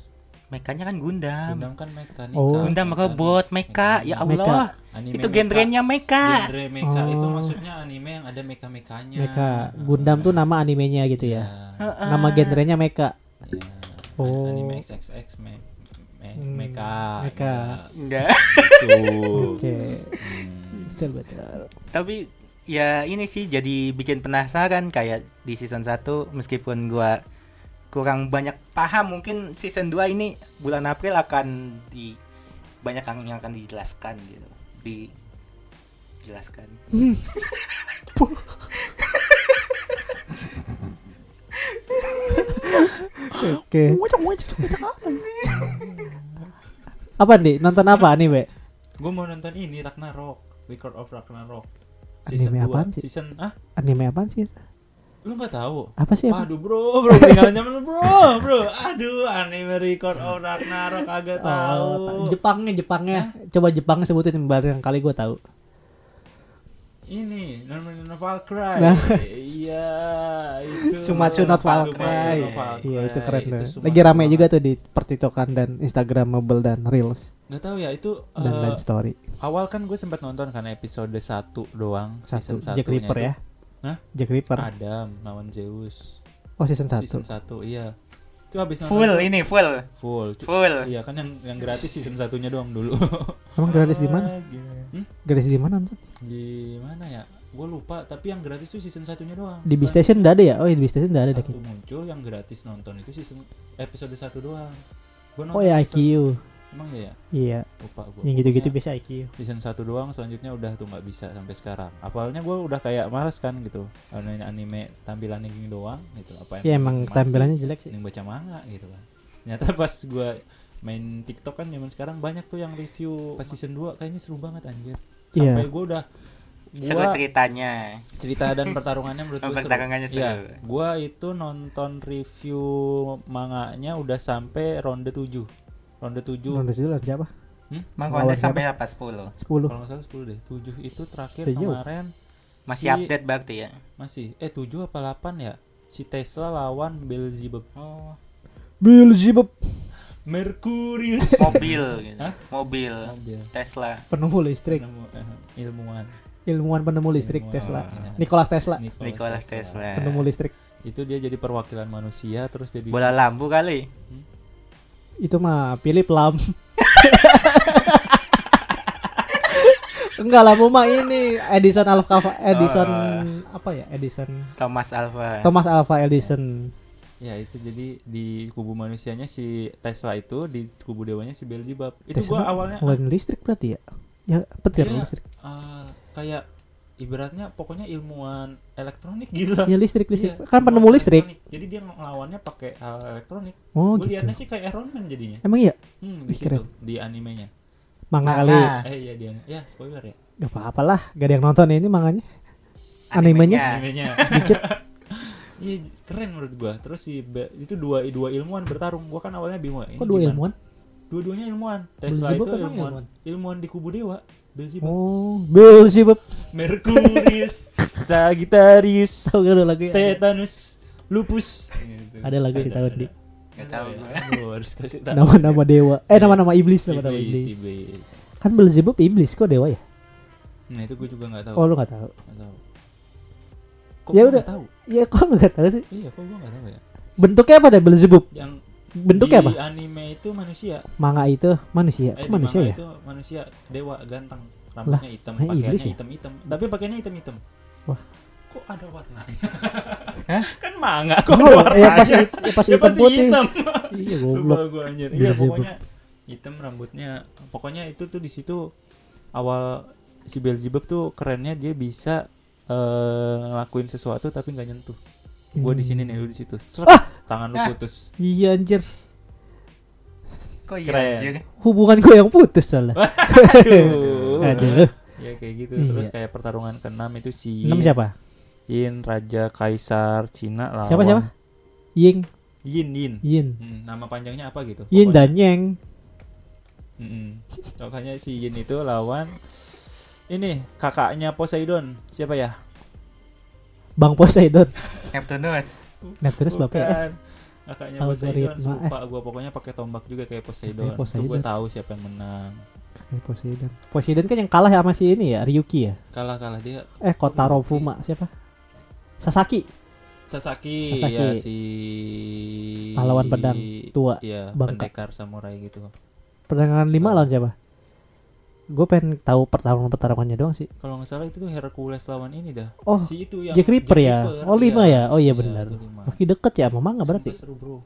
Speaker 1: Mekanya kan Gundam.
Speaker 3: Gundam kan mekanika.
Speaker 2: Oh.
Speaker 1: Gundam robot, mecha, ya Allah.
Speaker 3: Anime
Speaker 1: Itu
Speaker 3: mecha.
Speaker 1: genrenya mecha.
Speaker 3: Genre mecha itu
Speaker 2: Oh.
Speaker 3: maksudnya anime yang ada meka-mekanya.
Speaker 2: Mecha. Gundam tuh nama animenya gitu ya.
Speaker 3: Ya,
Speaker 2: Nama genrenya Mecha.
Speaker 3: ya.
Speaker 2: Oh.
Speaker 3: Anime XXX me, me,
Speaker 2: Hmm,
Speaker 3: mecha.
Speaker 2: mecha.
Speaker 1: Enggak. [laughs]
Speaker 3: Ya, gitu.
Speaker 2: Oke.
Speaker 3: Hmm.
Speaker 2: Betul betul.
Speaker 1: tapi ya ini sih jadi bikin penasaran kayak di season 1 meskipun gua kurang banyak paham mungkin season 2 ini bulan April akan di banyak yang akan dijelaskan gitu di jelaskan
Speaker 2: Oke. apa nih? Nonton apa anime?
Speaker 3: Gue mau nonton ini Ragnarok, Record of Ragnarok.
Speaker 2: Anime
Speaker 3: dua.
Speaker 2: apaan sih?
Speaker 3: Season ah,
Speaker 2: Anime apa sih?
Speaker 3: lu nggak tahu?
Speaker 2: Apa sih? Apa?
Speaker 3: Aduh bro, bro tinggal nyaman bro, bro. Aduh, anime Record of Ragnarok agak tahu.
Speaker 2: Oh, Jepangnya, Jepangnya. Coba Jepang sebutin barang kali gue tahu.
Speaker 3: ini Norman and Valkyrie.
Speaker 2: Nah.
Speaker 3: Iya, itu.
Speaker 2: Sumatsu not
Speaker 3: Sumatsu
Speaker 2: Valkyrie.
Speaker 3: no Valkyrie.
Speaker 2: Iya, itu keren banget.
Speaker 3: Sumatsu
Speaker 2: Lagi rame
Speaker 3: banget.
Speaker 2: juga tuh di pertitokan dan Instagramable dan Reels
Speaker 3: Nggak tahu ya, itu
Speaker 2: dan
Speaker 3: eh,
Speaker 2: lain story.
Speaker 3: awal kan gue sempat nonton karena episode 1 doang,
Speaker 2: Satu
Speaker 3: season 1
Speaker 2: Jack Ripper ya.
Speaker 3: Hah?
Speaker 2: Jack Ripper.
Speaker 3: Adam lawan Zeus.
Speaker 2: Oh, season 1.
Speaker 3: Season 1, iya. Itu habis nonton
Speaker 1: full
Speaker 3: tuh-
Speaker 1: ini full
Speaker 3: full. Cu-
Speaker 1: full
Speaker 3: Iya kan yang yang gratis season satunya doang dulu. [laughs]
Speaker 2: Emang gratis di mana?
Speaker 3: Hmm?
Speaker 2: Gratis di mana? nonton?
Speaker 3: Di mana ya? Gue lupa, tapi yang gratis tuh season satunya doang.
Speaker 2: Di B Station enggak ada ya? Oh, di B Station enggak ada
Speaker 3: satu
Speaker 2: deh.
Speaker 3: muncul yang gratis nonton itu season episode 1 doang. Gua
Speaker 2: Oh ya
Speaker 3: episode- Iya.
Speaker 2: IQ.
Speaker 3: Emang ya ya?
Speaker 2: Iya,
Speaker 3: Lupa gue.
Speaker 2: yang gitu-gitu biasa IQ.
Speaker 3: Season 1 doang selanjutnya udah tuh nggak bisa sampai sekarang. Apalnya gue udah kayak males kan gitu. Anime, anime tampilannya gini doang gitu. Apa
Speaker 2: Ya emang
Speaker 3: mati,
Speaker 2: tampilannya jelek sih.
Speaker 3: mending baca manga gitu kan. Ternyata [laughs] pas gue main TikTok kan zaman sekarang banyak tuh yang review pas season 2 kayaknya seru banget anjir.
Speaker 2: Iya.
Speaker 3: Sampai gue udah
Speaker 1: Seru
Speaker 3: gua
Speaker 1: ceritanya.
Speaker 3: cerita dan pertarungannya menurut gue seru.
Speaker 1: Pertarungannya Oh, seru.
Speaker 3: Iya, gua itu nonton review manganya udah sampai ronde 7. Ronde 7.
Speaker 2: Ronde sembilan siapa?
Speaker 1: Mang
Speaker 2: Lawan
Speaker 1: Kondes sampai apa 10?
Speaker 2: Sepuluh.
Speaker 3: Kalau nggak salah 10 deh. 7 itu terakhir
Speaker 2: Tujuh.
Speaker 3: kemarin
Speaker 1: Masih
Speaker 3: si-
Speaker 1: update berarti ya.
Speaker 3: Masih. Eh 7 apa 8 ya? Si Tesla lawan Beelzebub. Oh.
Speaker 2: Beelzebub
Speaker 3: Mercurius.
Speaker 1: Mobil gitu.
Speaker 3: Hah?
Speaker 1: Mobil
Speaker 3: Mobil.
Speaker 1: Tesla.
Speaker 2: penemu listrik,
Speaker 3: Penemu- eh, ilmuwan.
Speaker 2: ilmuwan penemu listrik
Speaker 3: Ilmuwan,
Speaker 2: Tesla.
Speaker 3: iya.
Speaker 2: Nikolas Tesla
Speaker 1: Nikola Tesla.
Speaker 2: penemu listrik.
Speaker 3: Itu dia jadi perwakilan manusia terus jadi
Speaker 1: Bola lampu kali.
Speaker 2: Itu mah Philip
Speaker 3: [laughs]
Speaker 2: Lam. Enggak lah, mau mah ini Edison Alpha
Speaker 3: Oh.
Speaker 2: Edison apa ya? Edison
Speaker 3: Eh.
Speaker 1: Thomas Alva.
Speaker 2: Thomas Alpha Edison.
Speaker 3: Ya itu jadi di kubu manusianya si Tesla itu di kubu dewanya si Beelzebub. Itu
Speaker 2: Tesla
Speaker 3: gua awalnya ah.
Speaker 2: ngeluarin listrik berarti ya? Ya, petir
Speaker 3: Iya.
Speaker 2: listrik.
Speaker 3: ah, kayak ibaratnya pokoknya ilmuwan elektronik gitu lah.
Speaker 2: Ya listrik listrik.
Speaker 3: Iya,
Speaker 2: kan penemu
Speaker 3: ilmuwan
Speaker 2: listrik.
Speaker 3: elektronik. Jadi dia ngelawannya pakai hal elektronik.
Speaker 2: Oh,
Speaker 3: Gua
Speaker 2: gitu.
Speaker 3: liatnya sih kayak Iron Man jadinya.
Speaker 2: Emang iya?
Speaker 3: Hmm, di
Speaker 2: Ih,
Speaker 3: situ
Speaker 2: keren. Ah.
Speaker 3: di animenya.
Speaker 1: Manga.
Speaker 2: Manga kali.
Speaker 3: Eh iya dia. Ya, spoiler ya.
Speaker 2: Gak apa-apa lah, gak ada yang nonton ya ini manganya. Animenya.
Speaker 1: Animenya. Ah.
Speaker 2: [laughs]
Speaker 3: Animenya. Iya, keren menurut gua. Terus si Be- itu dua dua ilmuwan bertarung. Gua kan awalnya bingung. ya, ini
Speaker 2: Kok dua
Speaker 3: gimana?
Speaker 2: ilmuwan?
Speaker 3: Dua-duanya ilmuwan. Tesla
Speaker 2: Beelzebub
Speaker 3: itu
Speaker 2: emang
Speaker 3: ilmuwan.
Speaker 2: ilmuwan?
Speaker 3: Ilmuwan di kubu dewa. Beelzebub.
Speaker 2: Oh, Beelzebub. [laughs]
Speaker 3: Merkurius, Sagittarius,
Speaker 2: Tuh gak ada lagu ya?
Speaker 3: Tetanus, Lupus. Gitu.
Speaker 2: Ada lagu sih tahun di
Speaker 1: Nggak tahu
Speaker 3: Ada
Speaker 1: gua.
Speaker 3: ya? Aduh, harus kasih tahu.
Speaker 2: nama-nama dewa. Eh, nama-nama iblis, nama-nama
Speaker 3: Iblis,
Speaker 2: iblis.
Speaker 3: iblis.
Speaker 2: Kan Beelzebub iblis kok dewa ya?
Speaker 3: Nah, itu gue juga enggak tahu.
Speaker 2: Oh, lu gak tahu.
Speaker 3: Nggak tahu. Kok
Speaker 2: Ya
Speaker 3: gua
Speaker 2: udah.
Speaker 3: nggak tahu?
Speaker 2: Ya kok lu gak tahu sih?
Speaker 3: Iya, kok gua enggak tahu ya?
Speaker 2: Bentuknya apa deh Beelzebub?
Speaker 3: Yang
Speaker 2: Bentuknya
Speaker 3: di
Speaker 2: apa?
Speaker 3: anime itu manusia.
Speaker 2: Manga itu manusia.
Speaker 3: Iya. Eh,
Speaker 2: Kok
Speaker 3: di
Speaker 2: manusia
Speaker 3: manga
Speaker 2: ya?
Speaker 3: itu manusia dewa ganteng. Rambutnya hitam,
Speaker 2: kayak iblis
Speaker 3: pakaiannya
Speaker 2: ya?
Speaker 3: hitam-hitam. Tapi pakaiannya hitam-hitam.
Speaker 2: Wah.
Speaker 3: Kok ada warna?
Speaker 1: Hah?
Speaker 3: kan manga kok ada
Speaker 2: Oh,
Speaker 3: warna.
Speaker 2: ya pas, ya pas
Speaker 3: Ya
Speaker 2: hitam
Speaker 3: pasti
Speaker 2: putih.
Speaker 3: hitam.
Speaker 2: Iya,
Speaker 3: Lupa
Speaker 2: goblok.
Speaker 3: gue anjir.
Speaker 2: Iya
Speaker 3: Iya
Speaker 2: sih,
Speaker 3: pokoknya hitam rambutnya. Pokoknya itu tuh di situ awal si Beelzebub tuh kerennya dia bisa eh, ngelakuin sesuatu tapi nggak nyentuh. Gue di sini nih lu di situ. Srek, Tangan lu
Speaker 1: Ah.
Speaker 3: putus.
Speaker 2: Iya anjir.
Speaker 1: Kok iya
Speaker 3: Keren.
Speaker 1: anjir?
Speaker 2: Hubungan gue yang putus [laughs] soalnya.
Speaker 3: Aduh.
Speaker 2: Aduh.
Speaker 3: Ya kayak gitu.
Speaker 2: Iya.
Speaker 3: Terus kayak pertarungan keenam itu si
Speaker 2: Enam siapa?
Speaker 3: Yin Raja Kaisar Cina lawan
Speaker 2: Siapa, siapa? Ying,
Speaker 3: Yin Yin.
Speaker 2: Yin.
Speaker 3: Hmm, nama panjangnya apa gitu?
Speaker 2: Yin
Speaker 3: pokoknya.
Speaker 2: dan Yang.
Speaker 3: Mm-mm. Pokoknya si Yin itu lawan ini kakaknya Poseidon. Siapa ya?
Speaker 2: Bang [laughs] Poseidon.
Speaker 1: Neptunus.
Speaker 2: Neptunus bapaknya. Eh,
Speaker 3: Bukan. Kakaknya
Speaker 2: Algoritma,
Speaker 3: Poseidon lupa gua pokoknya pakai tombak juga kayak Poseidon.
Speaker 2: Kayak Poseidon.
Speaker 3: Itu gua tahu siapa yang menang.
Speaker 2: kakaknya Eh, Poseidon. Poseidon kan yang kalah sama si ini ya, Ryuki ya.
Speaker 3: Kalah-kalah dia
Speaker 2: Eh, Kotaro Fuma siapa? Sasaki
Speaker 3: Sasaki,
Speaker 2: Sasaki.
Speaker 3: ya si
Speaker 2: Pahlawan pedang tua,
Speaker 3: Iya,
Speaker 2: bangka.
Speaker 3: pendekar samurai gitu.
Speaker 2: pertarungan lima lawan siapa? Gue pengen tahu pertarungan pertarungannya doang sih.
Speaker 3: Kalau nggak salah itu tuh Hercules lawan ini dah.
Speaker 2: Oh,
Speaker 3: si itu yang
Speaker 2: Jack Ripper ya. Oh, lima ya. Oh iya benar.
Speaker 3: itu lima.
Speaker 2: Makin deket ya sama manga
Speaker 3: Sumpah
Speaker 2: berarti.
Speaker 3: seru bro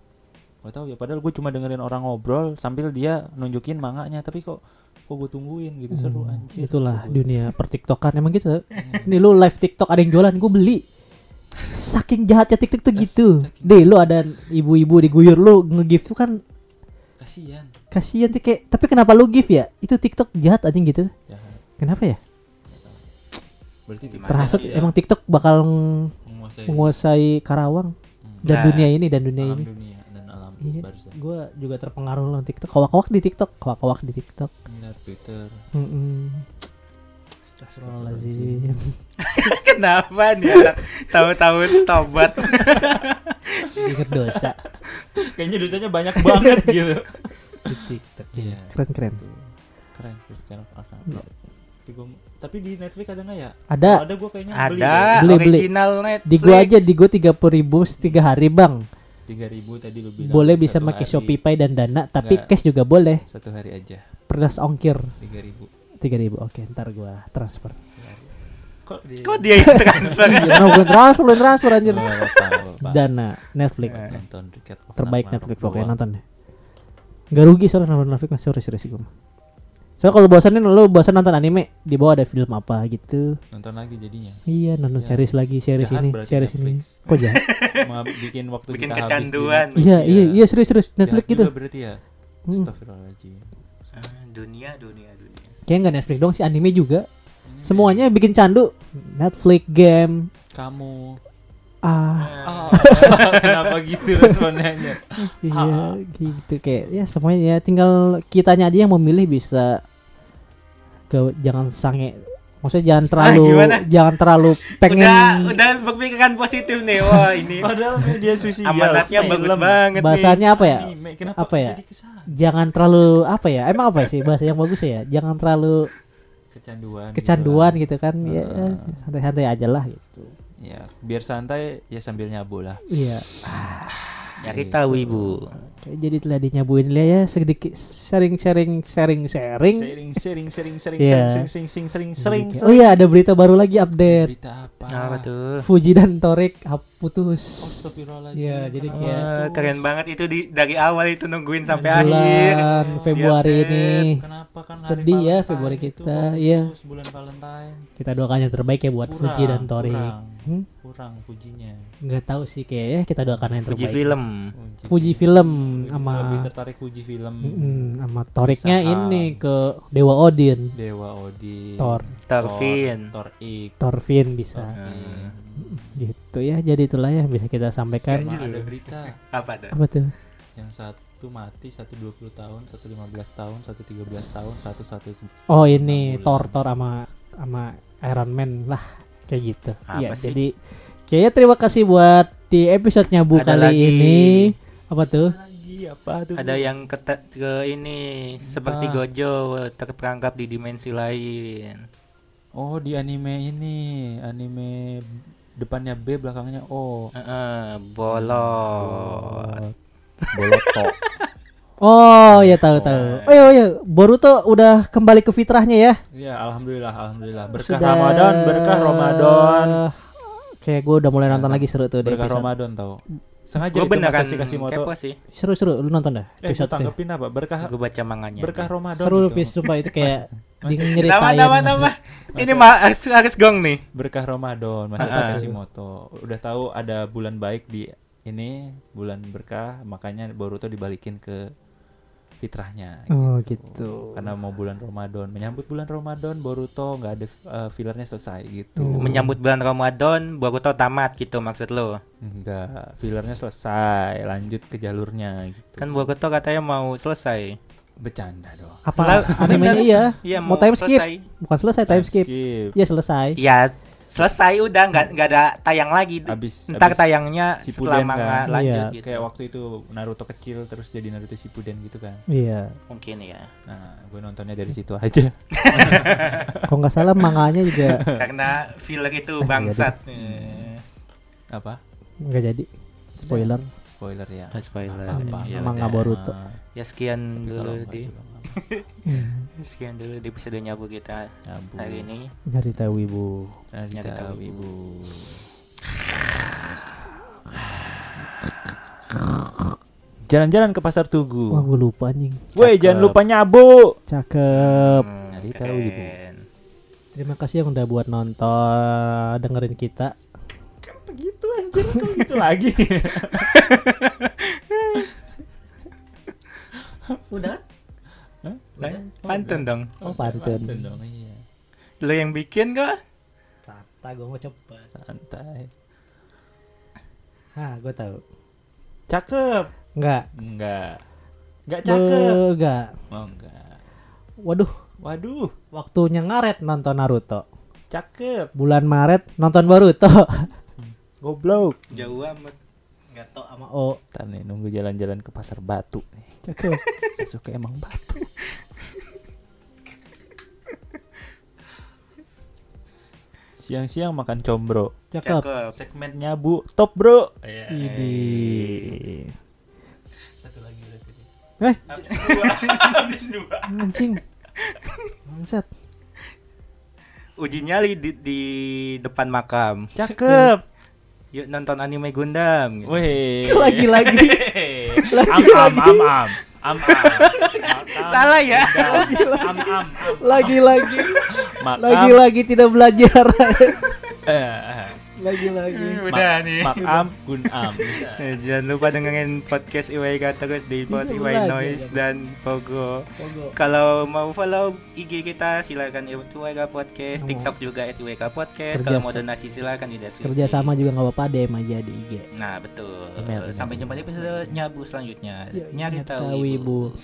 Speaker 3: Gak tau ya padahal gue cuma dengerin orang ngobrol sambil dia nunjukin manganya tapi kok kok gue tungguin gitu seru
Speaker 2: Hmm,
Speaker 3: anjir
Speaker 2: itulah
Speaker 3: Gitu,
Speaker 2: dunia pertiktokan emang gitu. Ini lu live TikTok ada yang jualan, gue beli. Saking jahatnya TikTok tuh gitu.
Speaker 3: Saking-
Speaker 2: Deh, lu ada ibu-ibu diguyur lu nge-gift tuh kan
Speaker 3: gua. kasihan
Speaker 2: kasihan tuh kayak tapi kenapa lu give ya itu TikTok jahat anjing gitu
Speaker 3: Jahat.
Speaker 2: kenapa ya
Speaker 3: Nah, berarti
Speaker 1: Gimana
Speaker 2: terhasut
Speaker 1: sih,
Speaker 3: dia
Speaker 2: emang TikTok bakal ng-
Speaker 3: menguasai
Speaker 2: menguasai Karawang
Speaker 3: Iya. Hmm.
Speaker 2: dan
Speaker 1: Nah,
Speaker 2: dunia ini dan dunia
Speaker 3: alam
Speaker 2: ini
Speaker 3: dunia dan alam
Speaker 2: Iya.
Speaker 3: barzah
Speaker 2: gue juga terpengaruh lah TikTok kawak-kawak di TikTok kawak-kawak di TikTok
Speaker 3: Ngeliat Twitter
Speaker 2: Mm-mm. Astagfirullahaladzim.
Speaker 1: [laughs] Kenapa nih anak tahu-tahu tobat?
Speaker 2: Ingat dosa
Speaker 3: [laughs] kayaknya dosanya banyak banget [laughs] gitu
Speaker 2: di TikTok
Speaker 3: Iya.
Speaker 2: keren keren
Speaker 3: Tuh. keren Twitter Arsenal.
Speaker 2: Iya.
Speaker 3: Tapi gua- tapi di Netflix ada nggak ya
Speaker 2: ada
Speaker 3: Kalau ada gue kayaknya beli
Speaker 1: Ada
Speaker 2: Beli, beli.
Speaker 1: original Netflix.
Speaker 2: di gua aja di gua tiga puluh ribu tiga hari bang
Speaker 3: tiga ribu tadi lu bilang
Speaker 2: boleh bisa
Speaker 3: Satu
Speaker 2: pakai
Speaker 3: hari,
Speaker 2: Shopee Pay dan Dana tapi
Speaker 3: Nggak.
Speaker 2: cash juga boleh
Speaker 3: satu hari aja
Speaker 2: pedas ongkir
Speaker 3: tiga ribu
Speaker 2: tiga ribu oke ntar gua transfer
Speaker 3: kok dia
Speaker 1: Kok dia yang [laughs] transfer? Ah,
Speaker 2: Iya, no, belum transfer, belum transfer anjir.
Speaker 3: Gua Oh, nggak tahu, Pak.
Speaker 2: Dana Netflix
Speaker 1: Eh.
Speaker 3: nonton Richard Ohana
Speaker 2: terbaik
Speaker 3: Maruf
Speaker 2: Netflix pokoknya
Speaker 3: doang.
Speaker 2: nonton deh. Gak rugi soalnya nonton Netflix mas sorry serius gue. Soalnya kalau bosanin lu bosan nonton anime di bawah ada film apa gitu.
Speaker 3: nonton lagi
Speaker 1: [laughs]
Speaker 3: jadinya
Speaker 2: Iya nonton
Speaker 3: Ya.
Speaker 2: series lagi series
Speaker 3: Jahat
Speaker 2: ini
Speaker 3: berarti
Speaker 2: series
Speaker 3: Netflix.
Speaker 2: ini. Kok jahat?
Speaker 3: Mau bikin waktu
Speaker 1: Bikin
Speaker 3: kita habis di
Speaker 1: kecanduan.
Speaker 3: Netflix, ya.
Speaker 2: iya iya iya serius serius
Speaker 3: Jahat
Speaker 2: Netflix
Speaker 3: juga
Speaker 2: gitu.
Speaker 3: berarti ya
Speaker 2: Hmm.
Speaker 3: Astagfirullahaladzim.
Speaker 1: Ah, dunia dunia dunia
Speaker 2: Kayaknya nggak Netflix dong sih anime juga. Semuanya bikin candu. Netflix game.
Speaker 3: Kamu.
Speaker 2: Ah,
Speaker 1: Ah,
Speaker 3: [laughs] Kenapa gitu responnya?
Speaker 1: Nah,
Speaker 2: iya gitu kayak ya semuanya ya tinggal kitanya aja yang memilih bisa Gak- jangan sange maksudnya jangan terlalu
Speaker 1: Ah, gimana?
Speaker 2: jangan terlalu
Speaker 1: [laughs]
Speaker 2: pengen
Speaker 1: udah udah berpikiran positif nih wah [laughs] ini
Speaker 3: Padahal media sosial.
Speaker 1: amanatnya
Speaker 3: film,
Speaker 1: bagus banget nih
Speaker 2: bahasanya apa ya
Speaker 3: anime, kenapa
Speaker 2: Apa ya?
Speaker 3: Jadi kesana?
Speaker 2: jangan terlalu apa ya emang apa sih bahasa yang bagus ya jangan terlalu
Speaker 3: Kecanduan. gitu
Speaker 2: kecanduan
Speaker 3: lah.
Speaker 2: gitu kan ya
Speaker 1: Ah.
Speaker 3: Heeh.
Speaker 2: santai-santai aja lah gitu
Speaker 3: Ya, biar santai ya sambil nyabu lah.
Speaker 2: iya
Speaker 1: nyari tahu ibu
Speaker 2: Oke, jadi telah dinyabuin lah ya sedikit sharing sharing sharing sharing
Speaker 3: Sering, sering, sering, sering,
Speaker 2: Iya.
Speaker 3: sering, sering, sering, sering, sering,
Speaker 2: Oke. oh iya ada berita baru lagi update
Speaker 3: Berita apa?
Speaker 2: Iya,
Speaker 1: apa tuh
Speaker 2: Fuji dan Torik hap- putus
Speaker 3: Astagfirullahaladzim.
Speaker 2: Iya, jadi
Speaker 3: kenapa
Speaker 2: kayak-
Speaker 1: Wah,
Speaker 3: putus?
Speaker 1: keren banget itu di dari awal itu nungguin sampai akhir
Speaker 2: bulan Februari
Speaker 1: Dia
Speaker 2: ini
Speaker 3: Kenapa kan
Speaker 2: Sedih ya
Speaker 3: Valentine
Speaker 2: Februari
Speaker 3: itu
Speaker 2: kita,
Speaker 3: kok
Speaker 2: iya.
Speaker 3: putus Bulan Valentine.
Speaker 2: kita doakan yang terbaik ya buat
Speaker 3: Kurang,
Speaker 2: Fuji dan Torik
Speaker 3: kurang.
Speaker 2: Hmm?
Speaker 3: Kurang pujinya.
Speaker 2: nggak tahu sih kayaknya kita doakan yang
Speaker 1: Fuji
Speaker 2: terbaik
Speaker 1: film
Speaker 3: Puji,
Speaker 2: Fuji film sama
Speaker 3: Lebih tertarik Fuji film.
Speaker 2: Mm, sama Toriknya
Speaker 3: Saham.
Speaker 2: ini ke Dewa Odin
Speaker 3: Dewa Odin.
Speaker 2: Thor.
Speaker 1: Torfin
Speaker 3: Thor Ik.
Speaker 2: Thorfin bisa
Speaker 3: Torfin.
Speaker 2: gitu ya jadi itulah ya bisa kita sampaikan
Speaker 3: Sama ada berita
Speaker 1: apa tuh
Speaker 2: apa tuh
Speaker 3: yang satu mati, satu 20 tahun, satu 15 tahun, satu 13 tahun, satu satu
Speaker 2: oh ini
Speaker 3: Enam bulan.
Speaker 2: Thor Thor sama sama Iron Man lah kayak gitu
Speaker 1: Apa
Speaker 2: ya
Speaker 1: sih?
Speaker 2: jadi kejadinya terima kasih buat di episodenya Bu
Speaker 1: Ada
Speaker 2: kali
Speaker 1: lagi.
Speaker 2: ini apa tuh
Speaker 3: lagi apa tuh?
Speaker 1: ada ya? yang ke, ke ini seperti
Speaker 3: Gitu. Apa?
Speaker 1: Gojo terperangkap di dimensi lain
Speaker 3: Oh, di anime ini, anime depannya B, belakangnya O.
Speaker 1: Heeh, bolot
Speaker 3: Boloto.
Speaker 2: oh ya tahu tahu oh ya, oh, ya. Boruto udah kembali ke fitrahnya ya
Speaker 3: ya, alhamdulillah, alhamdulillah. Berkah Ramadan, berkah Ramadan.
Speaker 2: Kayak gue eh, udah mulai nonton lagi seru tuh di
Speaker 3: Berkah
Speaker 2: episode.
Speaker 3: Ramadan tau.
Speaker 1: gue
Speaker 3: Sengaja itu Mas
Speaker 1: beneran
Speaker 3: Sashi Kashimoto.
Speaker 1: kepo sih
Speaker 2: Seru seru lu nonton dah
Speaker 3: Eh, gue
Speaker 2: episode itu.
Speaker 3: Eh, tanggepin apa? Berkah
Speaker 1: gue baca manganya
Speaker 3: berkah Ramadan
Speaker 2: Seru
Speaker 3: gitu.
Speaker 2: pis sumpah itu kayak di
Speaker 1: nama
Speaker 2: nyeritain.
Speaker 1: nama nama ini mah harus, harus gong nih
Speaker 3: Berkah Ramadan, Mas
Speaker 2: Ah,
Speaker 3: Sashi Kashimoto. Udah tahu ada bulan baik di ini, bulan berkah, makanya Boruto dibalikin ke fitrahnya.
Speaker 2: Oh gitu.
Speaker 3: Karena mau bulan Ramadan, menyambut bulan Ramadan Boruto nggak ada eh, fillernya selesai gitu.
Speaker 2: Oh.
Speaker 1: menyambut bulan Ramadan baru tau tamat gitu maksud lo
Speaker 2: Hmm.
Speaker 3: Enggak, fillernya selesai, lanjut ke jalurnya gitu.
Speaker 1: kan Boruto katanya mau selesai
Speaker 3: bercanda dong.
Speaker 2: Apa
Speaker 1: Lah,
Speaker 2: animenya
Speaker 1: bener.
Speaker 2: iya?
Speaker 1: Iya,
Speaker 2: mau
Speaker 1: mau
Speaker 2: time skip.
Speaker 1: selesai.
Speaker 2: Bukan selesai time skip. Iya
Speaker 3: Eh?
Speaker 2: selesai.
Speaker 1: ya selesai udah nggak nggak ada tayang lagi
Speaker 3: Abis-
Speaker 1: ntar
Speaker 3: abis
Speaker 1: tayangnya
Speaker 3: Shippuden
Speaker 1: setelah
Speaker 3: kan?
Speaker 1: manga lanjut
Speaker 2: Iya,
Speaker 1: gitu
Speaker 3: Kayak waktu itu Naruto kecil terus jadi Naruto Shippuden gitu kan.
Speaker 2: Iya.
Speaker 1: mungkin ya
Speaker 3: Nah, gue nontonnya dari situ aja.
Speaker 2: Kalau nggak salah manganya juga
Speaker 1: [laughs] karena filler itu
Speaker 3: [laughs] Iya,
Speaker 2: Eh,
Speaker 1: bangsat Iya.
Speaker 3: Apa?
Speaker 2: nggak jadi. Spoiler.
Speaker 3: Spoiler ya.
Speaker 1: Oh, spoiler.
Speaker 3: Apa,
Speaker 1: Iya,
Speaker 2: Manga
Speaker 1: udah.
Speaker 2: Boruto.
Speaker 1: ya sekian
Speaker 3: Tapi kalau
Speaker 1: dulu
Speaker 3: nggak
Speaker 1: di
Speaker 3: juga nggak apa.
Speaker 1: sekian dulu di episode nyabu kita
Speaker 3: Nyabu.
Speaker 1: hari ini
Speaker 2: Nyari tahu ibu.
Speaker 3: Narita
Speaker 1: Narita
Speaker 3: Wibu. Jalan-jalan ke
Speaker 2: Wah
Speaker 3: pasar Tugu.
Speaker 2: gue lupa anjing.
Speaker 3: Woi,
Speaker 1: cakep.
Speaker 3: jangan lupa nyabu. Eh,
Speaker 2: Cakep.
Speaker 1: Hmm,
Speaker 3: Narita
Speaker 1: keren.
Speaker 3: Wibu.
Speaker 2: Terima kasih yang udah buat nonton dengerin kita.
Speaker 3: Begitu anjir, kok gitu [laughs] lagi.
Speaker 2: Udah?
Speaker 1: Lah, pantun dong
Speaker 2: Oh pantun.
Speaker 3: dong, iya.
Speaker 1: lo yang bikin kok
Speaker 2: Tata gue mau cepet.
Speaker 3: Santai.
Speaker 2: Hah gue tahu.
Speaker 3: Cakep.
Speaker 2: Enggak.
Speaker 3: Enggak. Enggak cakep.
Speaker 2: Be- Enggak.
Speaker 3: Oh, enggak.
Speaker 2: Waduh,
Speaker 3: Waduh,
Speaker 2: waktunya ngaret nonton Naruto.
Speaker 3: cakep.
Speaker 2: Bulan Maret nonton Boruto.
Speaker 3: Goblok.
Speaker 1: jauh amat nggak tau
Speaker 2: Sama O.
Speaker 3: Ntar nih nunggu jalan-jalan ke pasar batu nih. [laughs]
Speaker 2: Cakep.
Speaker 3: Sasuke emang batu. Siang-siang makan combro.
Speaker 2: Cakep.
Speaker 3: Segmen nyabu top bro.
Speaker 2: Ini.
Speaker 3: Satu lagi berarti.
Speaker 2: Eh,
Speaker 1: habis dua
Speaker 2: [laughs] anjing. Bangsat.
Speaker 1: uji nyali di, di depan makam
Speaker 3: Cakep. [laughs]
Speaker 1: yuk nonton anime Gundam gitu.
Speaker 3: Weh. [laughs]
Speaker 2: Lagi-lagi.
Speaker 3: Am am am am. Am am. [laughs]
Speaker 1: salah ya
Speaker 3: Am am.
Speaker 2: Lagi-lagi.
Speaker 3: Makam.
Speaker 2: [laughs] Lagi-lagi tidak belajar.
Speaker 3: Eh, eh.
Speaker 2: lagi lagi
Speaker 1: [laughs] Udah nih.
Speaker 3: Mak Am Gun Am.
Speaker 1: Eh, Jangan lupa dengerin podcast Iwaika terus di Spotify
Speaker 2: Iya,
Speaker 1: Noise
Speaker 2: iya.
Speaker 1: dan Pogo.
Speaker 2: Pogo.
Speaker 1: Kalau mau follow IG kita silakan Iwaika
Speaker 3: Oh.
Speaker 1: Podcast, TikTok juga Iwaika Podcast.
Speaker 2: Kerja
Speaker 1: Kalau mau
Speaker 2: sa-
Speaker 1: donasi silakan di deskripsi.
Speaker 2: kerja sama juga nggak apa-apa DM aja di IG
Speaker 1: Nah, betul.
Speaker 3: Email, Iya, email.
Speaker 1: Sampai jumpa di episode nyabu selanjutnya. Nyari
Speaker 2: Nyata
Speaker 1: tahu Ibu.
Speaker 2: Wibu.